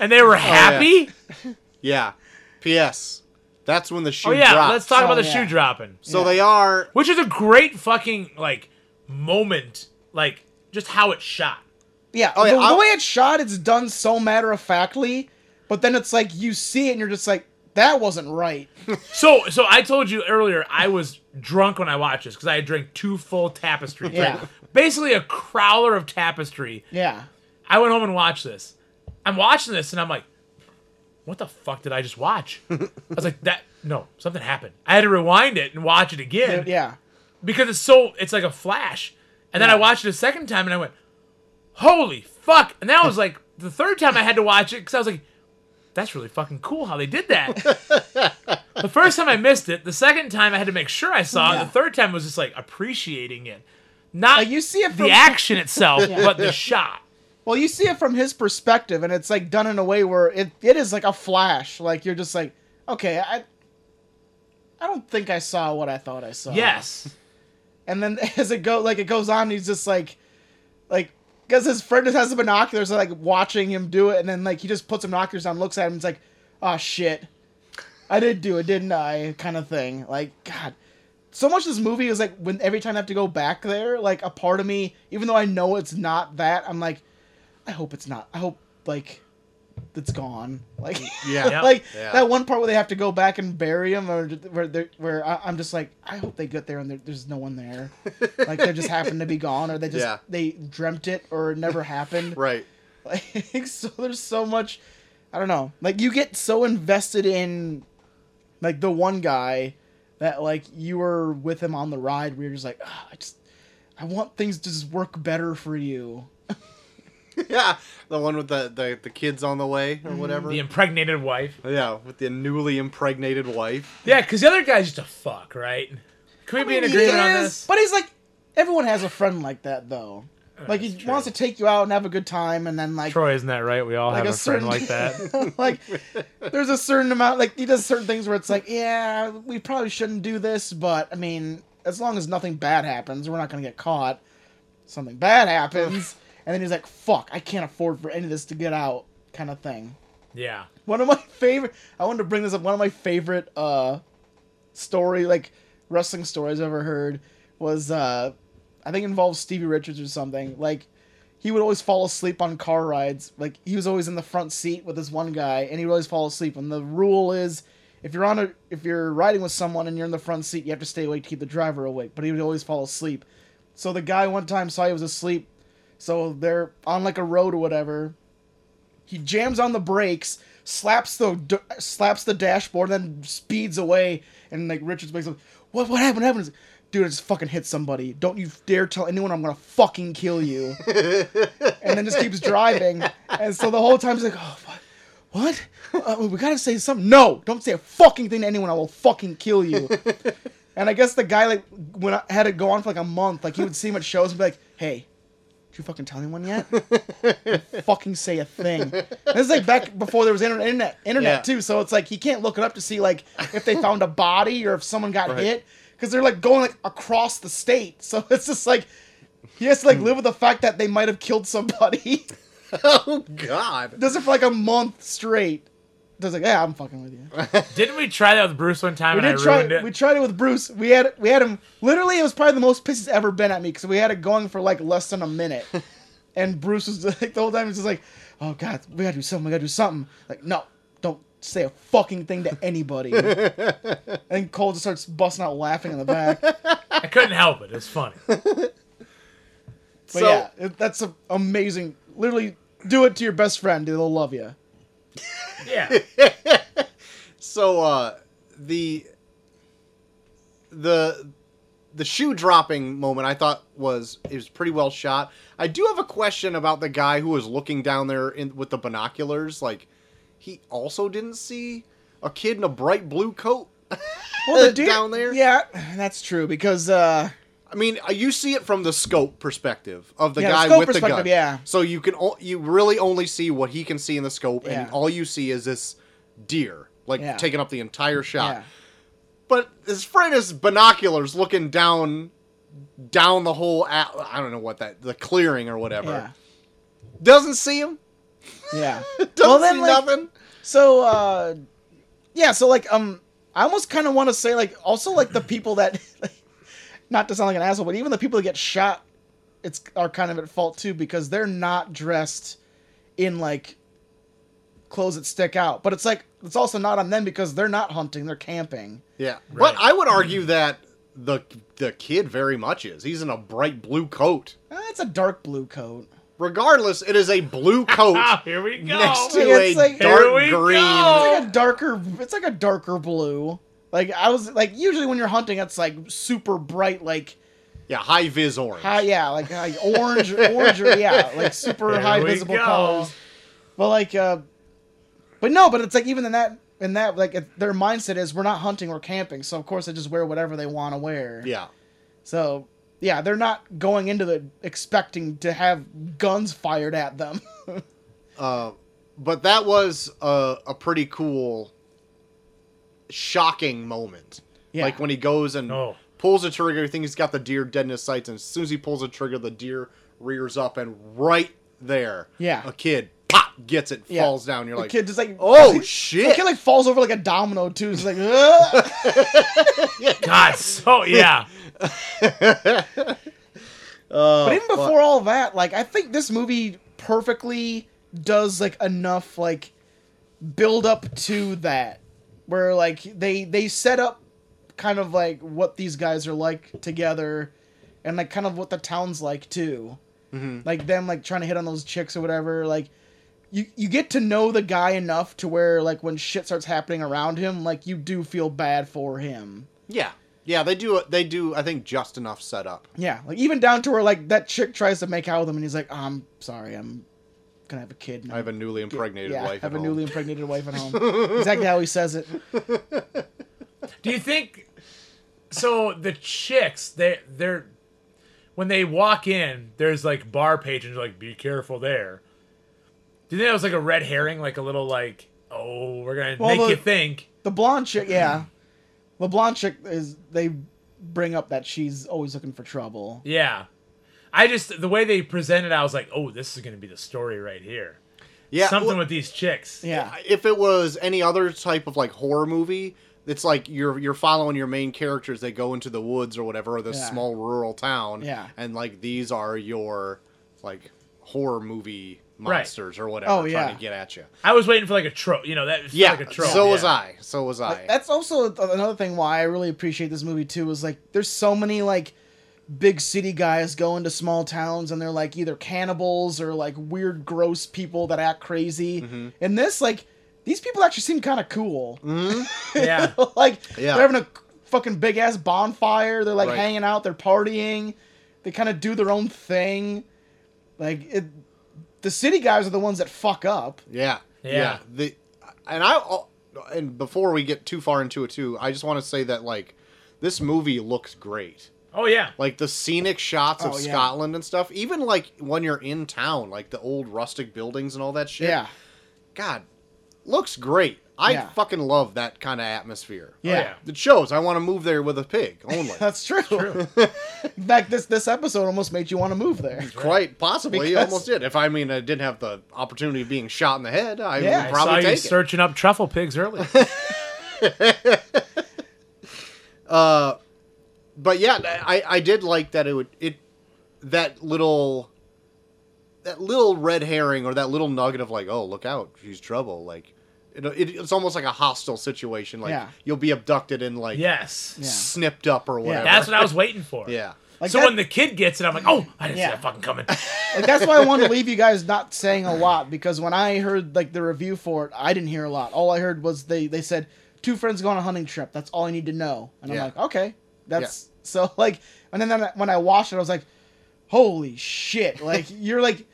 [SPEAKER 1] Oh,
[SPEAKER 3] they were happy?
[SPEAKER 2] Yeah. P.S. That's when the shoe
[SPEAKER 3] Oh yeah,
[SPEAKER 2] drops.
[SPEAKER 3] let's talk
[SPEAKER 1] Oh,
[SPEAKER 3] about the
[SPEAKER 1] yeah.
[SPEAKER 3] shoe dropping.
[SPEAKER 2] so they are.
[SPEAKER 3] Which is a great fucking like moment, like just how it's shot.
[SPEAKER 1] Yeah,
[SPEAKER 2] Oh, yeah,
[SPEAKER 1] the, the
[SPEAKER 2] I'll-
[SPEAKER 1] way it's shot, it's done so matter of factly, but then it's like you see it and you're just like, that wasn't right.
[SPEAKER 3] So so I told you earlier I was drunk when I watched this because I had drank two full tapestries.
[SPEAKER 1] Yeah.
[SPEAKER 3] right? Basically a crowler of tapestry.
[SPEAKER 1] Yeah,
[SPEAKER 3] I went home and watched this. I'm watching this and I'm like, what the fuck did I just watch? I was like, that no, something happened. I had to rewind it and watch it again
[SPEAKER 1] yeah.
[SPEAKER 3] because it's so it's like a flash. And then I watched it a second time and I went, holy fuck!
[SPEAKER 1] [laughs]
[SPEAKER 3] And that was like the third time I had to watch it because I was like, that's really fucking cool how they did
[SPEAKER 1] [laughs]
[SPEAKER 3] that. the first time I missed it. The second time I had to make sure I saw
[SPEAKER 1] Yeah.
[SPEAKER 3] it. The third time was just like appreciating it, not
[SPEAKER 1] Like you see it from [laughs]
[SPEAKER 3] the action itself, but the shot.
[SPEAKER 1] well, you see it from his perspective, and it's like done in a way where it, it is like a flash. Like you're just like, okay, I, I don't think I saw what I thought I saw.
[SPEAKER 3] Yes.
[SPEAKER 1] And then [laughs] as it go like it goes on, he's just like, like because his friend has the binoculars, like watching him do it, and then like he just puts the binoculars on, looks at him, and it's like, oh shit. I did do it, didn't I? Kind of thing. Like, God. So much of this movie is like when every time I have to go back there, like a part of me, even though I know it's not that, I'm like, I hope it's not. I hope like it's gone. Like [laughs]
[SPEAKER 2] Yeah.
[SPEAKER 3] Yep.
[SPEAKER 1] like
[SPEAKER 2] Yeah.
[SPEAKER 1] that one part where they have to go back and bury him, or where they're- where I, I'm just like, I hope they get there and there, there's no one
[SPEAKER 2] [laughs]
[SPEAKER 1] there. like they just happen to be gone, or they just
[SPEAKER 2] Yeah.
[SPEAKER 1] they dreamt it, or it never happened.
[SPEAKER 2] Right.
[SPEAKER 1] [laughs]
[SPEAKER 2] [laughs]
[SPEAKER 1] Like so, there's so much. I don't know. Like you get so invested in, like the one guy, that like you were with him on the ride. We were just like, "Ah, I just, I want things to just work better for you.
[SPEAKER 2] yeah. The one with the, the, the kids on the way or whatever.
[SPEAKER 3] The impregnated wife.
[SPEAKER 2] yeah, with the newly impregnated wife.
[SPEAKER 3] Yeah, because the other guy's just a fuck, right? Can we be in
[SPEAKER 1] He
[SPEAKER 3] agreement on
[SPEAKER 1] is,
[SPEAKER 3] this?
[SPEAKER 1] But he's like, everyone has a friend like that though. like he
[SPEAKER 3] that's
[SPEAKER 1] wants to take you out and have a good time, and then like
[SPEAKER 3] Troy, isn't that right? We all have a friend like that.
[SPEAKER 1] [laughs] like there's a certain amount like he does certain things where it's like, yeah, we probably shouldn't do this, but I mean, as long as nothing bad happens, we're not gonna get caught. Something bad happens, and then he's like, fuck, I can't afford for any of this to get out, kind of thing.
[SPEAKER 3] Yeah.
[SPEAKER 1] One of my favorite I wanted to bring this up, one of my favorite uh story like wrestling stories I've ever heard was uh I think it involved Stevie Richards or something. Like he would always fall asleep on car rides. Like he was always in the front seat with this one guy, and he would always fall asleep. And the rule is, if you're on a, if you're riding with someone and you're in the front seat, you have to stay awake to keep the driver awake. But he would always fall asleep. So the guy one time saw he was asleep. So they're on like a road or whatever. He jams on the brakes, slaps the d- slaps the dashboard, then speeds away. And like Richards makes up, what what happened? What happened? He's like, Dude, I just fucking hit somebody. Don't you dare tell anyone I'm gonna fucking kill you and then just keeps driving. And so the whole time he's like, oh, what? What? Uh, we gotta say something. No, don't say a fucking thing to anyone. I will fucking kill
[SPEAKER 2] [laughs]
[SPEAKER 1] you. and I guess the guy like when I had it go on for like a month, like he would see him at shows and be like, hey. Did you fucking tell anyone
[SPEAKER 2] [laughs]
[SPEAKER 1] yet? Don't fucking say a thing. And This is like back before there was internet, internet, internet
[SPEAKER 2] Yeah.
[SPEAKER 1] too. So it's like he can't look it up to see like if they found a body or if someone got
[SPEAKER 2] Right.
[SPEAKER 1] hit because they're like going like across the state. So it's just like he has to
[SPEAKER 2] Hmm.
[SPEAKER 1] like live with the fact that they might have killed somebody. [laughs]
[SPEAKER 2] oh God.
[SPEAKER 1] Does it for like a month straight. Does like, yeah, I'm fucking
[SPEAKER 3] [laughs]
[SPEAKER 1] with you.
[SPEAKER 3] Didn't we try that with Bruce one time
[SPEAKER 1] We
[SPEAKER 3] and I
[SPEAKER 1] did try.
[SPEAKER 3] ruined it?
[SPEAKER 1] We tried it with Bruce. We had we had him. Literally, it was probably the most pissed he's ever been at me because we had it going for like less than a [laughs] minute, and Bruce was [laughs] like the whole time he's just like, "Oh God, we gotta do something. We gotta do something." Like, no, don't say a fucking thing to [laughs] anybody. and Cole just starts busting out laughing in the [laughs] back. But
[SPEAKER 3] I couldn't help it.
[SPEAKER 1] [laughs]
[SPEAKER 3] It's funny.
[SPEAKER 2] So-
[SPEAKER 1] yeah, it, that's a, amazing. Literally, do it to your best friend. They'll love you. [laughs]
[SPEAKER 3] Yeah.
[SPEAKER 2] So uh the the the shoe dropping moment I thought was it was pretty well shot. I do have a question about the guy who was looking down there in with the binoculars. Like he also didn't see a kid in a bright blue coat.
[SPEAKER 1] [laughs] well, [laughs]
[SPEAKER 2] [laughs]
[SPEAKER 1] the
[SPEAKER 2] Uh,
[SPEAKER 1] deer,
[SPEAKER 2] down there?
[SPEAKER 1] Yeah, that's true because uh,
[SPEAKER 2] I mean, uh, you see it from the scope perspective of the
[SPEAKER 1] Yeah, the
[SPEAKER 2] guy
[SPEAKER 1] scope
[SPEAKER 2] with the
[SPEAKER 1] perspective,
[SPEAKER 2] gun.
[SPEAKER 1] yeah.
[SPEAKER 2] So you can o- you really only see what he can see in the scope,
[SPEAKER 1] Yeah.
[SPEAKER 2] and all you see is this deer like
[SPEAKER 1] Yeah.
[SPEAKER 2] taking up the entire shot.
[SPEAKER 1] yeah,
[SPEAKER 2] But his friend is binoculars looking down down the whole a- I don't know what that the clearing or whatever.
[SPEAKER 1] yeah,
[SPEAKER 2] Doesn't see him.
[SPEAKER 1] yeah.
[SPEAKER 2] Doesn't
[SPEAKER 1] Well, then,
[SPEAKER 2] see
[SPEAKER 1] like-
[SPEAKER 2] nothing.
[SPEAKER 1] So uh, yeah, so like um, I almost kind of want to say like also like the people that, [laughs] like, not to sound like an asshole, but even the people that get shot, it's are kind of at fault too because they're not dressed in like clothes that stick out. But it's like it's also not on them because they're not hunting; they're camping.
[SPEAKER 2] Yeah.
[SPEAKER 3] Right.
[SPEAKER 2] But I would argue that the the kid very much is. He's in a bright blue coat.
[SPEAKER 1] That's Ah, a dark blue coat.
[SPEAKER 2] Regardless, it is a blue
[SPEAKER 3] [laughs]
[SPEAKER 2] coat
[SPEAKER 3] Ah, here we go.
[SPEAKER 2] next to
[SPEAKER 1] Yeah, it's
[SPEAKER 2] a
[SPEAKER 1] like-
[SPEAKER 3] Here
[SPEAKER 2] dark
[SPEAKER 3] we go.
[SPEAKER 2] green.
[SPEAKER 1] It's like a darker. It's like a darker blue. Like I was like usually when you're hunting, it's like super bright, like
[SPEAKER 2] Yeah, high vis orange.
[SPEAKER 1] high, yeah, like,
[SPEAKER 2] [laughs]
[SPEAKER 1] like orange, orange, or, yeah, like super
[SPEAKER 3] Here
[SPEAKER 1] high
[SPEAKER 3] we
[SPEAKER 1] visible
[SPEAKER 3] go.
[SPEAKER 1] colors. But like, uh, but no, but it's like even in that, in that, like it, their mindset is we're not hunting, we're camping, so of course they just wear whatever they want to wear.
[SPEAKER 2] Yeah.
[SPEAKER 1] So yeah, they're not going into the expecting to have guns fired at them.
[SPEAKER 2] Uh, but that was a, a pretty cool, shocking moment.
[SPEAKER 1] Yeah.
[SPEAKER 2] Like when he goes and
[SPEAKER 3] Oh.
[SPEAKER 2] pulls the trigger, he thinks he's got the deer dead in his sights, and as soon as he pulls the trigger, the deer rears up, and right there,
[SPEAKER 1] Yeah.
[SPEAKER 2] a kid pop gets it,
[SPEAKER 1] Yeah.
[SPEAKER 2] falls down. You're
[SPEAKER 1] The
[SPEAKER 2] like,
[SPEAKER 1] kid just [laughs] like
[SPEAKER 2] oh
[SPEAKER 1] The
[SPEAKER 2] shit!
[SPEAKER 1] kid like falls over like a domino too.
[SPEAKER 2] [laughs]
[SPEAKER 1] It's like "Ugh."
[SPEAKER 3] God,
[SPEAKER 1] [laughs]
[SPEAKER 3] so yeah.
[SPEAKER 1] But even before all that, like I think this movie perfectly does like enough like build up to that where like they they set up kind of like what these guys are like together and like kind of what the town's like too. Like them like trying to hit on those chicks or whatever like you you get to know the guy enough to where like when shit starts happening around him like you do feel bad for him.
[SPEAKER 2] yeah, yeah. They do. They do. I think just enough setup.
[SPEAKER 1] Yeah, like even down to where like that chick tries to make out with him, and he's like, "I'm sorry, I'm gonna have a kid." And
[SPEAKER 2] I have a newly impregnated
[SPEAKER 1] yeah,
[SPEAKER 2] wife.
[SPEAKER 1] I have
[SPEAKER 2] at
[SPEAKER 1] a
[SPEAKER 2] home.
[SPEAKER 1] newly impregnated wife at
[SPEAKER 2] [laughs]
[SPEAKER 1] home. exactly how he says it.
[SPEAKER 3] Do you think so? The chicks, they they're when they walk in, there's like bar patrons like, be careful there. Do you think that was like a red herring, like a little like, oh, we're gonna
[SPEAKER 1] Well,
[SPEAKER 3] make
[SPEAKER 1] the-
[SPEAKER 3] you think?
[SPEAKER 1] The blonde chick, yeah, the blonde chick is they bring up that she's always looking for trouble.
[SPEAKER 3] Yeah. I just the way they presented, I was like, oh, this is gonna be the story right here.
[SPEAKER 2] Yeah,
[SPEAKER 3] Something
[SPEAKER 2] well-
[SPEAKER 3] with these chicks.
[SPEAKER 1] Yeah,
[SPEAKER 2] if it was any other type of like horror movie, it's like you're you're following your main characters. They go into the woods or whatever, or this
[SPEAKER 1] Yeah.
[SPEAKER 2] small rural town.
[SPEAKER 1] Yeah.
[SPEAKER 2] and like these are your like horror movie
[SPEAKER 3] Right.
[SPEAKER 2] monsters or whatever
[SPEAKER 1] Oh,
[SPEAKER 2] trying
[SPEAKER 1] yeah.
[SPEAKER 2] to get at you.
[SPEAKER 3] I was waiting for like a trope, you know, that felt
[SPEAKER 2] Yeah,
[SPEAKER 3] like a trope.
[SPEAKER 2] so
[SPEAKER 3] yeah.
[SPEAKER 2] was I. So was I.
[SPEAKER 1] Like, Uh, that's also th- another thing why I really appreciate this movie too. Is like there's so many like big city guys going to small towns and they're like either cannibals or like weird gross people that act crazy. And this like these people actually seem kind of cool.
[SPEAKER 3] Yeah.
[SPEAKER 1] [laughs] like
[SPEAKER 2] Yeah.
[SPEAKER 1] they're having a fucking big ass bonfire. They're like
[SPEAKER 2] Right.
[SPEAKER 1] hanging out. They're partying. They kind of do their own thing. Like it, the city guys are the ones that fuck up.
[SPEAKER 2] Yeah.
[SPEAKER 3] Yeah.
[SPEAKER 2] The and I and before we get too far into it too, I just want to say that like this movie looks great.
[SPEAKER 3] Oh
[SPEAKER 2] [laughs]
[SPEAKER 3] yeah.
[SPEAKER 2] Like the scenic shots of
[SPEAKER 1] Oh, yeah.
[SPEAKER 2] Scotland and stuff, even like when you're in town, like the old rustic buildings and all that shit.
[SPEAKER 1] Yeah.
[SPEAKER 2] God, looks great. I
[SPEAKER 1] Yeah.
[SPEAKER 2] fucking love that kind of atmosphere.
[SPEAKER 1] Yeah.
[SPEAKER 3] yeah.
[SPEAKER 2] It shows I want to move there with a pig only.
[SPEAKER 1] [laughs] That's true. In fact, this this episode almost made you want to move there.
[SPEAKER 2] Quite possibly,
[SPEAKER 1] Because-
[SPEAKER 2] almost did. If I mean I didn't have the opportunity of being shot in the head, I
[SPEAKER 1] Yeah.
[SPEAKER 2] would
[SPEAKER 1] I
[SPEAKER 3] I saw
[SPEAKER 2] probably
[SPEAKER 3] you
[SPEAKER 2] take it.
[SPEAKER 3] searching up truffle pigs
[SPEAKER 2] [laughs]
[SPEAKER 3] earlier.
[SPEAKER 2] but yeah, I, I did like that it would it that little that little red herring or that little nugget of like oh look out she's trouble like it, it, it's almost like a hostile situation like
[SPEAKER 1] Yeah.
[SPEAKER 2] you'll be abducted and like
[SPEAKER 3] yes.
[SPEAKER 1] Yeah.
[SPEAKER 2] snipped up or whatever
[SPEAKER 3] That's what I was waiting for.
[SPEAKER 2] yeah
[SPEAKER 1] Like
[SPEAKER 3] so
[SPEAKER 1] that-
[SPEAKER 3] when the kid gets it, I'm like, oh, I didn't
[SPEAKER 1] Yeah.
[SPEAKER 3] see that fucking
[SPEAKER 2] [laughs]
[SPEAKER 3] coming.
[SPEAKER 1] Like that's why I wanted to leave you guys not saying a lot because when I heard like the review for it, I didn't hear a lot. All I heard was they they said two friends go on a hunting trip. That's all I need to know. And
[SPEAKER 2] Yeah.
[SPEAKER 1] I'm like, okay, that's [laughs] so like. And then, then when I watched it, I was like, holy shit! Like [laughs] you're like,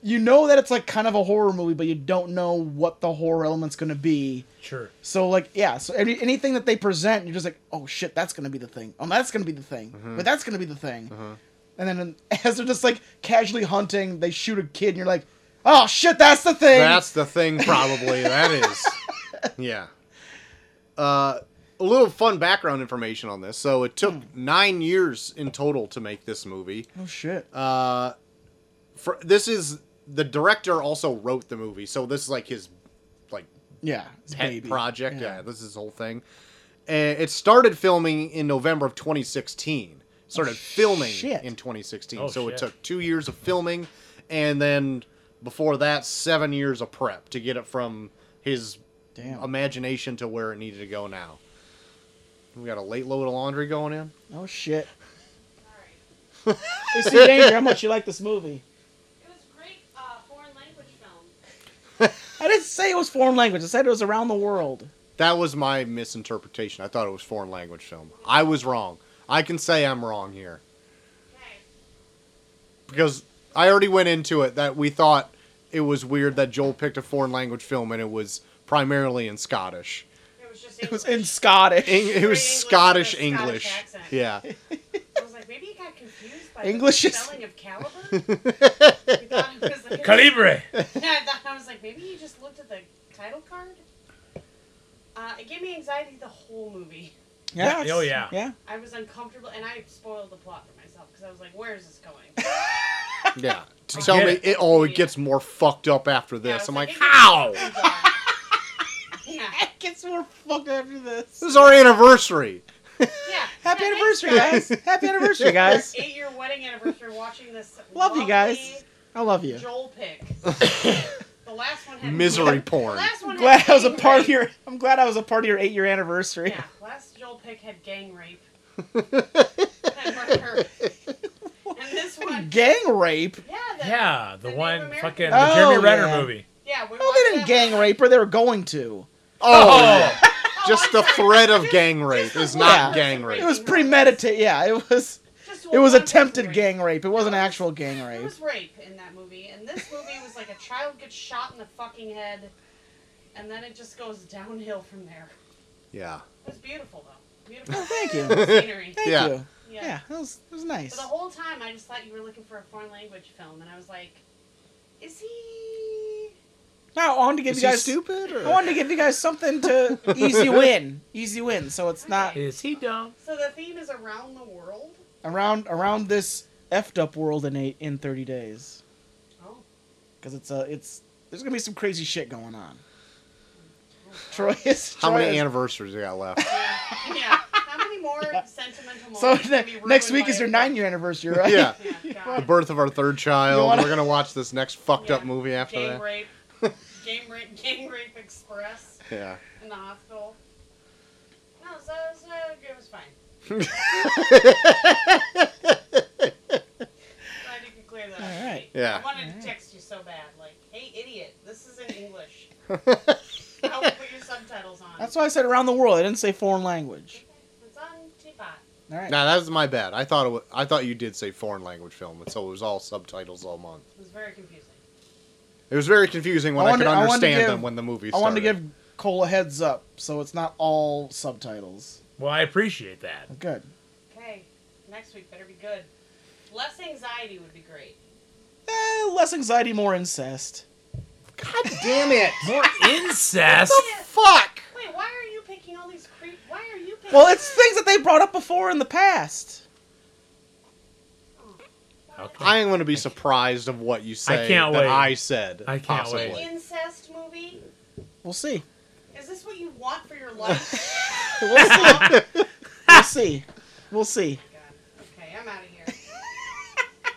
[SPEAKER 1] you know that it's like kind of a horror movie, but you don't know what the horror element's gonna be.
[SPEAKER 3] sure.
[SPEAKER 1] So like yeah, so any, anything that they present, you're just like, oh shit, that's gonna be the thing. Oh, that's gonna be the thing. But that's gonna be the thing. And then [laughs] as they're just like casually hunting, they shoot a kid, and you're like, oh shit, that's the thing.
[SPEAKER 2] that's the thing probably that
[SPEAKER 1] [laughs]
[SPEAKER 2] is yeah uh a little fun background information on this so it took
[SPEAKER 1] Hmm.
[SPEAKER 2] nine years in total to make this movie
[SPEAKER 1] oh shit.
[SPEAKER 2] Uh, for this is the director also wrote the movie, so this is like his like
[SPEAKER 1] yeah, it's
[SPEAKER 2] pet
[SPEAKER 1] baby.
[SPEAKER 2] project. Yeah. this is his whole thing. And it started filming in November of 2016. Started filming
[SPEAKER 1] shit.
[SPEAKER 2] in 2016,
[SPEAKER 3] Oh,
[SPEAKER 2] so it
[SPEAKER 3] shit.
[SPEAKER 2] took two years of filming, and then before that, seven years of prep to get it from his
[SPEAKER 1] Damn.
[SPEAKER 2] imagination to where it needed to go. Now we got a late load of laundry going in.
[SPEAKER 1] Oh shit. Hey, see danger how much you like this movie.
[SPEAKER 5] It was great uh, foreign language film.
[SPEAKER 1] I didn't say it was foreign language. I said it was around the world.
[SPEAKER 2] That was my misinterpretation. I thought it was foreign language film. I was wrong. I can say I'm wrong here
[SPEAKER 5] Okay.
[SPEAKER 2] because I already went into it that we thought it was weird that Joel picked a foreign language film and it was primarily in Scottish.
[SPEAKER 5] It was just
[SPEAKER 1] It was
[SPEAKER 5] English.
[SPEAKER 1] in Scottish.
[SPEAKER 2] Eng- it
[SPEAKER 5] Straight
[SPEAKER 2] was
[SPEAKER 5] English with a
[SPEAKER 2] Scottish
[SPEAKER 5] Scottish
[SPEAKER 2] English.
[SPEAKER 5] accent. [laughs]
[SPEAKER 2] yeah.
[SPEAKER 5] I was like, maybe he got confused by
[SPEAKER 1] English
[SPEAKER 5] the
[SPEAKER 1] is-
[SPEAKER 5] spelling of caliber.
[SPEAKER 1] [laughs]
[SPEAKER 5] He thought it was like-
[SPEAKER 3] Calibre.
[SPEAKER 5] [laughs] Yeah, I thought- I was like, maybe he just looked at the title card. Uh, it gave me anxiety the whole movie.
[SPEAKER 1] Yeah.
[SPEAKER 3] Oh, yeah.
[SPEAKER 1] Yeah. [laughs]
[SPEAKER 5] I was uncomfortable, and I spoiled the plot for myself because I was like, where is this going?
[SPEAKER 2] Yeah. To tell me,
[SPEAKER 3] it.
[SPEAKER 2] it, oh, it gets more fucked up after
[SPEAKER 5] Yeah, I
[SPEAKER 2] this.
[SPEAKER 5] was
[SPEAKER 2] I'm like,
[SPEAKER 5] it-
[SPEAKER 2] how?
[SPEAKER 5] yeah.
[SPEAKER 1] It gets more fucked after this.
[SPEAKER 2] This is our anniversary.
[SPEAKER 5] Yeah.
[SPEAKER 1] Happy
[SPEAKER 5] Yeah, thanks,
[SPEAKER 1] anniversary, guys. Happy anniversary, [laughs] guys.
[SPEAKER 5] Eight year wedding anniversary watching this.
[SPEAKER 1] Love you guys.
[SPEAKER 5] lovely
[SPEAKER 1] I love you.
[SPEAKER 5] Joel
[SPEAKER 1] [laughs]
[SPEAKER 5] pick. the last one
[SPEAKER 2] [laughs]
[SPEAKER 5] had
[SPEAKER 2] Misery
[SPEAKER 5] The
[SPEAKER 2] porn.
[SPEAKER 5] last one had
[SPEAKER 1] Glad I was a
[SPEAKER 5] gang
[SPEAKER 1] part of
[SPEAKER 5] rape.
[SPEAKER 1] your. I'm glad I was a part of your eight year anniversary.
[SPEAKER 5] Yeah, last Joel pick had
[SPEAKER 1] [laughs]
[SPEAKER 5] gang rape. and murder. And this one.
[SPEAKER 1] [laughs] Gang rape.
[SPEAKER 5] Yeah, the,
[SPEAKER 3] Yeah, the,
[SPEAKER 5] Native
[SPEAKER 3] one
[SPEAKER 5] American-
[SPEAKER 3] fucking
[SPEAKER 1] Oh,
[SPEAKER 3] the Jeremy Renner
[SPEAKER 1] yeah.
[SPEAKER 3] movie.
[SPEAKER 5] Yeah, we
[SPEAKER 1] Well, Oh, they
[SPEAKER 5] watched
[SPEAKER 1] didn't
[SPEAKER 5] that
[SPEAKER 1] gang
[SPEAKER 5] one.
[SPEAKER 1] rape her. They were going to.
[SPEAKER 2] Oh, yeah.
[SPEAKER 5] Oh,
[SPEAKER 2] just
[SPEAKER 5] I'm
[SPEAKER 2] the
[SPEAKER 5] sorry.
[SPEAKER 2] threat of
[SPEAKER 5] Just-
[SPEAKER 2] gang
[SPEAKER 5] just
[SPEAKER 2] rape
[SPEAKER 5] the
[SPEAKER 2] is
[SPEAKER 5] one
[SPEAKER 2] not
[SPEAKER 1] Yeah.
[SPEAKER 2] gang rape.
[SPEAKER 1] It was premeditated. Yeah, it was.
[SPEAKER 5] Just
[SPEAKER 1] It was
[SPEAKER 5] one
[SPEAKER 1] attempted
[SPEAKER 5] rape.
[SPEAKER 1] gang rape. It wasn't actual gang
[SPEAKER 5] There
[SPEAKER 1] rape.
[SPEAKER 5] was rape in that movie, and this movie was like a child gets shot in the fucking head, and then it just goes downhill from there.
[SPEAKER 2] yeah.
[SPEAKER 5] It was beautiful though. Beautiful
[SPEAKER 1] Thank you.
[SPEAKER 5] scenery.
[SPEAKER 1] Thank
[SPEAKER 2] Yeah.
[SPEAKER 1] you.
[SPEAKER 5] Yeah.
[SPEAKER 1] Yeah, that was, that was
[SPEAKER 5] But
[SPEAKER 1] nice.
[SPEAKER 5] the whole time, I just thought you were looking for a foreign language film, and I was like, is he?
[SPEAKER 1] Now I wanted to give
[SPEAKER 2] Is
[SPEAKER 1] you
[SPEAKER 2] he
[SPEAKER 1] guys
[SPEAKER 2] stupid? Or?
[SPEAKER 1] I wanted to give you guys something
[SPEAKER 2] [laughs]
[SPEAKER 1] to easy win, easy win. So it's not
[SPEAKER 3] Is he dumb?
[SPEAKER 5] So the theme is around the world.
[SPEAKER 1] around around this effed up world in eight in thirty days
[SPEAKER 5] Oh,
[SPEAKER 1] because it's a it's there's gonna be some crazy shit going on. Troy is
[SPEAKER 2] How
[SPEAKER 1] Troy
[SPEAKER 2] many
[SPEAKER 1] is-
[SPEAKER 2] anniversaries we got [laughs] left?
[SPEAKER 5] [laughs] yeah. How many more sentimental moments?
[SPEAKER 1] So
[SPEAKER 5] can
[SPEAKER 1] ne-
[SPEAKER 5] be ruined
[SPEAKER 1] next week
[SPEAKER 5] by
[SPEAKER 1] is your
[SPEAKER 5] a-
[SPEAKER 1] nine year anniversary, right?
[SPEAKER 2] Yeah.
[SPEAKER 5] Yeah, God.
[SPEAKER 2] The birth of our third
[SPEAKER 1] You
[SPEAKER 2] child.
[SPEAKER 1] wanna-
[SPEAKER 2] We're gonna watch this next fucked up
[SPEAKER 5] Yeah.
[SPEAKER 2] movie after
[SPEAKER 5] gang
[SPEAKER 1] [laughs]
[SPEAKER 2] that.
[SPEAKER 5] rape, gang rape, gang rape express
[SPEAKER 2] Yeah.
[SPEAKER 5] in the hospital. No, so, so it was fine. [laughs] Glad you could clear that. up.
[SPEAKER 1] All right.
[SPEAKER 2] Yeah.
[SPEAKER 5] I wanted
[SPEAKER 1] All right.
[SPEAKER 5] to text you so bad, like, "Hey, idiot, this is in English. Help put your subtitles on."
[SPEAKER 1] [laughs] That's why I said around the world. I didn't say foreign language.
[SPEAKER 5] It's on teapot.
[SPEAKER 1] All right.
[SPEAKER 2] Nah, that was my bad. I thought it was, I thought you did say foreign language film, and so it was all subtitles all month.
[SPEAKER 5] It was very confusing.
[SPEAKER 2] It was very confusing when
[SPEAKER 1] I
[SPEAKER 2] I,
[SPEAKER 1] wanted-
[SPEAKER 2] could
[SPEAKER 1] I wanted to
[SPEAKER 2] understand
[SPEAKER 1] give-
[SPEAKER 2] them when the movie
[SPEAKER 1] I
[SPEAKER 2] started.
[SPEAKER 1] wanted to give Cole a heads up, so it's not all subtitles.
[SPEAKER 3] Well, I
[SPEAKER 1] [laughs]
[SPEAKER 3] appreciate that.
[SPEAKER 1] Good.
[SPEAKER 5] Okay, next week better be good. Less anxiety would be great.
[SPEAKER 1] Eh, less anxiety, more incest.
[SPEAKER 2] God damn
[SPEAKER 5] [laughs]
[SPEAKER 2] it!
[SPEAKER 3] More incest.
[SPEAKER 2] Fuck!
[SPEAKER 5] Wait, why are you picking all these creep? Why are you picking?
[SPEAKER 1] Well, it's things that they brought up before in the past.
[SPEAKER 3] Okay.
[SPEAKER 2] I am going to be surprised of what you say
[SPEAKER 3] can't
[SPEAKER 2] that
[SPEAKER 3] wait.
[SPEAKER 2] I said.
[SPEAKER 3] I can't
[SPEAKER 2] possibly.
[SPEAKER 5] an incest movie?
[SPEAKER 1] We'll see.
[SPEAKER 5] Is this what you want for your life?
[SPEAKER 1] We'll
[SPEAKER 2] [laughs]
[SPEAKER 1] see. we'll see. We'll see.
[SPEAKER 5] God. Okay, I'm out of here. I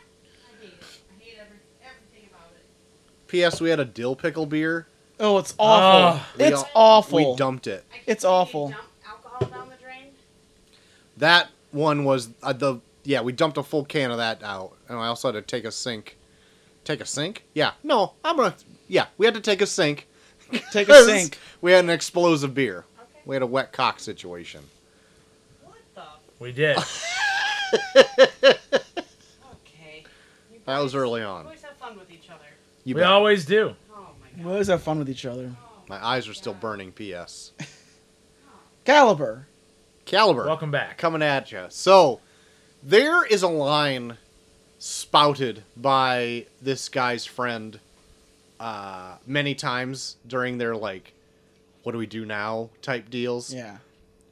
[SPEAKER 5] hate it. I hate every, everything about it.
[SPEAKER 2] P.S. We had a dill pickle beer.
[SPEAKER 1] Oh, it's awful.
[SPEAKER 2] We
[SPEAKER 1] it's
[SPEAKER 2] all-
[SPEAKER 1] awful.
[SPEAKER 2] We dumped it.
[SPEAKER 5] I
[SPEAKER 1] It's
[SPEAKER 5] continue to
[SPEAKER 1] awful.
[SPEAKER 5] Dump alcohol down the drain.
[SPEAKER 2] That one was uh, the yeah. We dumped a full can of that out, and I also had to take a sink. Take a sink? Yeah. No, I'm gonna. Yeah, we had to take a sink.
[SPEAKER 1] Take
[SPEAKER 2] [laughs]
[SPEAKER 1] a sink.
[SPEAKER 2] We had an explosive beer.
[SPEAKER 5] Okay.
[SPEAKER 2] We had a wet cock situation.
[SPEAKER 5] What the?
[SPEAKER 3] We did.
[SPEAKER 5] Okay. You
[SPEAKER 2] That was
[SPEAKER 5] boys-
[SPEAKER 2] early
[SPEAKER 5] you
[SPEAKER 2] on.
[SPEAKER 5] Always have fun with each other.
[SPEAKER 2] [laughs] You
[SPEAKER 3] we
[SPEAKER 2] bet.
[SPEAKER 3] always do.
[SPEAKER 5] Oh my
[SPEAKER 1] We
[SPEAKER 5] god.
[SPEAKER 1] always have fun with each other.
[SPEAKER 5] Oh,
[SPEAKER 2] My eyes are still burning. P.S.
[SPEAKER 1] Caliber.
[SPEAKER 2] Caliber.
[SPEAKER 3] Welcome back.
[SPEAKER 2] coming at you. So, there is a line spouted by this guy's friend uh, many times during their, like, what do we do now type deals,
[SPEAKER 1] Yeah.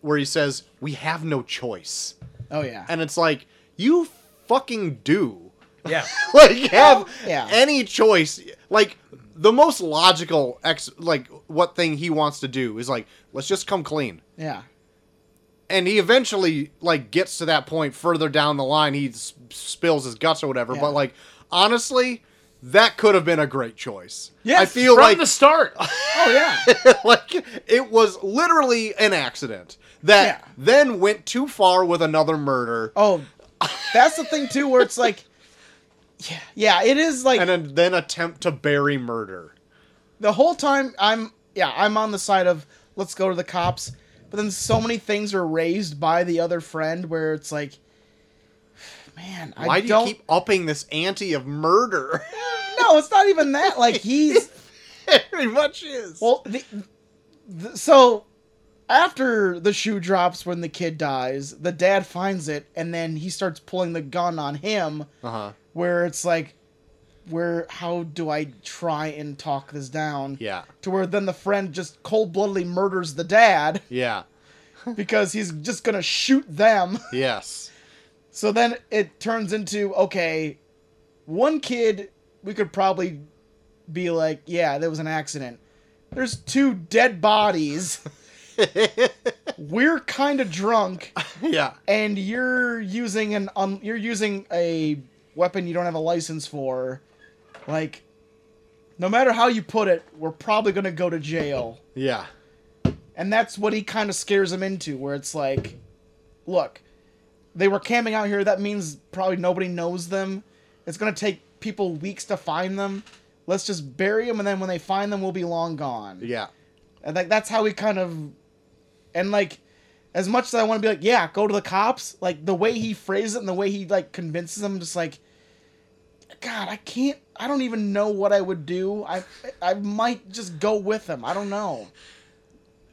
[SPEAKER 2] where he says, We have no choice.
[SPEAKER 1] Oh yeah.
[SPEAKER 2] And it's like, You fucking do. [laughs]
[SPEAKER 3] Yeah.
[SPEAKER 2] like, have
[SPEAKER 1] yeah.
[SPEAKER 2] any choice. Like, the most logical, ex- like, what thing he wants to do is, like, let's just come clean
[SPEAKER 1] yeah.
[SPEAKER 2] and he eventually like gets to that point further down the line he s- spills his guts or whatever
[SPEAKER 1] Yeah.
[SPEAKER 2] but like honestly that could have been a great choice
[SPEAKER 1] Yes,
[SPEAKER 2] i feel
[SPEAKER 3] From
[SPEAKER 2] like [laughs]
[SPEAKER 3] the start.
[SPEAKER 1] Oh yeah.
[SPEAKER 2] like it was literally an accident that
[SPEAKER 1] Yeah.
[SPEAKER 2] then went too far with another murder
[SPEAKER 1] Oh, that's the thing too, where it's like, yeah, yeah. It is like
[SPEAKER 2] and then, then attempt to bury murder
[SPEAKER 1] the whole time I'm yeah I'm on the side of let's go to the cops, but then so many things are raised by the other friend where it's like, man,
[SPEAKER 2] why
[SPEAKER 1] I
[SPEAKER 2] do
[SPEAKER 1] not
[SPEAKER 2] you keep upping this ante of murder [laughs]
[SPEAKER 1] No, it's not even that. Like he's
[SPEAKER 2] very much is
[SPEAKER 1] well, the, the, so after the shoe drops when the kid dies, the dad finds it and then he starts pulling the gun on him.
[SPEAKER 2] uh-huh
[SPEAKER 1] Where it's like, where how do I try and talk this down?
[SPEAKER 2] yeah
[SPEAKER 1] To where then the friend just cold bloodedly murders the dad. [laughs]
[SPEAKER 2] yeah
[SPEAKER 1] because he's just gonna shoot them. [laughs]
[SPEAKER 2] yes
[SPEAKER 1] So then it turns into okay, one kid we could probably be like, yeah, there was an accident. There's two dead bodies. We're kind of drunk,
[SPEAKER 2] yeah.
[SPEAKER 1] and you're using an um, you're using a weapon you don't have a license for. Like, no matter how you put it, we're probably gonna go to jail.
[SPEAKER 2] Yeah.
[SPEAKER 1] And that's what he kind of scares him into, where it's like, look, they were camping out here. That means probably nobody knows them. It's going to take people weeks to find them. Let's just bury them, and then when they find them, we'll be long gone.
[SPEAKER 2] Yeah.
[SPEAKER 1] And like that's how he kind of, and like, as much as I want to be like, yeah, go to the cops. Like the way he phrases it and the way he like convinces them, just like, God, I can't. I don't even know what I would do. I I might just go with him. I don't know.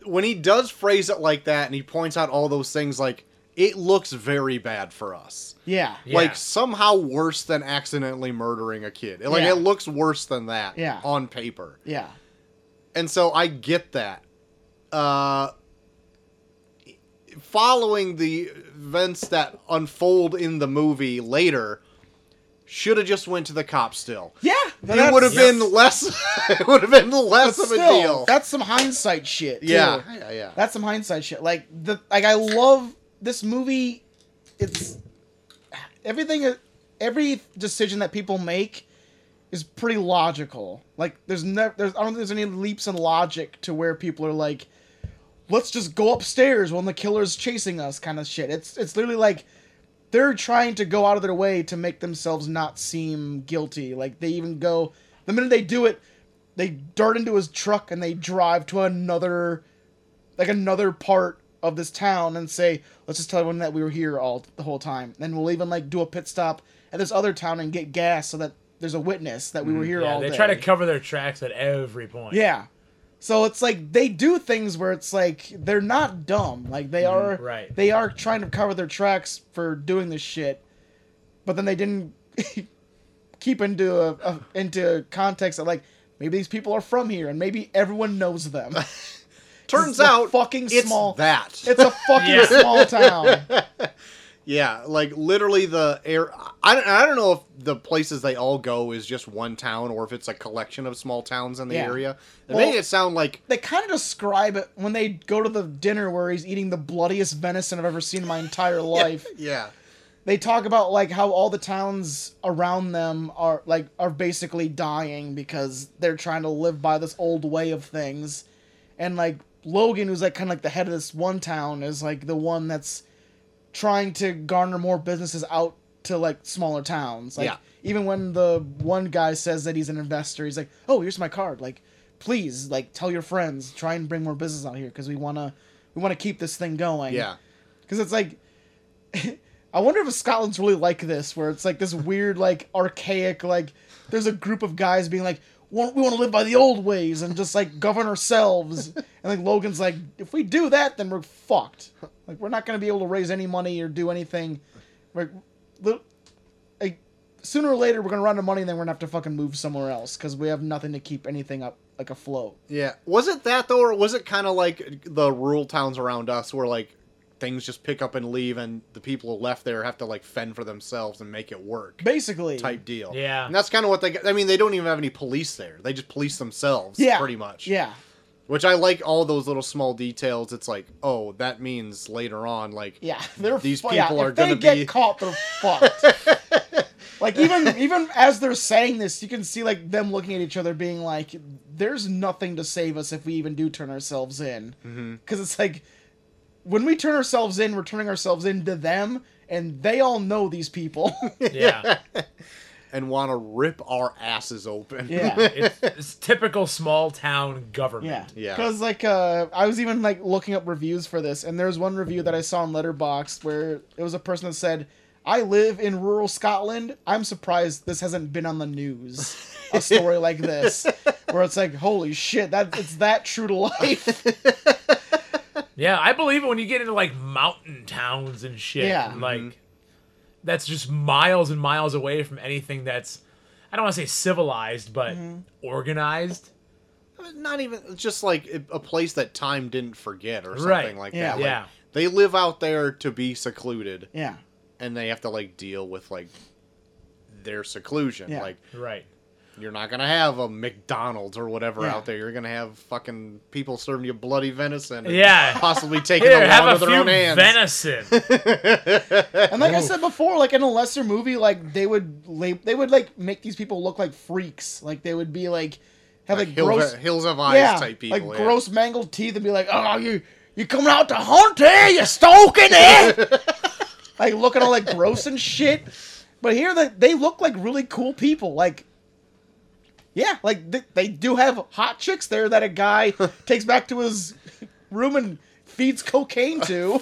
[SPEAKER 2] When he does phrase it like that and he points out all those things, like, it looks very bad for us.
[SPEAKER 1] Yeah.
[SPEAKER 3] Yeah.
[SPEAKER 2] Like, somehow worse than accidentally murdering a kid. Like,
[SPEAKER 1] Yeah.
[SPEAKER 2] it looks worse than that
[SPEAKER 1] Yeah.
[SPEAKER 2] on paper.
[SPEAKER 1] Yeah.
[SPEAKER 2] And so I get that. Uh, following the events that unfold in the movie later, should have just went to the cops still.
[SPEAKER 1] Yeah.
[SPEAKER 2] it would have
[SPEAKER 3] Yes.
[SPEAKER 2] been less. [laughs] it would have been less of a
[SPEAKER 1] Still,
[SPEAKER 2] deal.
[SPEAKER 1] That's some hindsight shit. too.
[SPEAKER 2] yeah, yeah, yeah.
[SPEAKER 1] That's some hindsight shit. Like the like I love this movie. It's everything every decision that people make is pretty logical. Like there's never there's I don't think there's any leaps in logic to where people are like let's just go upstairs when the killer's chasing us kind of shit. It's it's literally like they're trying to go out of their way to make themselves not seem guilty. Like they even go the minute they do it, they dart into his truck and they drive to another like another part of this town and say, let's just tell everyone that we were here all the whole time. Then we'll even like do a pit stop at this other town and get gas so that there's a witness that we were here
[SPEAKER 3] Mm, Yeah,
[SPEAKER 1] all
[SPEAKER 3] they
[SPEAKER 1] day.
[SPEAKER 3] try to cover their tracks at every point.
[SPEAKER 1] Yeah. So it's like they do things where it's like they're not dumb. Like they
[SPEAKER 2] Mm-hmm.
[SPEAKER 1] are
[SPEAKER 3] right.
[SPEAKER 1] they are trying to cover their tracks for doing this shit. But then they didn't [laughs] keep into a, a into context that like maybe these people are from here and maybe everyone knows
[SPEAKER 2] [laughs]
[SPEAKER 1] them.
[SPEAKER 2] Turns
[SPEAKER 1] the
[SPEAKER 2] out,
[SPEAKER 1] fucking
[SPEAKER 2] it's
[SPEAKER 1] small-
[SPEAKER 2] that.
[SPEAKER 1] It's a
[SPEAKER 2] [laughs]
[SPEAKER 1] fucking
[SPEAKER 3] Yeah.
[SPEAKER 1] small town.
[SPEAKER 2] yeah, like literally the air. I don't. I don't know if the places they all go is just one town or if it's a collection of small towns in the
[SPEAKER 1] Yeah.
[SPEAKER 2] area. They
[SPEAKER 1] Well-
[SPEAKER 2] made it sound like
[SPEAKER 1] They kind of describe it when they go to the dinner where he's eating the bloodiest venison I've ever seen in my entire [laughs] life.
[SPEAKER 2] [laughs] yeah,
[SPEAKER 1] they talk about like how all the towns around them are like are basically dying because they're trying to live by this old way of things and like logan who's like kind of like the head of this one town is like the one that's trying to garner more businesses out to like smaller towns like
[SPEAKER 2] Yeah.
[SPEAKER 1] even when the one guy says that he's an investor he's like oh here's my card like please like tell your friends try and bring more business out here because we want to we want to keep this thing going
[SPEAKER 2] yeah.
[SPEAKER 1] because it's like, [laughs] I wonder if Scotland's really like this, where it's like this weird, like archaic, like there's a group of guys being like, "Wa- we want to live by the old ways and just like govern ourselves. [laughs] and like Logan's like, if we do that, then we're fucked. Like we're not gonna be able to raise any money or do anything. Like, li- like sooner or later we're gonna run out of money, and then we're gonna have to fucking move somewhere else because we have nothing to keep anything up like afloat.
[SPEAKER 2] Yeah. Was it that though, or was it kind of like the rural towns around us, where like things just pick up and leave, and the people who left there have to like fend for themselves and make it work
[SPEAKER 1] Basically,
[SPEAKER 2] type deal?
[SPEAKER 3] Yeah.
[SPEAKER 2] And that's kind of what they. I mean, they don't even have any police there. They just police themselves.
[SPEAKER 1] yeah,
[SPEAKER 2] Pretty much.
[SPEAKER 1] yeah,
[SPEAKER 2] Which I like all those little small details. It's like, oh, that means later on, like,
[SPEAKER 1] Yeah, they're
[SPEAKER 2] These
[SPEAKER 1] fu- yeah,
[SPEAKER 2] people are
[SPEAKER 1] if they
[SPEAKER 2] gonna
[SPEAKER 1] get
[SPEAKER 2] be-
[SPEAKER 1] caught. They're fucked.
[SPEAKER 2] [laughs]
[SPEAKER 1] like even even as they're saying this, you can see like them looking at each other, being like, "There's nothing to save us if we even do turn ourselves in."
[SPEAKER 2] Mm-hmm.
[SPEAKER 1] Because it's like when we turn ourselves in, we're turning ourselves into them, and they all know these people.
[SPEAKER 2] [laughs]
[SPEAKER 3] Yeah.
[SPEAKER 2] and want to rip our asses open. [laughs]
[SPEAKER 1] [laughs] yeah.
[SPEAKER 3] it's, it's typical small town government.
[SPEAKER 1] Yeah,
[SPEAKER 2] Yeah.
[SPEAKER 1] Because like uh, I was even like looking up reviews for this, and there's one review that I saw on Letterboxd where it was a person that said, "I live in rural Scotland. I'm surprised this hasn't been on the news." a story like this, where it's like, "Holy shit, that it's that true to life."
[SPEAKER 3] Yeah, I believe it when you get into like mountain towns and shit.
[SPEAKER 1] Yeah.
[SPEAKER 3] and, like
[SPEAKER 2] Mm-hmm.
[SPEAKER 3] that's just miles and miles away from anything that's I don't want to say civilized, but
[SPEAKER 1] Mm-hmm.
[SPEAKER 3] organized.
[SPEAKER 2] Not even just like a- a place that time didn't forget or something
[SPEAKER 3] Right.
[SPEAKER 2] like
[SPEAKER 1] Yeah.
[SPEAKER 2] that. Like,
[SPEAKER 3] yeah.
[SPEAKER 2] They live out there to be secluded,
[SPEAKER 1] yeah,
[SPEAKER 2] and they have to like deal with like their seclusion.
[SPEAKER 1] Yeah.
[SPEAKER 2] Like
[SPEAKER 3] Right.
[SPEAKER 2] you're not gonna have a McDonald's or whatever
[SPEAKER 1] Yeah.
[SPEAKER 2] out there. You're gonna have fucking people serving you bloody venison. and
[SPEAKER 3] Yeah. [laughs]
[SPEAKER 2] possibly taking
[SPEAKER 3] Here,
[SPEAKER 2] the law
[SPEAKER 3] have
[SPEAKER 2] into
[SPEAKER 3] a
[SPEAKER 2] their
[SPEAKER 3] few
[SPEAKER 2] own hands.
[SPEAKER 3] venison.
[SPEAKER 2] [laughs]
[SPEAKER 1] And like I said before, like in a lesser movie, like they would la- they would like make these people look like freaks. Like they would be like have like,
[SPEAKER 2] Like hills,
[SPEAKER 1] gross
[SPEAKER 2] hills have eyes
[SPEAKER 1] yeah,
[SPEAKER 2] type people.
[SPEAKER 1] like
[SPEAKER 2] yeah.
[SPEAKER 1] gross mangled teeth and be like, "Oh, you you coming out to hunt here? You stalking
[SPEAKER 2] [laughs]
[SPEAKER 1] here?" like looking all like gross and shit. But here they they look like really cool people. Like yeah, like they, they do have hot chicks there that a
[SPEAKER 2] [laughs]
[SPEAKER 1] guy takes back to his room and feeds cocaine
[SPEAKER 2] [laughs]
[SPEAKER 1] to.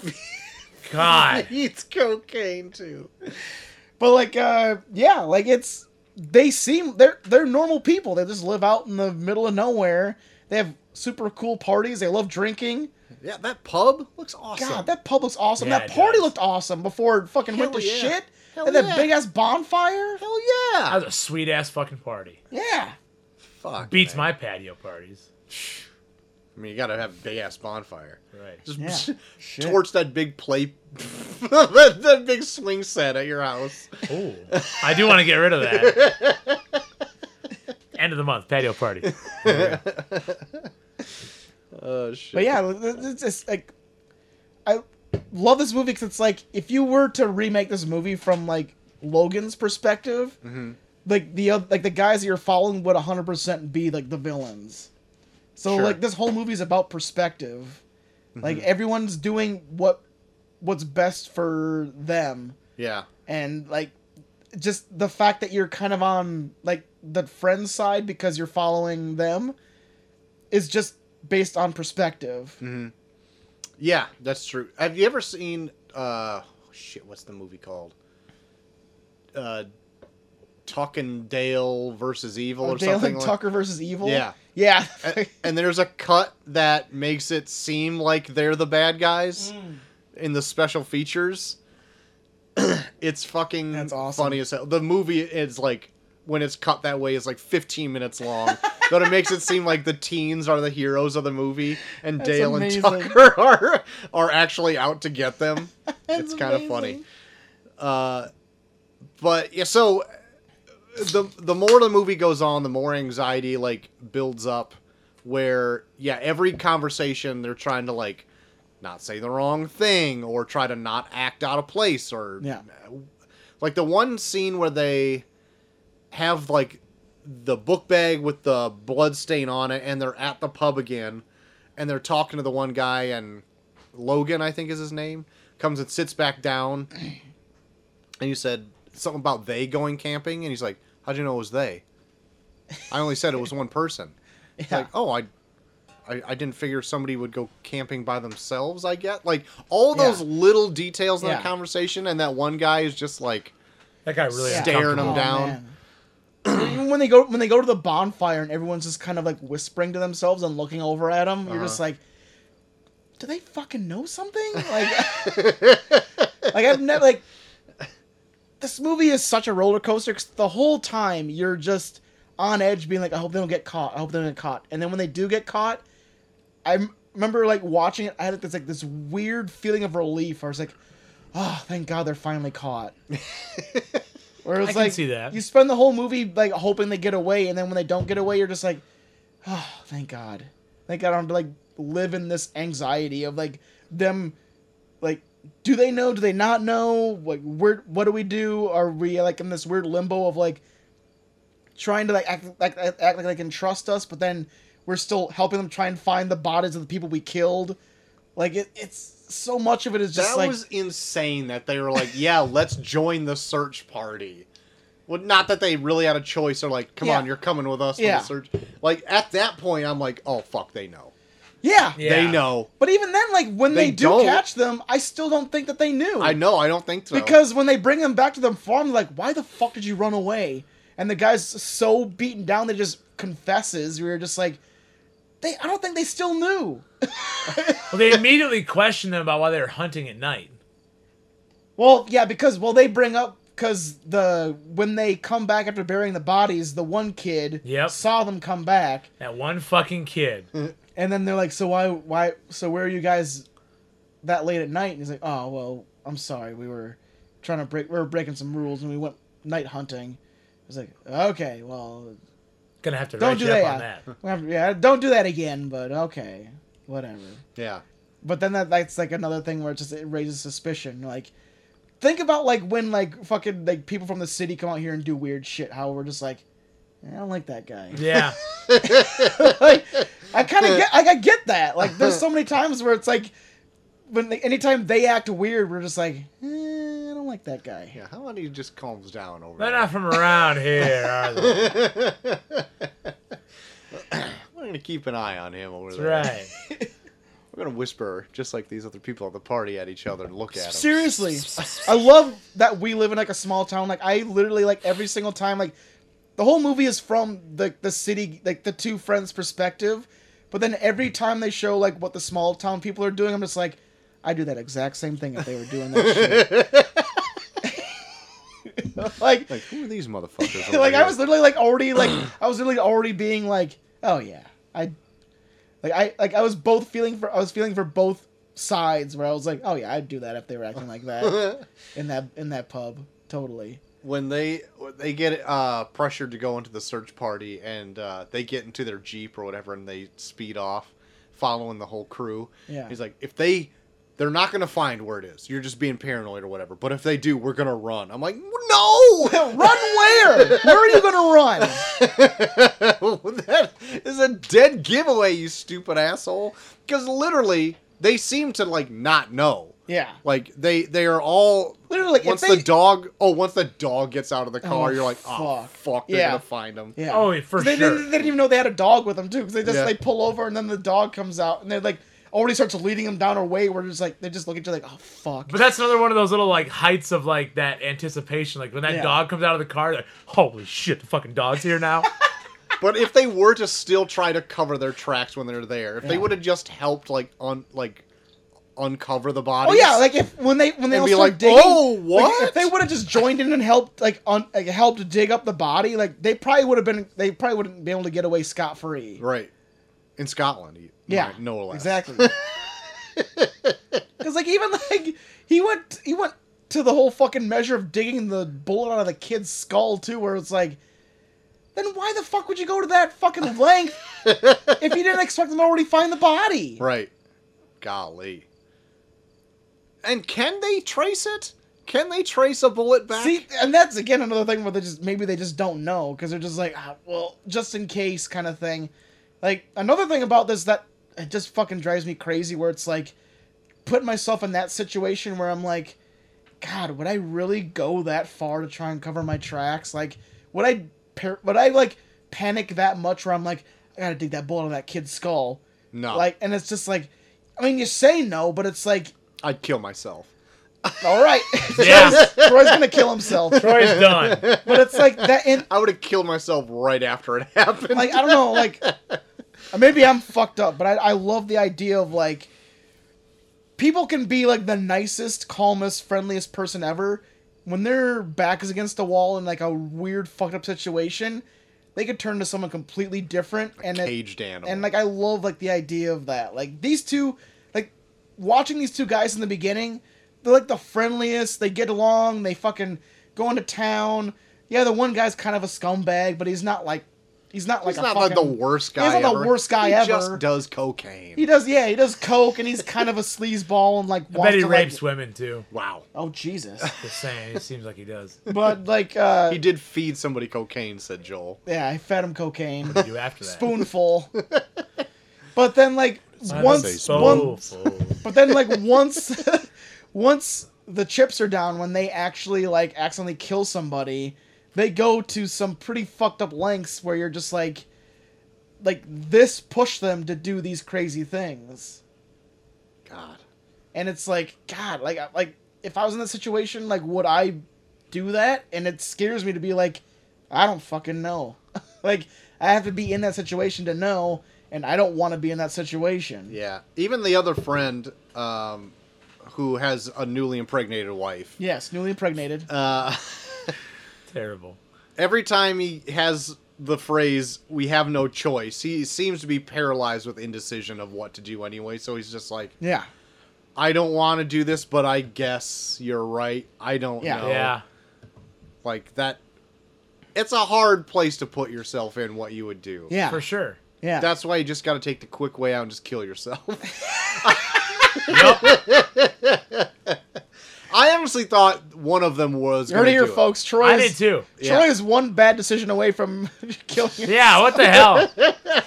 [SPEAKER 3] God.
[SPEAKER 2] He eats cocaine too.
[SPEAKER 1] But like, uh, yeah, like it's they seem they're they're normal people. They just live out in the middle of nowhere. They have super cool parties. They love drinking.
[SPEAKER 2] Yeah, that pub looks awesome.
[SPEAKER 1] God, that pub looks awesome.
[SPEAKER 3] Yeah,
[SPEAKER 1] that
[SPEAKER 3] it
[SPEAKER 1] party
[SPEAKER 3] does.
[SPEAKER 1] looked awesome before it fucking went
[SPEAKER 2] Hell
[SPEAKER 1] to
[SPEAKER 2] yeah.
[SPEAKER 1] shit.
[SPEAKER 2] Hell
[SPEAKER 1] and that
[SPEAKER 2] yeah.
[SPEAKER 1] big ass bonfire.
[SPEAKER 2] hell
[SPEAKER 3] That
[SPEAKER 2] yeah.
[SPEAKER 3] was a sweet ass fucking party.
[SPEAKER 1] Yeah.
[SPEAKER 2] Fuck.
[SPEAKER 3] Beats
[SPEAKER 2] man.
[SPEAKER 3] my patio parties.
[SPEAKER 2] I mean, you gotta have big ass bonfire.
[SPEAKER 3] Right.
[SPEAKER 2] Just
[SPEAKER 1] Yeah. [laughs] Shit.
[SPEAKER 2] torch that big play, [laughs] that, that big swing set at your house.
[SPEAKER 3] Oh. I do want to get rid of that.
[SPEAKER 2] [laughs]
[SPEAKER 3] End of the month, patio party.
[SPEAKER 2] Oh shit.
[SPEAKER 1] But yeah, it's just like I love this movie because it's like if you were to remake this movie from like Logan's perspective, like the oth- like the guys that you're following would 100 percent be like the villains. So
[SPEAKER 2] Sure.
[SPEAKER 1] like this whole movie's about perspective. Like everyone's doing what what's best for them,
[SPEAKER 2] Yeah.
[SPEAKER 1] and like just the fact that you're kind of on like the friend side because you're following them is just based on perspective.
[SPEAKER 2] Mm-hmm. Yeah, that's true. Have you ever seen uh shit, what's the movie called? Uh Talking Dale versus Evil or
[SPEAKER 1] Oh, Dale
[SPEAKER 2] something
[SPEAKER 1] and
[SPEAKER 2] like
[SPEAKER 1] Tucker versus Evil.
[SPEAKER 2] Yeah. Uh,
[SPEAKER 1] yeah.
[SPEAKER 2] A- and there's a cut that makes it seem like they're the bad guys in the special features. [clears throat] it's fucking
[SPEAKER 1] That's awesome.
[SPEAKER 2] funny as hell. The movie is like when it's cut that way is like 15 minutes long, but it makes it seem like the teens are the heroes of the movie and
[SPEAKER 1] That's
[SPEAKER 2] Dale
[SPEAKER 1] amazing.
[SPEAKER 2] and Tucker [laughs] are are actually out to
[SPEAKER 1] [laughs]
[SPEAKER 2] get them. it's kind of funny.
[SPEAKER 1] amazing.
[SPEAKER 2] Uh, but yeah, so uh, the the more the movie goes on, the more anxiety like builds up. Where yeah, every conversation they're trying to like not say the wrong thing or try to not act out of place or
[SPEAKER 1] [laughs] Yeah.
[SPEAKER 2] like the one scene where they have like the book bag with the blood stain on it and they're at the pub again and they're talking to the one guy and Logan I think is his name comes and sits back down [clears throat] and you said something about they going camping and he's like how'd you know it was they I only said it was one person
[SPEAKER 1] [laughs]
[SPEAKER 2] It's
[SPEAKER 1] Yeah.
[SPEAKER 2] like oh I I, I didn't figure somebody would go camping by themselves. I get like all
[SPEAKER 1] Yeah.
[SPEAKER 2] those little details in
[SPEAKER 1] Yeah.
[SPEAKER 2] that conversation, and that one guy is just like
[SPEAKER 3] That guy really
[SPEAKER 2] Staring 'em
[SPEAKER 3] uncomfortable.
[SPEAKER 1] Oh,
[SPEAKER 2] down.
[SPEAKER 1] man. Even when they go when they go to the bonfire and everyone's just kind of like whispering to themselves and looking over at them, you're
[SPEAKER 2] Uh-huh.
[SPEAKER 1] just like, do they fucking know
[SPEAKER 2] [laughs]
[SPEAKER 1] something? Like, [laughs] like I've never like. This movie is such a roller coaster 'cause the whole time you're just on edge, being like, I hope they don't get caught. I hope they don't get caught. And then when they do get caught, I m- remember like watching it. I had like, this like this weird feeling of relief. I was like, oh, thank God they're finally caught. Where it's
[SPEAKER 3] I can
[SPEAKER 1] like
[SPEAKER 3] see that.
[SPEAKER 1] you spend the whole movie like hoping they get away, and then when they don't get away, you're just like, oh, thank God, thank God I don't have to, like live in this anxiety of like them, like do they know? Do they not know? Like where? What do we do? Are we like in this weird limbo of like trying to like act like act like they can trust us, but then we're still helping them try and find the bodies of the people we killed. Like it, it's so much of it is just
[SPEAKER 2] that
[SPEAKER 1] like
[SPEAKER 2] was insane. That they were like, yeah, let's join the search party. Well, not that they really had a choice. They're like, come
[SPEAKER 1] Yeah.
[SPEAKER 2] on, you're coming with us
[SPEAKER 1] Yeah.
[SPEAKER 2] to the search. Like at that point, I'm like, oh fuck, they know.
[SPEAKER 1] yeah.
[SPEAKER 3] Yeah.
[SPEAKER 2] They know.
[SPEAKER 1] But even then, like when
[SPEAKER 2] They
[SPEAKER 1] they, do
[SPEAKER 2] don't.
[SPEAKER 1] catch them, I still don't think that they knew.
[SPEAKER 2] I know. I don't think so.
[SPEAKER 1] Because when they bring them back to the farm, like, why the fuck did you run away? And the guy's so beaten down, they just confesses. We were just like, they. I don't think they still knew.
[SPEAKER 3] Well, they immediately questioned them about why they were hunting at night.
[SPEAKER 1] Well, yeah, because well they bring up because the when they come back after burying the bodies, the one kid
[SPEAKER 3] Yep.
[SPEAKER 1] saw them come back,
[SPEAKER 3] That one fucking kid.
[SPEAKER 1] and then they're like, so why why so where are you guys that late at night? And he's like, oh well, I'm sorry, we were trying to break we were breaking some rules and we went night hunting. was like, okay, well,
[SPEAKER 3] Gonna have to
[SPEAKER 1] Don't
[SPEAKER 3] write
[SPEAKER 1] do
[SPEAKER 3] you up
[SPEAKER 1] that.
[SPEAKER 3] on that.
[SPEAKER 1] [laughs] we have- yeah, don't do that again. But okay, whatever.
[SPEAKER 2] Yeah.
[SPEAKER 1] But then that that's like another thing where it just it raises suspicion. Like, think about like when like fucking like people from the city come out here and do weird shit. How we're just like, I don't like that guy.
[SPEAKER 3] Yeah.
[SPEAKER 1] [laughs] like, I kind of get, like, I get that. Like, there's so many times where it's like, when they, anytime they act weird, we're just like, eh, I don't like that guy.
[SPEAKER 2] Yeah. How about he just calms down over
[SPEAKER 3] They're
[SPEAKER 2] there?
[SPEAKER 3] not from around here, are they?
[SPEAKER 2] We're gonna keep an eye on him over
[SPEAKER 3] That's
[SPEAKER 2] there.
[SPEAKER 3] right.
[SPEAKER 2] We're gonna whisper just like these other people at the party at each other and look at him.
[SPEAKER 1] Seriously, I love that we live in like a small town. Like, I literally like every single time like. The whole movie is from the the city, like the two friends' perspective, but then every time they show like what the small town people are doing, I'm just like, I do that exact same thing if they were doing that shit. [laughs] like,
[SPEAKER 2] Like who are these motherfuckers?
[SPEAKER 1] [laughs]
[SPEAKER 2] over
[SPEAKER 1] like I
[SPEAKER 2] here?
[SPEAKER 1] was literally like already
[SPEAKER 2] [clears throat]
[SPEAKER 1] like I was literally already being like, oh yeah, I, like I like I was both feeling for I was feeling for both sides where I was like, oh yeah, I'd do that if they were acting like that
[SPEAKER 2] [laughs]
[SPEAKER 1] in that in that pub, totally.
[SPEAKER 2] when they when they get uh, pressured to go into the search party and uh, they get into their jeep or whatever and they speed off, following the whole crew.
[SPEAKER 1] Yeah.
[SPEAKER 2] He's like, if they, they're not gonna find where it is. You're just being paranoid or whatever. But if they do, we're gonna run. I'm like, no,
[SPEAKER 1] [laughs] Run where? Where are you gonna run?
[SPEAKER 2] [laughs]
[SPEAKER 1] [laughs]
[SPEAKER 2] that is a dead giveaway, you stupid asshole. Because literally, they seem to like not know.
[SPEAKER 1] Yeah,
[SPEAKER 2] Like they they are all
[SPEAKER 1] Literally, like, if
[SPEAKER 2] once
[SPEAKER 1] they-
[SPEAKER 2] the dog oh once the dog gets out of the car
[SPEAKER 1] Oh,
[SPEAKER 2] you're like oh
[SPEAKER 1] fuck.
[SPEAKER 2] fuck they're
[SPEAKER 1] Yeah.
[SPEAKER 2] gonna find him
[SPEAKER 1] yeah.
[SPEAKER 3] Oh, for
[SPEAKER 1] 'Cause they,
[SPEAKER 3] sure.
[SPEAKER 1] didn't, they didn't even know they had a dog with them too, because they just
[SPEAKER 2] Yeah.
[SPEAKER 1] they pull over and then the dog comes out and they're like already starts leading them down a way where just like they just look at you like oh fuck.
[SPEAKER 3] But that's another one of those little like heights of like that anticipation. Like when that
[SPEAKER 1] Yeah.
[SPEAKER 3] dog comes out of the car, they're like, holy shit, the fucking dog's
[SPEAKER 1] [laughs]
[SPEAKER 3] here now.
[SPEAKER 2] but if they were to still try to cover their tracks when they're there if they
[SPEAKER 1] Yeah.
[SPEAKER 2] would have just helped like un like uncover the body
[SPEAKER 1] Oh yeah, like if when they when they
[SPEAKER 2] And
[SPEAKER 1] all
[SPEAKER 2] be
[SPEAKER 1] start
[SPEAKER 2] like,
[SPEAKER 1] digging,
[SPEAKER 2] "Oh,
[SPEAKER 1] like,
[SPEAKER 2] what?"
[SPEAKER 1] if they would have just joined in and helped like on like, helped dig up the body, like they probably would have been they probably wouldn't be able to get away scot free.
[SPEAKER 2] right in Scotland you-
[SPEAKER 1] Yeah,
[SPEAKER 2] no less
[SPEAKER 1] exactly.
[SPEAKER 2] [laughs]
[SPEAKER 1] Because like even like he went he went to the whole fucking measure of digging the bullet out of the kid's skull too, where it's like, then why the fuck would you go to that fucking length if you didn't expect them to already find the body?
[SPEAKER 2] Right. Golly. And can they trace it? Can they trace a bullet back?
[SPEAKER 1] See, and that's again another thing where they just maybe they just don't know because they're just like, ah, well, just in case kind of thing. Like another thing about this that it just fucking drives me crazy, where it's like putting myself in that situation where I'm like, God, would I really go that far to try and cover my tracks? Like, would I par- would I like panic that much where I'm like, I gotta dig that bullet out of that kid's skull?
[SPEAKER 2] no.
[SPEAKER 1] Like, and it's just like, I mean, you say no, but it's like,
[SPEAKER 2] I'd kill myself.
[SPEAKER 1] all right, [laughs]
[SPEAKER 3] Yeah.
[SPEAKER 1] Troy's, Troy's gonna kill himself
[SPEAKER 3] Troy's done.
[SPEAKER 1] but it's like that in
[SPEAKER 2] I would have killed myself right after it [laughs] happened.
[SPEAKER 1] like I don't know like
[SPEAKER 2] [laughs]
[SPEAKER 1] maybe I'm fucked up, but I, I love the idea of like people can be like the nicest, calmest, friendliest person ever when their back is against the wall in like a weird fucked up situation. They could turn to someone completely different, and it,
[SPEAKER 2] Caged animal.
[SPEAKER 1] and like I love like the idea of that. Like these two, like watching these two guys in the beginning, they're like the friendliest. They get along. They fucking go into town. Yeah, the one guy's kind of a scumbag, but he's not like he's not like
[SPEAKER 2] he's
[SPEAKER 1] a
[SPEAKER 2] not
[SPEAKER 1] fucking,
[SPEAKER 2] like the worst guy
[SPEAKER 1] He's not
[SPEAKER 2] ever.
[SPEAKER 1] the worst guy
[SPEAKER 2] he
[SPEAKER 1] ever.
[SPEAKER 2] just does cocaine.
[SPEAKER 1] he does. Yeah, he does coke, and he's kind of a [laughs] sleazeball and like.
[SPEAKER 3] I bet
[SPEAKER 1] wants
[SPEAKER 3] he
[SPEAKER 1] to, like-
[SPEAKER 3] rapes women too.
[SPEAKER 2] wow.
[SPEAKER 1] Oh Jesus!
[SPEAKER 3] Just saying, it seems like he does.
[SPEAKER 1] But like, uh,
[SPEAKER 2] [laughs] He did feed somebody cocaine, said Joel.
[SPEAKER 1] yeah, I fed him cocaine,
[SPEAKER 2] [laughs]
[SPEAKER 3] What do you do after that?
[SPEAKER 1] spoonful. but then like
[SPEAKER 3] I would say
[SPEAKER 1] once
[SPEAKER 3] so
[SPEAKER 1] one
[SPEAKER 3] full.
[SPEAKER 1] But then like once [laughs] once the chips are down when they actually like accidentally kill somebody, they go to some pretty fucked up lengths where you're just like like this pushed them to do these crazy things.
[SPEAKER 2] God.
[SPEAKER 1] And it's like god, like I- like if I was in that situation, like would I do that? And it scares me to be like I don't fucking know. [laughs] like I have to be in that situation to know and I don't want to be in that situation.
[SPEAKER 2] Yeah. Even the other friend um, who has a newly impregnated wife.
[SPEAKER 1] Yes, newly impregnated.
[SPEAKER 2] Uh,
[SPEAKER 3] Terrible.
[SPEAKER 2] [laughs] every time he has the phrase "we have no choice," he seems to be paralyzed with indecision of what to do anyway. So he's just like,
[SPEAKER 1] yeah.
[SPEAKER 2] "I don't want to do this, but I
[SPEAKER 1] Oh.
[SPEAKER 2] guess you're right. I don't
[SPEAKER 1] Yeah.
[SPEAKER 2] know."
[SPEAKER 3] Yeah.
[SPEAKER 2] Like that. it's a hard place to put yourself in what you would do.
[SPEAKER 1] Yeah.
[SPEAKER 3] for sure.
[SPEAKER 1] Yeah.
[SPEAKER 2] That's why you just got to take the quick way out and just kill yourself. [laughs]
[SPEAKER 3] Yep.
[SPEAKER 2] I honestly thought one of them was.
[SPEAKER 1] you heard
[SPEAKER 2] gonna
[SPEAKER 1] it here,
[SPEAKER 2] do it.
[SPEAKER 1] folks. Troy
[SPEAKER 3] I
[SPEAKER 1] is,
[SPEAKER 3] did too.
[SPEAKER 2] Yeah.
[SPEAKER 1] Troy is one bad decision away from [laughs] killing him.
[SPEAKER 3] Yeah, what the hell?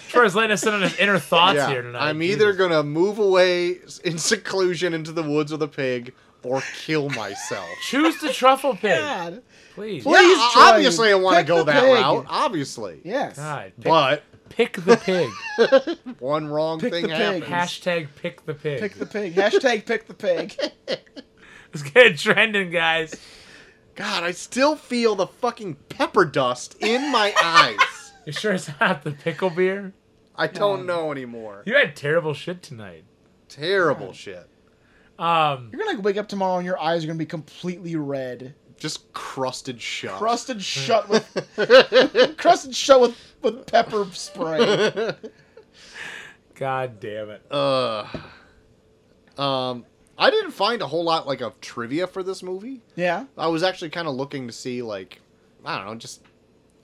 [SPEAKER 3] Troy's letting us in on his inner thoughts
[SPEAKER 2] Yeah.
[SPEAKER 3] here tonight.
[SPEAKER 2] I'm
[SPEAKER 3] Jesus.
[SPEAKER 2] either gonna move away in seclusion into the woods with a pig or
[SPEAKER 1] [laughs]
[SPEAKER 2] kill myself.
[SPEAKER 3] choose the truffle pig,
[SPEAKER 1] God.
[SPEAKER 3] please.
[SPEAKER 1] Please,
[SPEAKER 2] yeah,
[SPEAKER 1] Troy,
[SPEAKER 2] obviously I want to
[SPEAKER 1] pick
[SPEAKER 2] go
[SPEAKER 1] the
[SPEAKER 2] that
[SPEAKER 1] pig.
[SPEAKER 2] route. Obviously,
[SPEAKER 1] Yes.
[SPEAKER 3] God, pick,
[SPEAKER 2] but
[SPEAKER 3] pick the pig.
[SPEAKER 2] one wrong
[SPEAKER 1] Pick
[SPEAKER 2] thing
[SPEAKER 1] the pig.
[SPEAKER 2] happens.
[SPEAKER 3] Hashtag pick the pig.
[SPEAKER 1] Pick the pig. Hashtag pick the pig.
[SPEAKER 3] Let's get it trending, guys.
[SPEAKER 2] God, I still feel the fucking pepper dust in my eyes.
[SPEAKER 3] You sure it's not the pickle beer?
[SPEAKER 2] I don't know anymore.
[SPEAKER 3] You had terrible shit tonight.
[SPEAKER 2] Terrible shit.
[SPEAKER 3] Um,
[SPEAKER 1] You're gonna wake up tomorrow and your eyes are gonna be completely red,
[SPEAKER 2] Just crusted shut.
[SPEAKER 1] crusted shut with
[SPEAKER 2] [laughs]
[SPEAKER 1] crusted shut with, with pepper spray.
[SPEAKER 3] god damn it.
[SPEAKER 2] Ugh. Um, I didn't find a whole lot like of trivia for this movie.
[SPEAKER 1] Yeah.
[SPEAKER 2] I was actually kind of looking to see like I don't know, just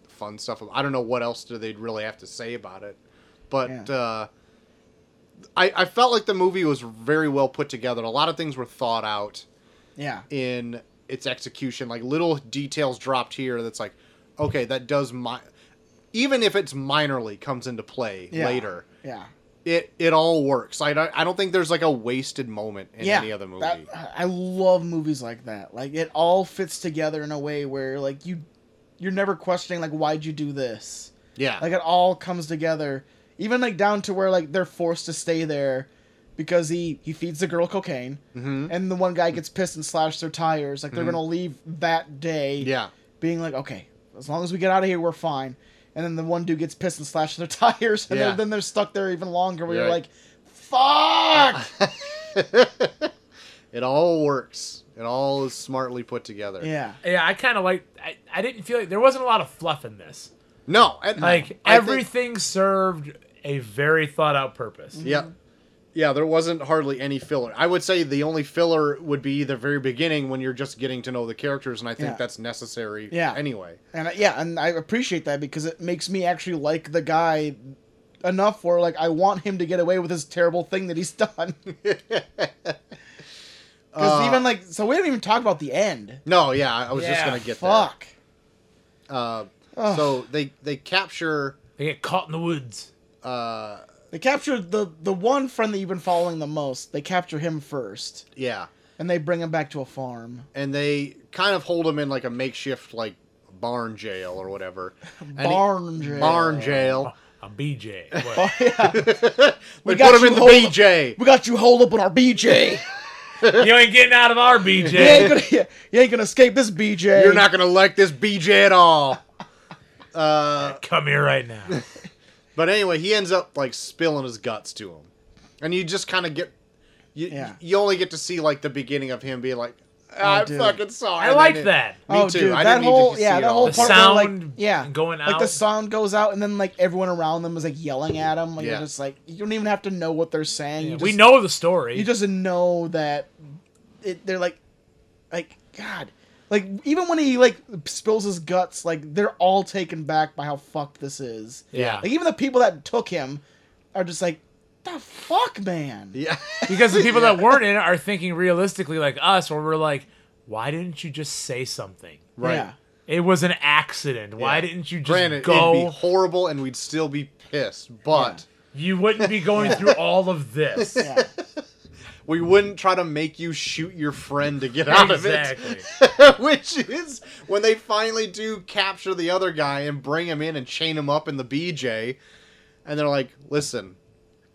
[SPEAKER 2] fun stuff. I don't know what else do they really have to say about it, but
[SPEAKER 1] Yeah.
[SPEAKER 2] uh, I I felt like the movie was very well put together. A lot of things were thought out
[SPEAKER 1] Yeah.
[SPEAKER 2] in its execution. Like little details dropped here that's like, okay, that does my even if it's minorly comes into play
[SPEAKER 1] Yeah.
[SPEAKER 2] later.
[SPEAKER 1] Yeah.
[SPEAKER 2] It it all works. I don't, I don't think there's like a wasted moment in
[SPEAKER 1] yeah.
[SPEAKER 2] any other movie.
[SPEAKER 1] that- I love movies like that. Like it all fits together in a way where like you you're never questioning like why'd you do this?
[SPEAKER 2] yeah.
[SPEAKER 1] Like it all comes together. Even like down to where like they're forced to stay there because he he feeds the girl cocaine
[SPEAKER 2] hmm
[SPEAKER 1] and the one guy gets pissed and slashed their tires. Like they're
[SPEAKER 2] Mhm.
[SPEAKER 1] gonna leave that day.
[SPEAKER 2] Yeah.
[SPEAKER 1] being like, okay, as long as we get out of here, we're fine. And then the one dude gets pissed and slashes their [laughs] tires, and
[SPEAKER 2] Yeah.
[SPEAKER 1] then- then they're stuck there even longer. Where you're
[SPEAKER 2] Right.
[SPEAKER 1] like, fuck.
[SPEAKER 2] it all works. It all is smartly put together.
[SPEAKER 1] yeah,
[SPEAKER 3] Yeah, I kind of like. I, I didn't feel like there wasn't a lot of fluff in this.
[SPEAKER 2] No, and
[SPEAKER 3] Like
[SPEAKER 2] I think-
[SPEAKER 3] everything served a very thought out purpose.
[SPEAKER 2] yeah. Yeah, there wasn't hardly any filler. I would say the only filler would be the very beginning when you're just getting to know the characters, and I think
[SPEAKER 1] Yeah.
[SPEAKER 2] that's necessary
[SPEAKER 1] Yeah.
[SPEAKER 2] anyway.
[SPEAKER 1] and I, yeah, and I appreciate that because it makes me actually like the guy enough where like I want him to get away with his terrible thing that he's [laughs]
[SPEAKER 2] [laughs]
[SPEAKER 1] done. Because
[SPEAKER 2] Uh,
[SPEAKER 1] even like, so we didn't even talk about the end.
[SPEAKER 2] No, yeah, I was just
[SPEAKER 3] Yeah,
[SPEAKER 2] going to get
[SPEAKER 1] Fuck.
[SPEAKER 2] there. Uh,
[SPEAKER 1] Ugh.
[SPEAKER 2] so they, they capture.
[SPEAKER 3] They get caught in the woods.
[SPEAKER 2] Uh,
[SPEAKER 1] They captured the the one friend that you've been following the most. They capture him first,
[SPEAKER 2] yeah.
[SPEAKER 1] and they bring him back to a farm.
[SPEAKER 2] And they kind of hold him in like a makeshift, like, barn jail or whatever. And he-
[SPEAKER 1] Barn jail.
[SPEAKER 2] Barn jail.
[SPEAKER 3] A BJ. What?
[SPEAKER 2] we
[SPEAKER 1] got
[SPEAKER 2] put him in
[SPEAKER 1] you
[SPEAKER 2] the
[SPEAKER 1] hold-
[SPEAKER 2] BJ.
[SPEAKER 1] We got you holed up on our
[SPEAKER 2] [laughs]
[SPEAKER 1] BJ.
[SPEAKER 3] you ain't getting out of our BJ.
[SPEAKER 1] You ain't gonna, [laughs] you ain't gonna escape this BJ.
[SPEAKER 2] You're not gonna like this BJ at all. Uh,
[SPEAKER 3] Come here right now.
[SPEAKER 2] but anyway, he ends up like spilling his guts to him, and you just kind of get, you
[SPEAKER 1] Yeah. Oh,
[SPEAKER 2] you only get to see like the beginning of him being like, I'm
[SPEAKER 1] dude.
[SPEAKER 2] fucking sorry.
[SPEAKER 3] I
[SPEAKER 2] And
[SPEAKER 3] like
[SPEAKER 2] then it-
[SPEAKER 3] that.
[SPEAKER 2] Me
[SPEAKER 1] oh,
[SPEAKER 2] too.
[SPEAKER 1] dude,
[SPEAKER 2] I
[SPEAKER 1] that
[SPEAKER 2] didn't
[SPEAKER 1] whole
[SPEAKER 2] need to see
[SPEAKER 1] yeah,
[SPEAKER 2] it
[SPEAKER 1] that
[SPEAKER 2] all.
[SPEAKER 1] whole
[SPEAKER 3] The
[SPEAKER 1] part where like
[SPEAKER 3] sound
[SPEAKER 1] yeah,
[SPEAKER 3] going
[SPEAKER 1] like the
[SPEAKER 3] out.
[SPEAKER 1] sound goes out, and then like everyone around them is like yelling at him. Like
[SPEAKER 2] Yeah.
[SPEAKER 1] you're just like you don't even have to know what they're saying.
[SPEAKER 3] Yeah,
[SPEAKER 1] you
[SPEAKER 3] we
[SPEAKER 1] just-
[SPEAKER 3] know the story.
[SPEAKER 1] you just know that it, they're like, like God, like even when he like spills his guts, like they're all taken back by how fucked this is.
[SPEAKER 3] yeah.
[SPEAKER 1] Like even the people that took him are just like, the fuck, man.
[SPEAKER 2] [laughs] Yeah,
[SPEAKER 3] because the people that weren't in it are thinking realistically like us, where we're like, why didn't you just say something?
[SPEAKER 2] right.
[SPEAKER 1] Yeah.
[SPEAKER 3] It was an accident. Why
[SPEAKER 2] Yeah.
[SPEAKER 3] didn't you just
[SPEAKER 2] Granted, it'd
[SPEAKER 3] go?
[SPEAKER 2] be horrible, and we'd still be pissed, but
[SPEAKER 3] [laughs] You wouldn't be going through
[SPEAKER 2] [laughs]
[SPEAKER 3] all of this.
[SPEAKER 1] Yeah.
[SPEAKER 2] we wouldn't try to make you shoot your friend to get out of
[SPEAKER 3] exactly.
[SPEAKER 2] it. [laughs] Which is when they finally do capture the other guy and bring him in and chain him up in the BJ, and they're like, "Listen,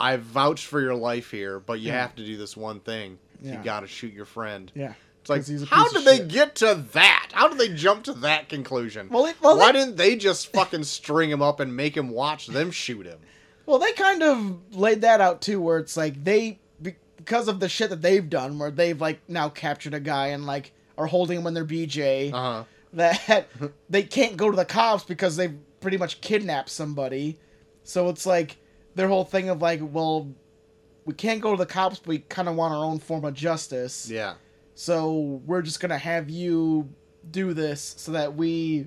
[SPEAKER 2] I vouched for your life here, but you
[SPEAKER 1] Yeah.
[SPEAKER 2] have to do this one thing.
[SPEAKER 1] Yeah.
[SPEAKER 2] You got to shoot your friend."
[SPEAKER 1] Yeah.
[SPEAKER 2] [laughs] It's like,
[SPEAKER 1] 'Cause he's a
[SPEAKER 2] how
[SPEAKER 1] piece of
[SPEAKER 2] did they
[SPEAKER 1] shit.
[SPEAKER 2] get to that? How did they jump to that conclusion?
[SPEAKER 1] Well, it- well,
[SPEAKER 2] Why
[SPEAKER 1] they-
[SPEAKER 2] didn't they
[SPEAKER 1] [laughs]
[SPEAKER 2] just fucking string him up and make him watch them shoot him?
[SPEAKER 1] Well, they kind of laid that out too, where it's like they because of the shit that they've done, where they've like now captured a guy and like are holding him in their BJ.
[SPEAKER 2] Uh huh.
[SPEAKER 1] That [laughs] they can't go to the cops because they've pretty much kidnapped somebody. So it's like their whole thing of like, well, we can't go to the cops, but we kind of want our own form of justice.
[SPEAKER 2] Yeah.
[SPEAKER 1] So we're just gonna have you do this so that we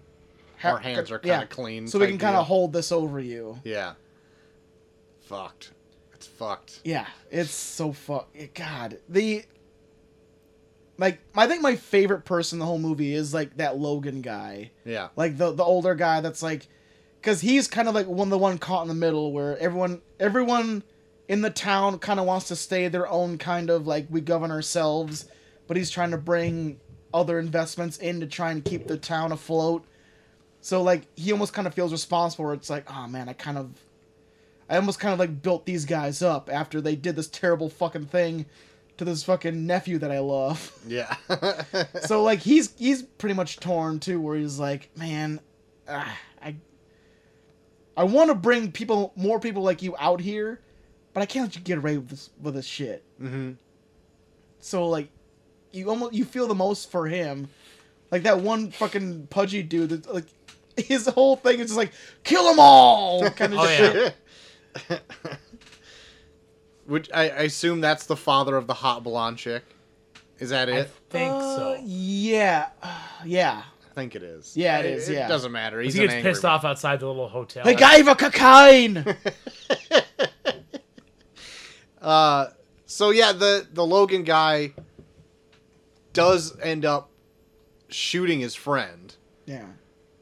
[SPEAKER 2] Our hands are
[SPEAKER 1] yeah.
[SPEAKER 2] kind of clean.
[SPEAKER 1] so we
[SPEAKER 2] type
[SPEAKER 1] can kind
[SPEAKER 2] deal.
[SPEAKER 1] of hold this over you.
[SPEAKER 2] Yeah. Fucked. It's fucked.
[SPEAKER 1] Yeah, it's so fuck. God, the like I think my favorite person in the whole movie is like that Logan guy,
[SPEAKER 2] Yeah.
[SPEAKER 1] like the the older guy that's like, because he's kind of like one the one caught in the middle where everyone everyone in the town kind of wants to stay their own kind of like we govern ourselves, but he's trying to bring other investments in to try and keep the town afloat. So like he almost kind of feels responsible. Where it's like, oh man, I kind of I almost kind of like built these guys up after they did this terrible fucking thing to this fucking nephew that I love.
[SPEAKER 2] Yeah. [laughs]
[SPEAKER 1] so like he's he's pretty much torn too, where he's like, man, ah, I I want to bring people more people like you out here, but I can't let you get away with this with this shit.
[SPEAKER 2] mm-hmm.
[SPEAKER 1] So like, you almost you feel the most for him, like that one fucking pudgy dude that like. His whole thing is just like kill them
[SPEAKER 3] [laughs]
[SPEAKER 1] all kind of
[SPEAKER 3] Oh, yeah.
[SPEAKER 1] shit.
[SPEAKER 2] Which I, I assume that's the father of the hot blonde chick. Is that
[SPEAKER 3] I
[SPEAKER 2] it?
[SPEAKER 3] think
[SPEAKER 1] Uh,
[SPEAKER 3] so.
[SPEAKER 1] Yeah, [sighs] yeah.
[SPEAKER 2] I think it is.
[SPEAKER 1] Yeah, it is, yeah.
[SPEAKER 2] It doesn't matter. He's
[SPEAKER 3] He
[SPEAKER 2] an
[SPEAKER 3] gets
[SPEAKER 2] angry
[SPEAKER 3] pissed
[SPEAKER 2] man.
[SPEAKER 3] off outside the little hotel.
[SPEAKER 1] They gave a cocaine.
[SPEAKER 2] [laughs] Uh, so yeah, the the Logan guy does end up shooting his friend.
[SPEAKER 1] [laughs] yeah.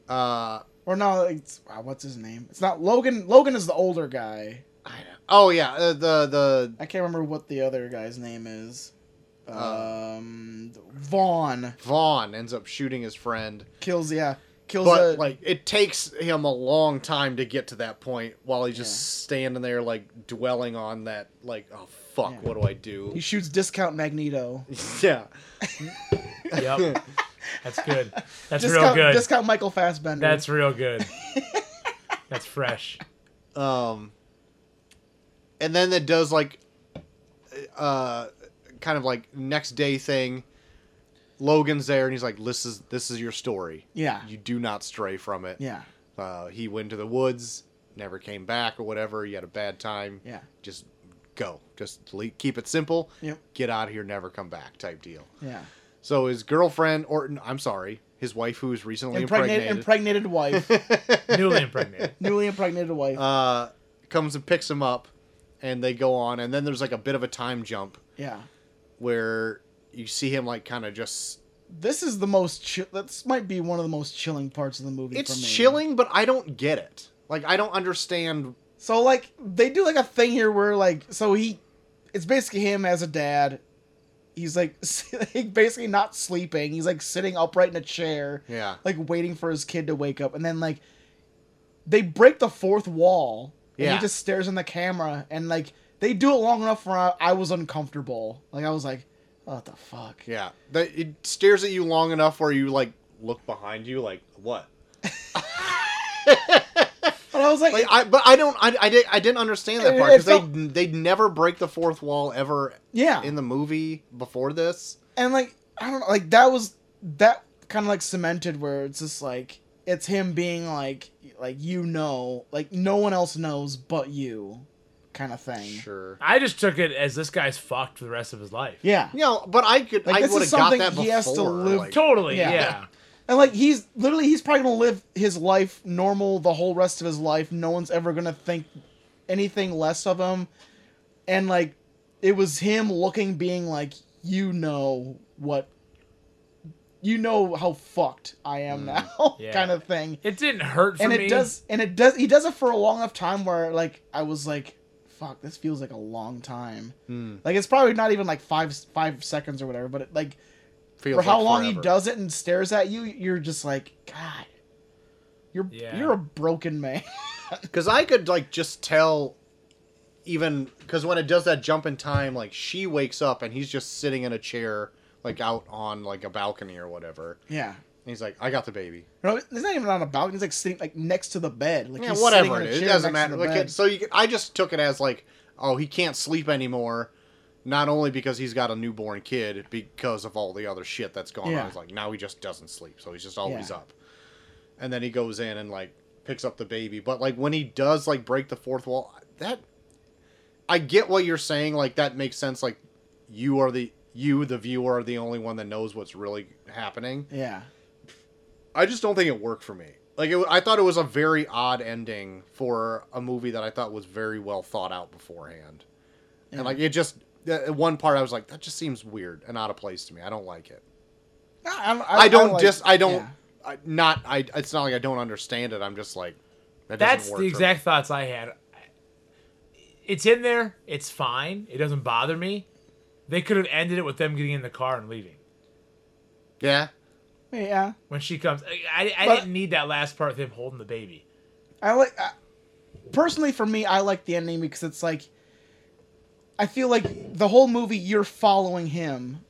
[SPEAKER 2] Uh,
[SPEAKER 1] Or no, it's wow, what's his name? It's not Logan. Logan is the older guy.
[SPEAKER 2] I- oh yeah, uh, the the
[SPEAKER 1] I can't remember what the other guy's name is.
[SPEAKER 2] Uh.
[SPEAKER 1] Um, Vaughn
[SPEAKER 2] Vaughn ends up shooting his friend,
[SPEAKER 1] kills. Yeah, kills.
[SPEAKER 2] but
[SPEAKER 1] a,
[SPEAKER 2] like it takes him a long time to get to that point while he's just standing there like dwelling on that like oh fuck
[SPEAKER 1] Yeah.
[SPEAKER 2] what do I do?
[SPEAKER 1] he shoots discount Magneto.
[SPEAKER 2] [laughs] yeah, [laughs]
[SPEAKER 3] Yep. That's good. That's real
[SPEAKER 1] discount,
[SPEAKER 3] good.
[SPEAKER 1] Discount Michael Fassbender.
[SPEAKER 3] That's real
[SPEAKER 2] [laughs]
[SPEAKER 3] good. That's fresh.
[SPEAKER 2] Um, and then it does like, uh, kind of like next day thing. Logan's there and he's like, "This is this is your story.
[SPEAKER 1] yeah,
[SPEAKER 2] You do not stray from it."
[SPEAKER 1] yeah,
[SPEAKER 2] Uh, he went to the woods, never came back or whatever. He had a bad time.
[SPEAKER 1] yeah,
[SPEAKER 2] Just go. Just le- keep it simple.
[SPEAKER 1] Yep.
[SPEAKER 2] Get out of here. Never come back. Type deal.
[SPEAKER 1] yeah.
[SPEAKER 2] So his girlfriend, or n- I'm sorry, his wife who was recently
[SPEAKER 1] Impregnated,
[SPEAKER 2] impregnated,
[SPEAKER 1] impregnated wife,
[SPEAKER 2] [laughs]
[SPEAKER 3] Newly impregnated.
[SPEAKER 1] newly impregnated wife.
[SPEAKER 2] uh, comes and picks him up, and they go on. And then there's like a bit of a time jump
[SPEAKER 1] yeah.
[SPEAKER 2] where you see him like kind of just.
[SPEAKER 1] This is the most. Chi- this might be one of the most chilling parts of the movie. for
[SPEAKER 2] It's
[SPEAKER 1] me.
[SPEAKER 2] chilling, but I don't get it. Like I don't understand.
[SPEAKER 1] So like they do like a thing here where like so he, it's basically him as a dad. He's like, [laughs] like basically not sleeping. He's like sitting upright in a chair,
[SPEAKER 2] Yeah,
[SPEAKER 1] like waiting for his kid to wake up, and then like they break the fourth wall. And
[SPEAKER 2] Yeah.
[SPEAKER 1] He just stares in the camera and like they do it long enough where I, I was uncomfortable. Like I was like, what the fuck?
[SPEAKER 2] yeah. That it stares at you long enough where you like look behind you, like what?
[SPEAKER 1] But I was like,
[SPEAKER 2] Like I, but I don't. I, I, did, I didn't understand that
[SPEAKER 1] It-
[SPEAKER 2] part
[SPEAKER 1] it
[SPEAKER 2] because they
[SPEAKER 1] felt-
[SPEAKER 2] they never break the fourth wall ever
[SPEAKER 1] yeah.
[SPEAKER 2] in the movie before this.
[SPEAKER 1] and like I don't know, like that was that kind of like cemented where it's just like it's him being like like you know, like no one else knows but you, kind of thing.
[SPEAKER 2] Sure.
[SPEAKER 3] I just took it as this guy's fucked for the rest of his life.
[SPEAKER 1] Yeah,
[SPEAKER 2] You know, but I could.
[SPEAKER 1] Like,
[SPEAKER 2] I
[SPEAKER 1] this
[SPEAKER 2] would
[SPEAKER 1] is
[SPEAKER 2] have got
[SPEAKER 1] something
[SPEAKER 2] that before.
[SPEAKER 1] he has to live
[SPEAKER 2] like-
[SPEAKER 3] Totally.
[SPEAKER 1] Yeah.
[SPEAKER 3] Yeah.
[SPEAKER 1] and like he's literally he's probably gonna live his life normal the whole rest of his life. No one's ever gonna think anything less of him, and like it was him looking, being like, you know what. You know how fucked I am now, [laughs]
[SPEAKER 3] Yeah.
[SPEAKER 1] kind of thing.
[SPEAKER 3] It didn't hurt for
[SPEAKER 1] and
[SPEAKER 3] me.
[SPEAKER 1] it does and it does he does it for a long enough time where like i was like fuck this feels like a long time
[SPEAKER 2] Hmm.
[SPEAKER 1] like it's probably not even like five five seconds or whatever but it, like
[SPEAKER 2] Feels
[SPEAKER 1] for how
[SPEAKER 2] like
[SPEAKER 1] long he
[SPEAKER 2] forever.
[SPEAKER 1] does it and stares at you you're just like god you're
[SPEAKER 3] Yeah.
[SPEAKER 1] you're a broken man [laughs]
[SPEAKER 2] Because I could like just tell, even because when it does that jump in time, like she wakes up and he's just sitting in a chair, like out on like a balcony or whatever.
[SPEAKER 1] yeah
[SPEAKER 2] And he's like, "I got the baby."
[SPEAKER 1] no, it's not even on a balcony. He's like sitting like next to the bed. Like
[SPEAKER 2] yeah,
[SPEAKER 1] he's
[SPEAKER 2] whatever
[SPEAKER 1] sitting
[SPEAKER 2] it
[SPEAKER 1] in a
[SPEAKER 2] is, it
[SPEAKER 1] chair
[SPEAKER 2] doesn't
[SPEAKER 1] next to
[SPEAKER 2] matter.
[SPEAKER 1] the
[SPEAKER 2] Like,
[SPEAKER 1] bed.
[SPEAKER 2] it, so you, could- I just took it as like, oh, he can't sleep anymore. Not only because he's got a newborn kid, because of all the other shit that's gone
[SPEAKER 1] Yeah.
[SPEAKER 2] on. It's like now he just doesn't sleep, so he's just always
[SPEAKER 1] Yeah.
[SPEAKER 2] up. And then he goes in and like picks up the baby, but like when he does like break the fourth wall, that I get what you're saying. Like that makes sense. Like you are the you, the viewer, are the only one that knows what's really happening.
[SPEAKER 1] yeah,
[SPEAKER 2] I just don't think it worked for me. Like it, I thought it was a very odd ending for a movie that I thought was very well thought out beforehand.
[SPEAKER 1] Yeah.
[SPEAKER 2] And like it just at one part I was like that just seems weird and out of place to me. I don't like it.
[SPEAKER 1] I, I-
[SPEAKER 2] I, don't
[SPEAKER 1] like-
[SPEAKER 2] just I don't
[SPEAKER 1] yeah.
[SPEAKER 2] I, not I it's not like I don't understand it. I'm just like that doesn't
[SPEAKER 3] That's
[SPEAKER 2] work
[SPEAKER 3] the
[SPEAKER 2] for
[SPEAKER 3] exact thoughts I had. It's in there. It's fine. It doesn't bother me. They could have ended it with them getting in the car and leaving.
[SPEAKER 2] me. Yeah.
[SPEAKER 1] Yeah,
[SPEAKER 3] When she comes, I, I, I
[SPEAKER 1] But-
[SPEAKER 3] didn't need that last part of him holding the baby.
[SPEAKER 1] I like. I, personally, for me, I like the ending because it's like. I feel like the whole movie you're following him,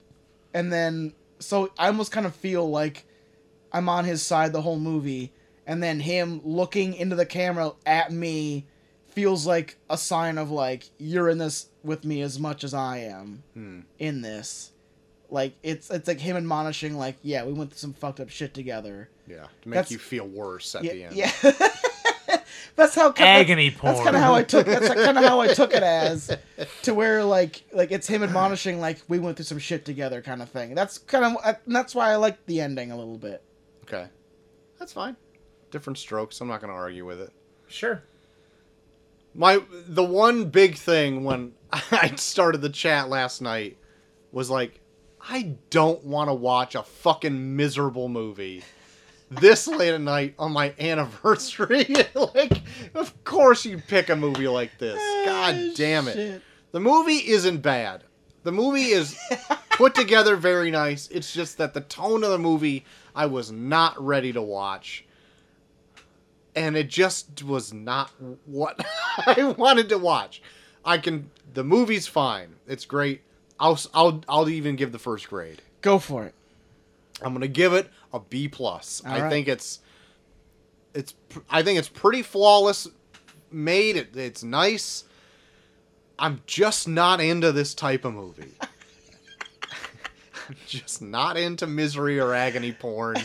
[SPEAKER 1] and then so I almost kind of feel like I'm on his side the whole movie, and then him looking into the camera at me feels like a sign of like you're in this with me as much as I am
[SPEAKER 2] Hmm.
[SPEAKER 1] in this. Like it's it's like him admonishing like yeah we went through some fucked up shit together.
[SPEAKER 2] Yeah. To make
[SPEAKER 1] That's-
[SPEAKER 2] you feel worse at
[SPEAKER 1] yeah,
[SPEAKER 2] the end.
[SPEAKER 1] yeah. [laughs] that's how
[SPEAKER 3] Agony porn.
[SPEAKER 1] That's kind of how I took.
[SPEAKER 2] [laughs]
[SPEAKER 1] That's kind of how I took it as, to where like like it's him admonishing like we went through some shit together kind of thing. That's kind of that's why I like the ending a little bit.
[SPEAKER 2] Okay. That's fine. Different strokes. I'm not going to argue with it.
[SPEAKER 3] Sure.
[SPEAKER 2] My the one big thing when [laughs] I started the chat last night was like I don't want to watch a fucking miserable movie this late at night on my anniversary. [laughs] like of course you pick a movie like this. God damn it.
[SPEAKER 1] Shit.
[SPEAKER 2] The movie isn't bad. The movie is put together very nice. It's just that the tone of the movie I was not ready to watch. And it just was not what [laughs] I wanted to watch. I can the movie's fine. It's great. I'll s- I'll I'll even give the first grade.
[SPEAKER 1] Go for it.
[SPEAKER 2] I'm gonna give it a B plus.
[SPEAKER 1] All
[SPEAKER 2] I
[SPEAKER 1] right.
[SPEAKER 2] think it's it's pr- I think it's pretty flawless made. It, it's nice. I'm just not into this type of
[SPEAKER 1] [laughs]
[SPEAKER 2] movie. I'm just not into misery or agony porn.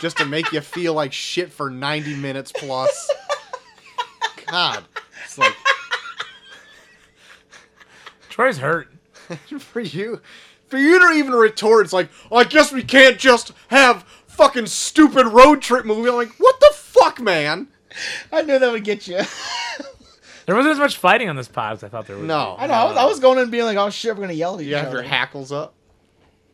[SPEAKER 2] just to make you feel like shit for 90 minutes
[SPEAKER 1] [laughs]
[SPEAKER 2] plus. God, it's like
[SPEAKER 3] Troy's hurt.
[SPEAKER 2] [laughs] for you for you to even retort it's like "Oh, i guess we can't just have fucking stupid road trip movie i'm like what the fuck man
[SPEAKER 1] I knew that would get you. [laughs]
[SPEAKER 3] There wasn't as much fighting on this pod as I thought there would.
[SPEAKER 2] no
[SPEAKER 1] I know. I was, I was going in being like, oh shit, we're gonna yell at each
[SPEAKER 2] you have
[SPEAKER 1] other.
[SPEAKER 2] your hackles up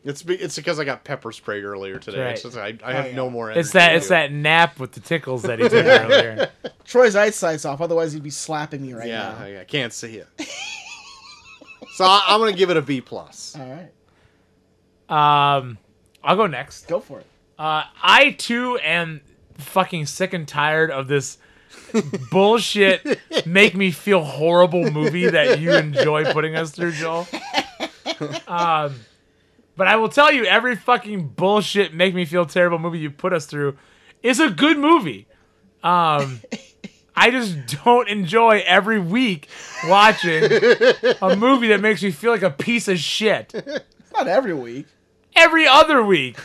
[SPEAKER 2] it's be, it's because i got pepper sprayed earlier today
[SPEAKER 3] right.
[SPEAKER 2] It's just I, I have
[SPEAKER 1] Oh, yeah.
[SPEAKER 2] no more
[SPEAKER 3] Be.
[SPEAKER 2] energy
[SPEAKER 3] It's that. It's
[SPEAKER 2] to do it.
[SPEAKER 3] that nap with the tickles that he took earlier.
[SPEAKER 1] Troy's eyesight's off, otherwise he'd be slapping me right
[SPEAKER 2] yeah I, I can't
[SPEAKER 1] [laughs]
[SPEAKER 2] see it so I, i'm gonna give it a b plus
[SPEAKER 1] now. All right,
[SPEAKER 3] Um, I'll go next.
[SPEAKER 1] go for it.
[SPEAKER 3] Uh, I too am fucking sick and tired of this bullshit, make me feel horrible movie that you enjoy putting us through, Joel. Um, but I will tell you, every fucking bullshit, make me feel terrible movie you put us through is a good movie. Um, I just don't enjoy every week watching a movie that makes me feel like a piece of shit.
[SPEAKER 1] Not every week.
[SPEAKER 3] Every other week.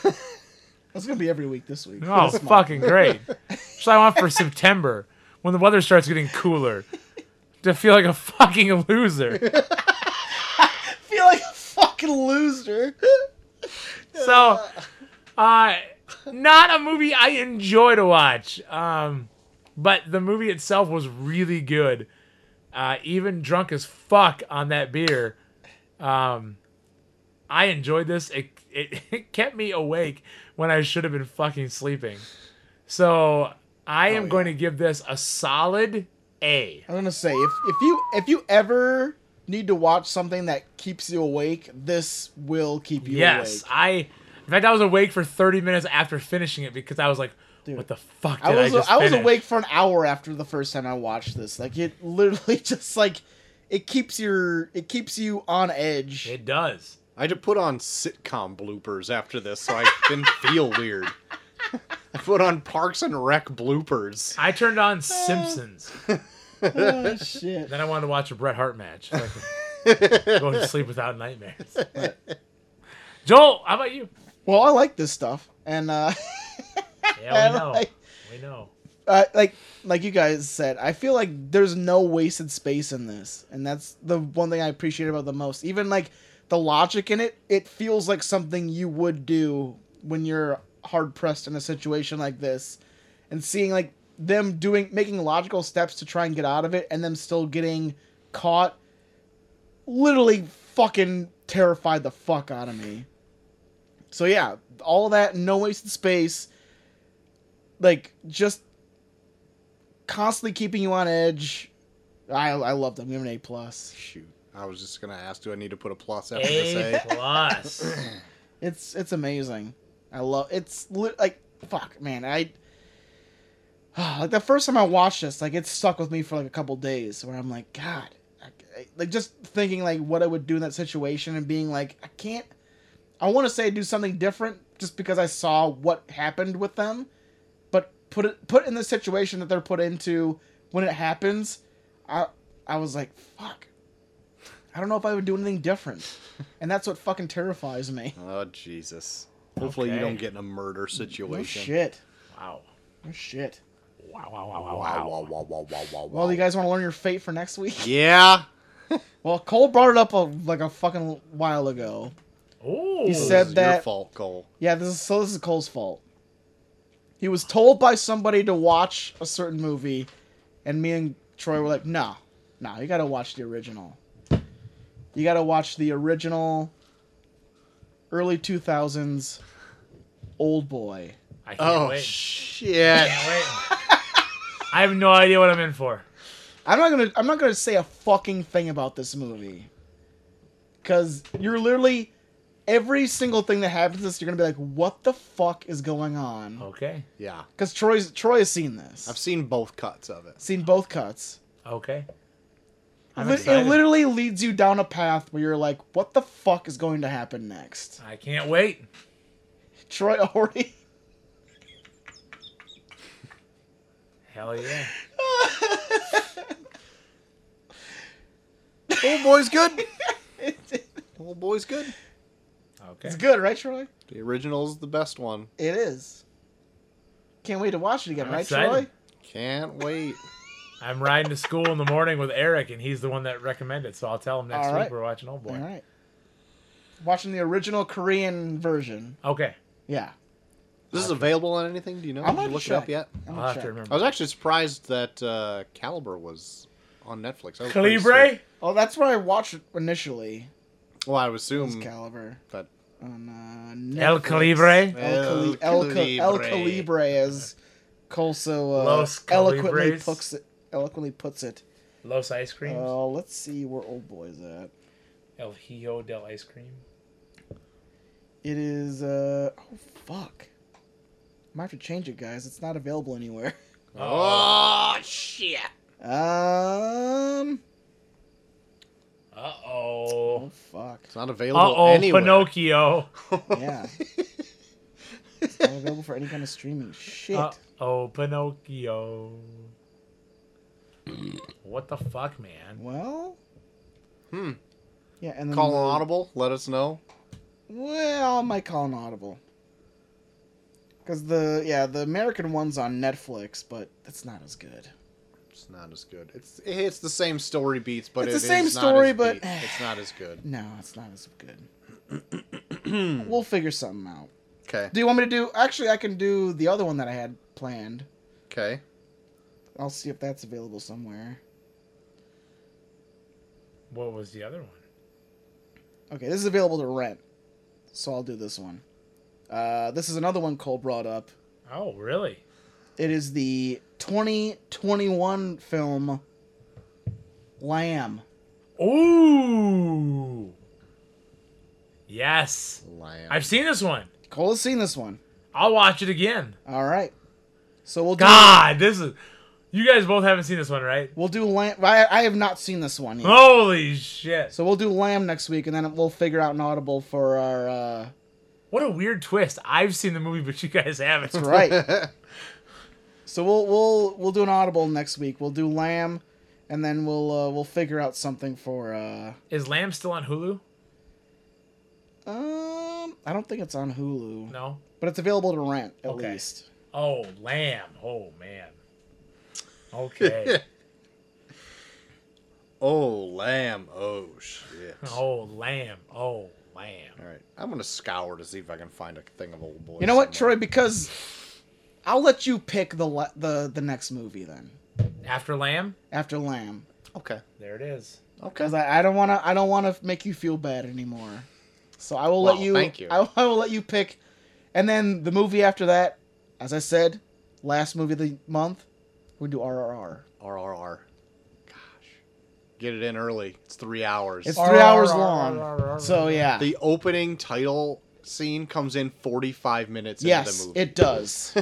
[SPEAKER 1] It's gonna be every week this week.
[SPEAKER 3] Oh,
[SPEAKER 1] This month.
[SPEAKER 3] fucking great. So I want for September when the weather starts getting cooler to feel like a fucking loser.
[SPEAKER 1] I feel like a fucking loser. [laughs]
[SPEAKER 3] So, uh, not a movie I enjoy to watch. Um, but the movie itself was really good. Uh, even drunk as fuck on that beer, um, I enjoyed this. It, it, [laughs] it kept me awake when I should have been fucking sleeping. So I
[SPEAKER 1] Oh,
[SPEAKER 3] am going to give this a solid A.
[SPEAKER 1] I'm gonna say if, if you if you ever need to watch something that keeps you awake, this will keep you
[SPEAKER 3] yes,
[SPEAKER 1] awake.
[SPEAKER 3] I. In fact, I was awake for 30 minutes after finishing it because I was like, "What the fuck did
[SPEAKER 1] I
[SPEAKER 3] I,
[SPEAKER 1] was I,
[SPEAKER 3] just
[SPEAKER 1] was
[SPEAKER 3] finish?
[SPEAKER 1] awake for an hour after the first time I watched this. Like it literally [laughs] just like it keeps your it keeps you on edge.
[SPEAKER 3] It does.
[SPEAKER 2] i had to put on sitcom bloopers after this so i didn't feel weird [laughs] i put on parks and rec bloopers
[SPEAKER 3] I turned
[SPEAKER 1] Ah.
[SPEAKER 3] on Simpsons.
[SPEAKER 1] oh [laughs] shit.
[SPEAKER 3] Then I wanted to watch a Bret Hart match.
[SPEAKER 1] [laughs]
[SPEAKER 3] So I could go to sleep without nightmares. Joel, how about you?
[SPEAKER 1] Well, I like this stuff. And uh [laughs]
[SPEAKER 3] Yeah, we
[SPEAKER 1] I
[SPEAKER 3] know.
[SPEAKER 1] like-
[SPEAKER 3] we know.
[SPEAKER 1] uh, like like you guys said, I feel like there's no wasted space in this, and that's the one thing I appreciate about the most. Even like the logic in it, it feels like something you would do when you're hard pressed in a situation like this, and seeing like them doing making logical steps to try and get out of it and them still getting caught literally fucking terrified the fuck out of me. So yeah, all that no wasted space like just constantly keeping you on edge. I I loved them. Give it an A plus.
[SPEAKER 2] Shoot. I was just gonna ask, do I need to put a plus after this
[SPEAKER 3] A
[SPEAKER 1] [laughs]
[SPEAKER 2] A?
[SPEAKER 3] plus.
[SPEAKER 1] It's it's amazing. I love it's li- like fuck man. I [sighs] like the first time I watched this, like it stuck with me for like a couple days where I'm like, God, I, I- like just thinking like what I would do in that situation and being like, I can't. I want to say do something different just because I saw what happened with them, but put it put in the situation that they're put into when it happens. I I was like, fuck. I don't know if I would do anything different, and that's what fucking terrifies me.
[SPEAKER 2] Oh Jesus. Hopefully you
[SPEAKER 3] Okay.
[SPEAKER 2] don't get in a murder
[SPEAKER 1] No
[SPEAKER 2] situation.
[SPEAKER 1] shit.
[SPEAKER 3] Wow.
[SPEAKER 1] No shit.
[SPEAKER 3] Wow, wow, wow, wow, wow.
[SPEAKER 2] Wow, wow, wow, wow, wow, wow,
[SPEAKER 1] Well,
[SPEAKER 2] wow.
[SPEAKER 1] you guys want to learn your fate for next week? [laughs]
[SPEAKER 2] Yeah.
[SPEAKER 1] Well, Cole brought it up a, like a fucking while ago.
[SPEAKER 3] Oh.
[SPEAKER 1] He
[SPEAKER 2] This
[SPEAKER 1] said-
[SPEAKER 2] is your
[SPEAKER 1] that-
[SPEAKER 2] fault, Cole.
[SPEAKER 1] Yeah, this is so. This is Cole's fault. He was told by somebody to watch a certain movie, and me and Troy were like, "Nah, nah, you gotta watch the original. You gotta watch the original, early two thousands, old boy."
[SPEAKER 3] I can't
[SPEAKER 2] Oh
[SPEAKER 3] wait.
[SPEAKER 2] shit. [laughs]
[SPEAKER 3] wait. I have no idea what I'm in for.
[SPEAKER 1] I'm not gonna. I'm not gonna say a fucking thing about this movie, because you're literally every single thing that happens. to This you're gonna be like, "What the fuck is going on?"
[SPEAKER 3] Okay.
[SPEAKER 2] Yeah.
[SPEAKER 1] Because Troy's Troy has seen this.
[SPEAKER 2] Oh. I've seen both cuts of it.
[SPEAKER 1] seen both cuts.
[SPEAKER 3] Okay. I'm
[SPEAKER 1] Li- it
[SPEAKER 3] excited.
[SPEAKER 1] literally leads you down a path where you're like, "What the fuck is going to happen next?"
[SPEAKER 3] I can't wait.
[SPEAKER 1] Troy already. [laughs]
[SPEAKER 3] Hell yeah.
[SPEAKER 2] Old boy's good. Old boy's good.
[SPEAKER 1] [laughs]
[SPEAKER 3] Okay.
[SPEAKER 1] it's good, right, Troy?
[SPEAKER 2] The original's the best one.
[SPEAKER 1] It is. Can't wait to watch it again,
[SPEAKER 3] I'm
[SPEAKER 1] right,
[SPEAKER 3] excited.
[SPEAKER 1] Troy?
[SPEAKER 2] Can't wait.
[SPEAKER 3] I'm riding to school in the morning with Eric, and he's the one that recommended. So I'll tell him next
[SPEAKER 1] All
[SPEAKER 3] week
[SPEAKER 1] right.
[SPEAKER 3] we're watching Old Boy.
[SPEAKER 1] All right. Watching the original Korean version.
[SPEAKER 3] Okay.
[SPEAKER 1] Yeah.
[SPEAKER 2] This is available on anything? Do you know?
[SPEAKER 1] I'm
[SPEAKER 2] Did you
[SPEAKER 1] gonna
[SPEAKER 2] look it up
[SPEAKER 1] check.
[SPEAKER 2] yet?
[SPEAKER 1] I'm
[SPEAKER 3] I'll
[SPEAKER 1] gonna
[SPEAKER 3] have
[SPEAKER 1] check.
[SPEAKER 3] to
[SPEAKER 2] I
[SPEAKER 3] remember.
[SPEAKER 2] was actually surprised that uh, Caliber was on Netflix. That was pretty
[SPEAKER 3] Calibre?
[SPEAKER 1] Oh, that's where I watched it initially.
[SPEAKER 2] sweet. Well, I would
[SPEAKER 1] Is
[SPEAKER 2] assume
[SPEAKER 1] Caliber
[SPEAKER 2] that
[SPEAKER 1] on uh, Netflix.
[SPEAKER 3] El Calibre?
[SPEAKER 1] El, Cali- El,
[SPEAKER 2] El
[SPEAKER 1] Calibre. El
[SPEAKER 2] Calibre.
[SPEAKER 1] Calibre, as Cole so uh,
[SPEAKER 3] Los
[SPEAKER 1] eloquently
[SPEAKER 3] Calibres.
[SPEAKER 1] puts it. Eloquently puts it.
[SPEAKER 3] Los Ice Creams.
[SPEAKER 1] Uh, let's see where Old Boy's at.
[SPEAKER 3] El Hijo del Ice Cream.
[SPEAKER 1] It is. Uh, oh fuck! Might have to change it, guys. It's not available anywhere. [laughs]
[SPEAKER 2] Oh shit!
[SPEAKER 1] Um.
[SPEAKER 3] Uh oh.
[SPEAKER 1] Oh fuck!
[SPEAKER 2] It's not
[SPEAKER 3] Uh
[SPEAKER 2] available
[SPEAKER 3] oh,
[SPEAKER 2] anywhere.
[SPEAKER 3] Pinocchio. [laughs]
[SPEAKER 1] Yeah. it's not available for any kind of streaming. Shit.
[SPEAKER 3] Uh oh, Pinocchio. what the fuck, man?
[SPEAKER 1] Well.
[SPEAKER 2] Hmm.
[SPEAKER 1] Yeah, and then
[SPEAKER 2] Call
[SPEAKER 1] the-
[SPEAKER 2] an audible. Let us know.
[SPEAKER 1] Well, I might call an audible. Cause the yeah the American one's on Netflix, but it's not as good.
[SPEAKER 2] It's not as good. It's it's the same story beats, but
[SPEAKER 1] It's
[SPEAKER 2] it
[SPEAKER 1] the same
[SPEAKER 2] is not
[SPEAKER 1] story,
[SPEAKER 2] as
[SPEAKER 1] but-
[SPEAKER 2] beat. it's not as good.
[SPEAKER 1] No, it's not as good.
[SPEAKER 2] [clears throat]
[SPEAKER 1] we'll figure something out. [sighs]
[SPEAKER 2] Okay.
[SPEAKER 1] Do you want me to do? Actually, I can do the other one that I had planned.
[SPEAKER 2] Okay.
[SPEAKER 1] I'll see if that's available somewhere.
[SPEAKER 3] What was the other one?
[SPEAKER 1] Okay, this is available to rent, so I'll do this one. Uh, this is another one Cole brought up.
[SPEAKER 3] Oh, really?
[SPEAKER 1] It is the 2021 film Lamb.
[SPEAKER 3] Ooh. Yes.
[SPEAKER 2] Lamb.
[SPEAKER 3] I've seen this one.
[SPEAKER 1] Cole has seen this one.
[SPEAKER 3] I'll watch it again.
[SPEAKER 1] All right, so we'll do.
[SPEAKER 3] God, this is. You guys both haven't seen this one, right?
[SPEAKER 1] We'll do Lamb. I, I have not seen this one yet.
[SPEAKER 3] Holy shit.
[SPEAKER 1] So we'll do Lamb next week, and then we'll figure out an audible for our. Uh,
[SPEAKER 3] What a weird twist. I've seen the movie, but you guys haven't.
[SPEAKER 1] that's right. So we'll we'll we'll do an audible next week. We'll do Lamb, and then we'll uh, we'll figure out something for. Uh,
[SPEAKER 3] Is Lamb still on Hulu?
[SPEAKER 1] um, I don't think it's on Hulu,
[SPEAKER 3] No.
[SPEAKER 1] but it's available to rent at
[SPEAKER 3] Okay.
[SPEAKER 1] least.
[SPEAKER 3] Oh, Lamb. Oh, man. Okay.
[SPEAKER 2] oh lamb. Oh shit.
[SPEAKER 3] oh, Lamb. Oh, Lamb.
[SPEAKER 2] All right. I'm gonna scour to see if I can find a thing of old boy.
[SPEAKER 1] You know what,
[SPEAKER 2] somewhere.
[SPEAKER 1] Troy? Because I'll let you pick the la- the the next movie then
[SPEAKER 3] After Lamb,
[SPEAKER 1] after Lamb
[SPEAKER 2] Okay.
[SPEAKER 3] there it is.
[SPEAKER 2] Okay.
[SPEAKER 1] because I, I don't want to I don't want to make you feel bad anymore. So I will let
[SPEAKER 2] Well,
[SPEAKER 1] you.
[SPEAKER 2] thank you.
[SPEAKER 1] I, I will let you pick, and then the movie after that, as I said, last movie of the month, we do RRR.
[SPEAKER 2] RRR. Gosh. Get it in early. It's three hours.
[SPEAKER 1] It's three hours long. so yeah,
[SPEAKER 2] the opening title scene comes in 45 minutes into
[SPEAKER 1] yes,
[SPEAKER 2] the movie.
[SPEAKER 1] it does.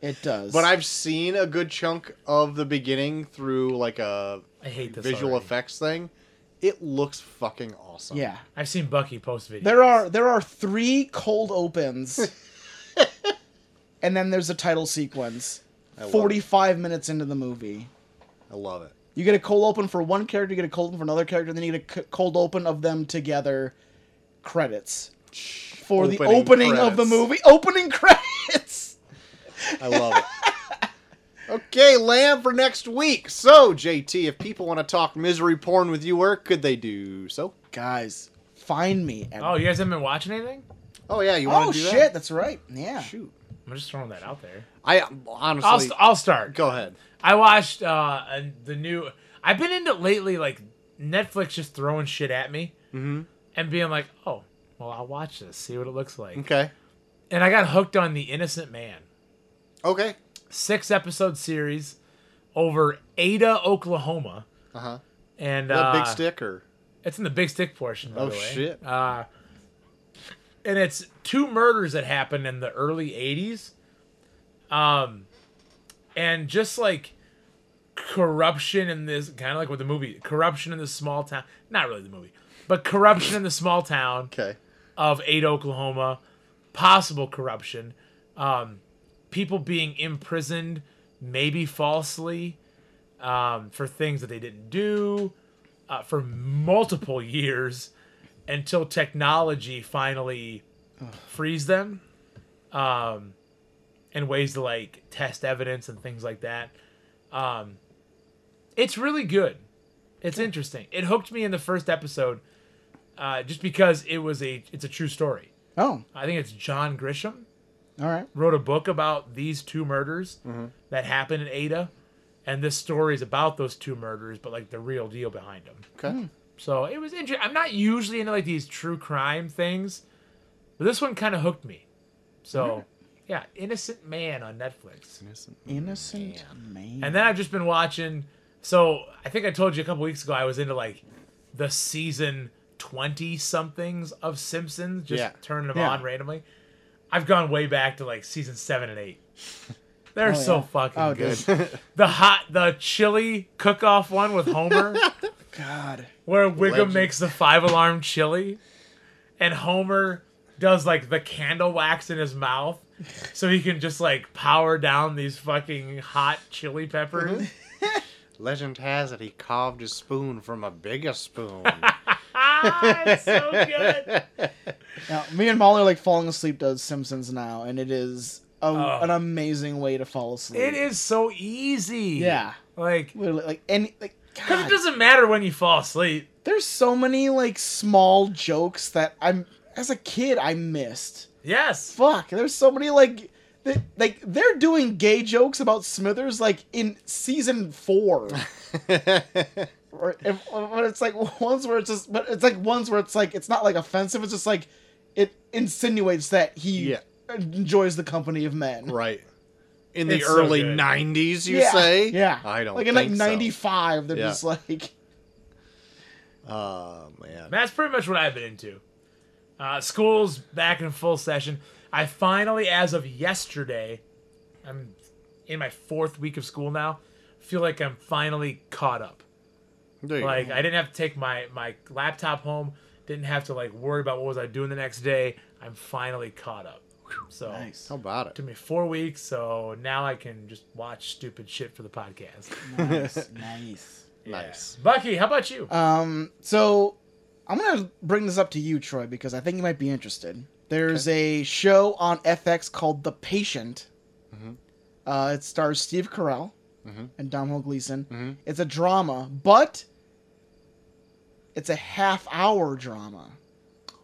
[SPEAKER 1] it does.
[SPEAKER 2] but I've seen a good chunk of the beginning through like a
[SPEAKER 3] I hate this
[SPEAKER 2] visual
[SPEAKER 3] already.
[SPEAKER 2] effects thing. It looks fucking awesome.
[SPEAKER 1] yeah.
[SPEAKER 3] I've seen Bucky post video.
[SPEAKER 1] There are there are three cold
[SPEAKER 2] [laughs]
[SPEAKER 1] opens, and then there's a title sequence.
[SPEAKER 2] I love it.
[SPEAKER 1] Forty five minutes into the movie,
[SPEAKER 2] I love it.
[SPEAKER 1] you get a cold open for one character, you get a cold open for another character, then you get a c- cold open of them together. Credits for the opening of the
[SPEAKER 2] credits.
[SPEAKER 1] movie. Opening [laughs] credits.
[SPEAKER 2] I love it. [laughs] Okay, Lamb for next week. So, JT, if people want to talk misery porn with you, where could they do so?
[SPEAKER 1] Guys, find me. At-
[SPEAKER 3] Oh, you guys haven't been watching anything?
[SPEAKER 2] Oh yeah, you want
[SPEAKER 1] Oh,
[SPEAKER 2] to do
[SPEAKER 1] shit,
[SPEAKER 2] that?
[SPEAKER 1] that's right. Yeah.
[SPEAKER 2] Shoot,
[SPEAKER 3] I'm just throwing that out there.
[SPEAKER 2] I honestly
[SPEAKER 3] I'll, st- I'll start.
[SPEAKER 2] go ahead.
[SPEAKER 3] I watched uh the new. I've been into lately like Netflix just throwing shit at me
[SPEAKER 2] Mhm.
[SPEAKER 3] and being like, oh, well, I'll watch this, see what it looks like.
[SPEAKER 2] Okay,
[SPEAKER 3] And I got hooked on The Innocent Man,
[SPEAKER 2] okay,
[SPEAKER 3] six episode series over Ada, Oklahoma,
[SPEAKER 2] uh huh.
[SPEAKER 3] and
[SPEAKER 2] That
[SPEAKER 3] uh,
[SPEAKER 2] big stick or
[SPEAKER 3] It's in the big stick portion, by
[SPEAKER 2] Oh,
[SPEAKER 3] the way.
[SPEAKER 2] shit.
[SPEAKER 3] Uh, and it's two murders that happened in the early '80s, um, and just like corruption in this kind of like with the movie corruption in the small town. Not really the movie, but corruption in the small town
[SPEAKER 2] okay.
[SPEAKER 3] of Ada, Oklahoma, possible corruption, um, people being imprisoned, maybe falsely, um, for things that they didn't do, uh, for multiple years, until technology finally frees them, um, and ways to like test evidence and things like that. Um, it's really good. It's interesting. It hooked me in the first episode uh, just because it was a it's a true story.
[SPEAKER 1] Oh,
[SPEAKER 3] I think it's John Grisham
[SPEAKER 1] all right.
[SPEAKER 3] wrote a book about these two murders that happened in Ada, and this story is about those two murders, but like the real deal behind them.
[SPEAKER 2] Okay.
[SPEAKER 3] So it was interesting. I'm not usually into like these true crime things, but this one kind of hooked me. So yeah, Innocent Man on Netflix.
[SPEAKER 1] Innocent man.
[SPEAKER 3] And then I've just been watching. So I think I told you a couple weeks ago I was into like the season twenty somethings of Simpsons, just
[SPEAKER 2] Yeah.
[SPEAKER 3] turning them
[SPEAKER 1] Yeah.
[SPEAKER 3] on randomly. I've gone way back to like season seven
[SPEAKER 1] [laughs]
[SPEAKER 3] and eight. They're
[SPEAKER 1] Oh,
[SPEAKER 3] so
[SPEAKER 1] yeah.
[SPEAKER 3] fucking
[SPEAKER 2] [laughs]
[SPEAKER 1] Oh,
[SPEAKER 3] good.
[SPEAKER 1] dude.
[SPEAKER 3] The hot, the chili cook-off one with Homer,
[SPEAKER 1] [laughs] God.
[SPEAKER 3] where Wiggum
[SPEAKER 2] Legend.
[SPEAKER 3] makes the five-alarm chili, and Homer does like the candle wax in his mouth, so he can just like power down these fucking hot
[SPEAKER 1] [laughs]
[SPEAKER 3] chili peppers.
[SPEAKER 2] Legend has it he carved his spoon from a
[SPEAKER 3] [laughs]
[SPEAKER 2] bigger spoon.
[SPEAKER 3] ah, it's so good.
[SPEAKER 1] Now, me and Molly are like falling asleep to Simpsons now, and it is a, an amazing way to fall asleep.
[SPEAKER 3] Oh. It is so easy.
[SPEAKER 1] Yeah.
[SPEAKER 3] Like,
[SPEAKER 1] Literally, like any like.
[SPEAKER 3] because it
[SPEAKER 1] God,
[SPEAKER 3] doesn't matter when you fall asleep.
[SPEAKER 1] there's so many like small jokes that I'm as a kid I missed.
[SPEAKER 3] Yes.
[SPEAKER 1] Fuck, there's so many like. th- Like they're doing gay jokes about Smithers like in season
[SPEAKER 3] [laughs]
[SPEAKER 1] four, or if, but it's like ones where it's just, but it's like ones where it's like it's not like offensive. It's just like it insinuates that he
[SPEAKER 2] Yeah.
[SPEAKER 1] enjoys the company of men.
[SPEAKER 2] right. In the
[SPEAKER 3] It's so
[SPEAKER 2] early
[SPEAKER 3] good.
[SPEAKER 2] 90s, you
[SPEAKER 1] yeah,
[SPEAKER 2] say?
[SPEAKER 1] Yeah.
[SPEAKER 2] I don't
[SPEAKER 1] like in
[SPEAKER 2] think
[SPEAKER 1] like
[SPEAKER 2] so.
[SPEAKER 1] '95. They're
[SPEAKER 2] Yeah.
[SPEAKER 1] just like, [laughs]
[SPEAKER 2] Oh, man.
[SPEAKER 3] That's pretty much what I've been into. Uh, school's back in full session. I finally, as of yesterday, I'm in my fourth week of school now. Feel like I'm finally caught up.
[SPEAKER 2] There you go.
[SPEAKER 3] Like I didn't have to take my my laptop home. Didn't have to like worry about what was I doing the next day. I'm finally caught up. So
[SPEAKER 1] nice.
[SPEAKER 2] How about it?
[SPEAKER 3] took me four weeks, so now I can just watch stupid shit for the podcast.
[SPEAKER 1] [laughs] nice, nice.
[SPEAKER 2] Nice.
[SPEAKER 3] Bucky, how about you?
[SPEAKER 2] Uh,
[SPEAKER 1] Um, so I'm gonna bring this up to you, Troy, because I think you might be interested. There's a show on FX called The Patient.
[SPEAKER 2] Mm-hmm.
[SPEAKER 1] Uh, it stars Steve Carell and Domhnall Gleeson.
[SPEAKER 2] Mm-hmm.
[SPEAKER 1] It's a drama, but it's a half-hour drama.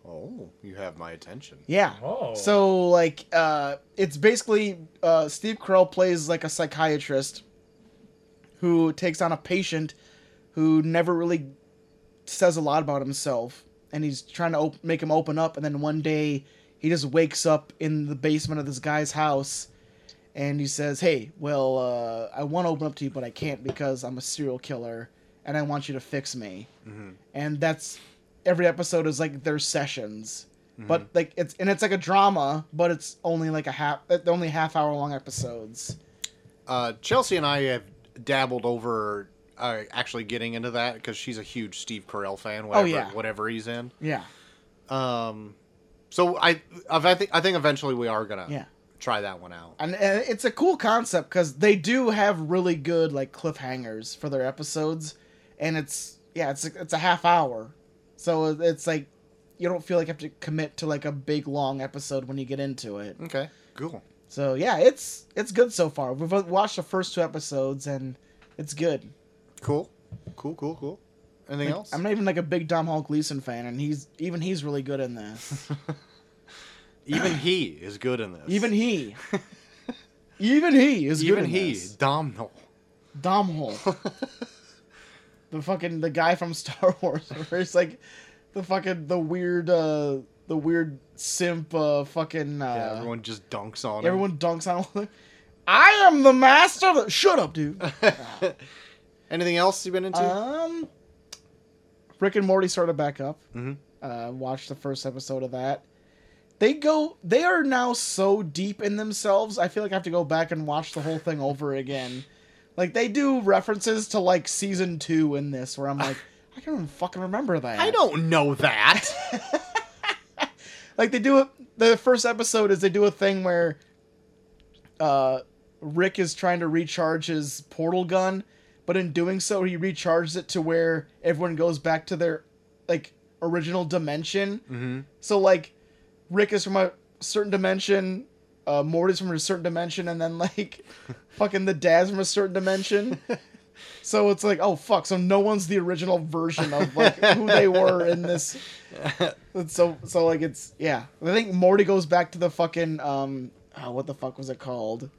[SPEAKER 2] Oh, you have my attention.
[SPEAKER 1] Yeah.
[SPEAKER 3] Oh.
[SPEAKER 1] So like uh it's basically uh Steve Carell plays like a psychiatrist who takes on a patient who never really says a lot about himself and he's trying to op- make him open up and then one day he just wakes up in the basement of this guy's house and he says, "Hey, well, uh, I want to open up to you, but I can't because I'm a serial killer, and I want you to fix me." And that's every episode is like their sessions, but like it's and it's like a drama, but it's only like a half, uh, only half hour long episodes.
[SPEAKER 2] Uh, Chelsea and I have dabbled over uh, actually getting into that because she's a huge Steve Carell fan. Whatever,
[SPEAKER 1] Oh, yeah.
[SPEAKER 2] whatever he's in.
[SPEAKER 1] Yeah,
[SPEAKER 2] Um, so I, I've- I think I think eventually we are gonna
[SPEAKER 1] Yeah.
[SPEAKER 2] try that one out.
[SPEAKER 1] and, and it's a cool concept because they do have really good like cliffhangers for their episodes, and it's yeah, it's it's a half hour, so it's like you don't feel like you have to commit to like a big long episode when you get into it.
[SPEAKER 2] Okay, cool.
[SPEAKER 1] So yeah, it's it's good so far. We've uh, watched the first two episodes and it's good.
[SPEAKER 2] Cool. Cool, cool, cool. Anything
[SPEAKER 1] Like,
[SPEAKER 2] else?
[SPEAKER 1] I'm not even like a big Dom Hall Gleason fan, and he's even he's really good in
[SPEAKER 2] [laughs]
[SPEAKER 1] this.
[SPEAKER 2] even he is good in this.
[SPEAKER 1] even he, even he is
[SPEAKER 2] even
[SPEAKER 1] good in
[SPEAKER 2] he,
[SPEAKER 1] this.
[SPEAKER 2] Domino.
[SPEAKER 1] Dom
[SPEAKER 2] [laughs]
[SPEAKER 1] Hall, the fucking the guy from Star [laughs] Wars, where it's like the fucking the weird uh the weird simp uh fucking uh,
[SPEAKER 2] Yeah, everyone just dunks on him.
[SPEAKER 1] everyone dunks on. him. [laughs] I am the master. Of the-" Shut up, dude.
[SPEAKER 2] Anything else you've been into?
[SPEAKER 1] Um, Rick and Morty started back up.
[SPEAKER 2] Mhm.
[SPEAKER 1] Uh, watched the first episode of that. They go. They are now so deep in themselves. I feel like I have to go back and watch the whole thing over again. Like they do references to like season two in this, where I'm
[SPEAKER 2] [sighs]
[SPEAKER 1] like, I can't even fucking remember that.
[SPEAKER 2] I don't
[SPEAKER 1] [laughs]
[SPEAKER 2] know that.
[SPEAKER 1] Like they do. A, the first episode is they do a thing where, uh, Rick is trying to recharge his portal gun, but in doing so, he recharges it to where everyone goes back to their like original dimension.
[SPEAKER 2] mm-hmm.
[SPEAKER 1] So like, Rick is from a certain dimension, uh, Morty's from a certain dimension, and then like, fucking the dad's from a certain dimension. So it's like, oh fuck! So no one's the original version of like who they were in this. It's so so like it's yeah. I think Morty goes back to the fucking um oh, what the fuck was it called?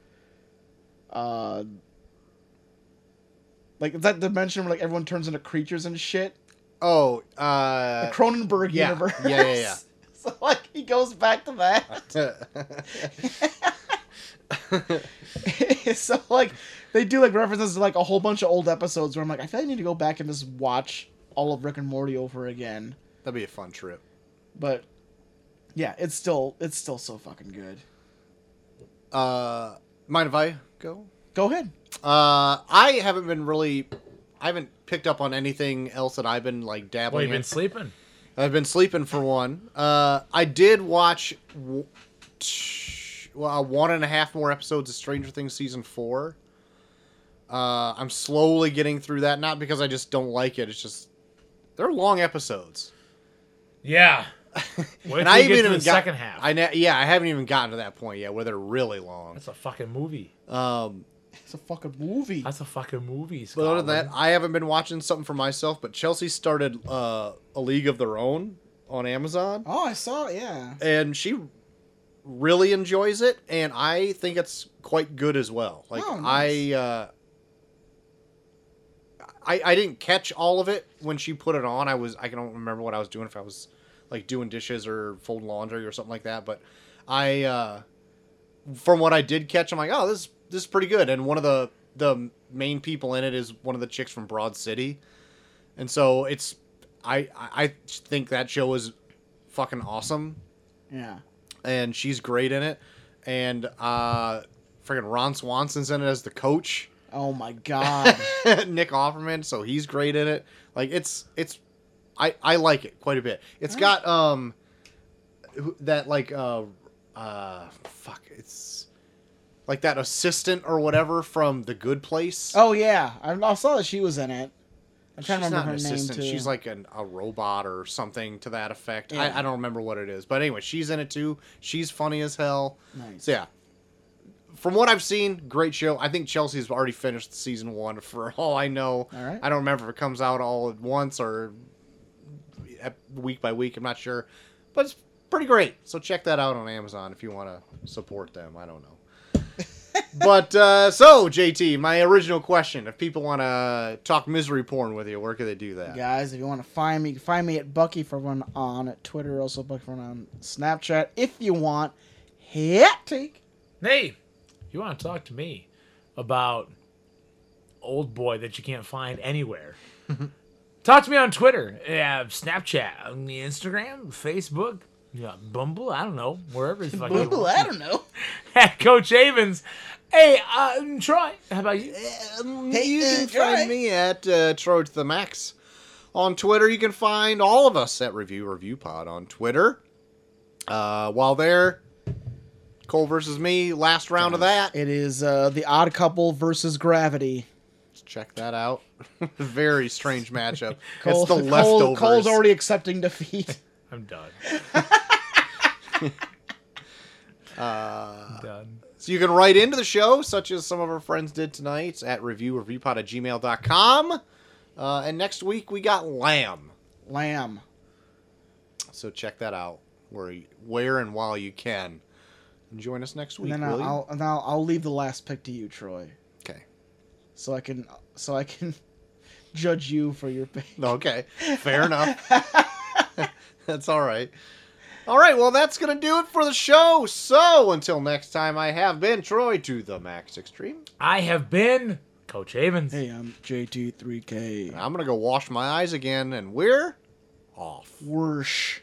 [SPEAKER 1] Uh, like it's that dimension where like everyone turns into creatures and shit.
[SPEAKER 2] Oh, uh.
[SPEAKER 1] The Cronenberg
[SPEAKER 2] yeah.
[SPEAKER 1] universe.
[SPEAKER 2] Yeah, yeah, yeah.
[SPEAKER 1] [laughs] so like he goes back to that. [laughs]
[SPEAKER 2] [laughs]
[SPEAKER 1] so like they do like references to like a whole bunch of old episodes where I'm like I feel like I need to go back and just watch all of Rick and Morty over again.
[SPEAKER 2] That'd be a fun trip.
[SPEAKER 1] But yeah, it's still it's still so fucking good.
[SPEAKER 2] Uh, mind if I go?
[SPEAKER 1] Go ahead.
[SPEAKER 2] Uh, I haven't been really. I haven't picked up on anything else that I've been like
[SPEAKER 3] well,
[SPEAKER 2] dabbling
[SPEAKER 3] you've been
[SPEAKER 2] in.
[SPEAKER 3] sleeping.
[SPEAKER 2] I've been sleeping for one. Uh, I did watch w- t- well, one and a half more episodes of Stranger Things season four. Uh, I'm slowly getting through that, not because I just don't like it. It's just they're long episodes,
[SPEAKER 3] Yeah. [laughs] Wait
[SPEAKER 2] and
[SPEAKER 3] till
[SPEAKER 2] I
[SPEAKER 3] you get to the
[SPEAKER 2] even got-
[SPEAKER 3] second half.
[SPEAKER 2] I ne- yeah, I haven't even gotten to that point yet where they're really long.
[SPEAKER 3] That's a fucking movie.
[SPEAKER 2] Um,
[SPEAKER 1] It's a fucking movie.
[SPEAKER 3] That's a fucking movie.
[SPEAKER 2] but other than that,
[SPEAKER 3] Scotland.
[SPEAKER 2] I haven't been watching something for myself. But Chelsea started uh, a League of Their Own on Amazon.
[SPEAKER 1] Oh, I saw it. Yeah.
[SPEAKER 2] and she really enjoys it and i think it's quite good as well like
[SPEAKER 1] Oh, nice.
[SPEAKER 2] i uh I, I didn't catch all of it when she put it on. I was I don't remember what I was doing if I was like doing dishes or folding laundry or something like that. But I uh, from what I did catch, I'm like, oh, this this is pretty good. And one of the the main people in it is one of the chicks from Broad City, and so it's I I I think that show is fucking awesome
[SPEAKER 1] Yeah.
[SPEAKER 2] and she's great in it. And uh freaking Ron Swanson's in it as the coach, [laughs]
[SPEAKER 1] Oh my god. [laughs]
[SPEAKER 2] Nick Offerman, so he's great in it. Like it's it's I I like it quite a bit. It's got um who- that like uh uh fuck, it's like that assistant or whatever from The Good Place.
[SPEAKER 1] oh yeah, I, I saw that she was in it. I'm
[SPEAKER 2] She's
[SPEAKER 1] trying to
[SPEAKER 2] not
[SPEAKER 1] remember
[SPEAKER 2] an
[SPEAKER 1] her name
[SPEAKER 2] assistant.
[SPEAKER 1] too.
[SPEAKER 2] She's like an, a robot or something to that effect.
[SPEAKER 1] Yeah.
[SPEAKER 2] I, I don't remember what it is, but anyway, she's in it too. She's funny as hell.
[SPEAKER 1] Nice.
[SPEAKER 2] So yeah, from what I've seen, great show. I think Chelsea's already finished season one. For [laughs] all I know,
[SPEAKER 1] All right.
[SPEAKER 2] I don't remember if it comes out all at once or ep- week by week. I'm not sure, But it's pretty great. So check that out on Amazon if you want to support them. I don't
[SPEAKER 1] [laughs]
[SPEAKER 2] know. but uh, so JT, my original question: If people want to talk misery porn with you, where can they do that?
[SPEAKER 1] Guys, if you want to find me, you can find me at Bucky for one on Twitter, also Bucky for one on Snapchat. If you want, hit take.
[SPEAKER 3] Hey, you want to talk to me about old boy that you can't find anywhere?
[SPEAKER 2] [laughs]
[SPEAKER 3] talk to me on Twitter, uh, Snapchat, on the Instagram, Facebook, yeah, Bumble. I don't know wherever the fuck you [laughs]
[SPEAKER 1] Ooh, I don't know.
[SPEAKER 3] at Coach Havens. Hey, um, Troy, how about you?
[SPEAKER 2] Um,
[SPEAKER 1] Hey,
[SPEAKER 2] you
[SPEAKER 1] uh,
[SPEAKER 2] can
[SPEAKER 1] alright.
[SPEAKER 2] find me at uh, Troj to the Max on Twitter. You can find all of us at Review Review Pod on Twitter. Uh, while there, Cole versus me, last round of that.
[SPEAKER 1] It is uh, the Odd Couple versus Gravity.
[SPEAKER 2] Check that out. [laughs] Very
[SPEAKER 1] [laughs]
[SPEAKER 2] strange matchup.
[SPEAKER 1] Cole-
[SPEAKER 2] it's the
[SPEAKER 1] Cole-
[SPEAKER 2] leftovers.
[SPEAKER 1] Cole's already accepting
[SPEAKER 2] [laughs]
[SPEAKER 1] defeat.
[SPEAKER 3] I'm done.
[SPEAKER 2] Uh,
[SPEAKER 3] I'm done.
[SPEAKER 2] So you can write into the show, such as some of our friends did tonight, at review reviewpod at gmail.com. Uh, and next week we got Lamb.
[SPEAKER 1] Lamb.
[SPEAKER 2] So check that out where, where and while you can. And join us next
[SPEAKER 1] And
[SPEAKER 2] week,
[SPEAKER 1] then
[SPEAKER 2] will
[SPEAKER 1] I'll,
[SPEAKER 2] you?
[SPEAKER 1] I'll, and I'll I'll leave the last pick to you, Troy,
[SPEAKER 2] Okay.
[SPEAKER 1] so I can so I can [laughs] judge you for your pick.
[SPEAKER 2] Okay. Fair enough. [laughs] that's all right. All right. Well, that's going to do it for the show. So until next time, I have been Troy to the Max Extreme.
[SPEAKER 3] I have been Coach Havens.
[SPEAKER 1] Hey, I'm JT3K.
[SPEAKER 2] Ah. And I'm going to go wash my eyes again, and we're off.
[SPEAKER 1] Whoosh.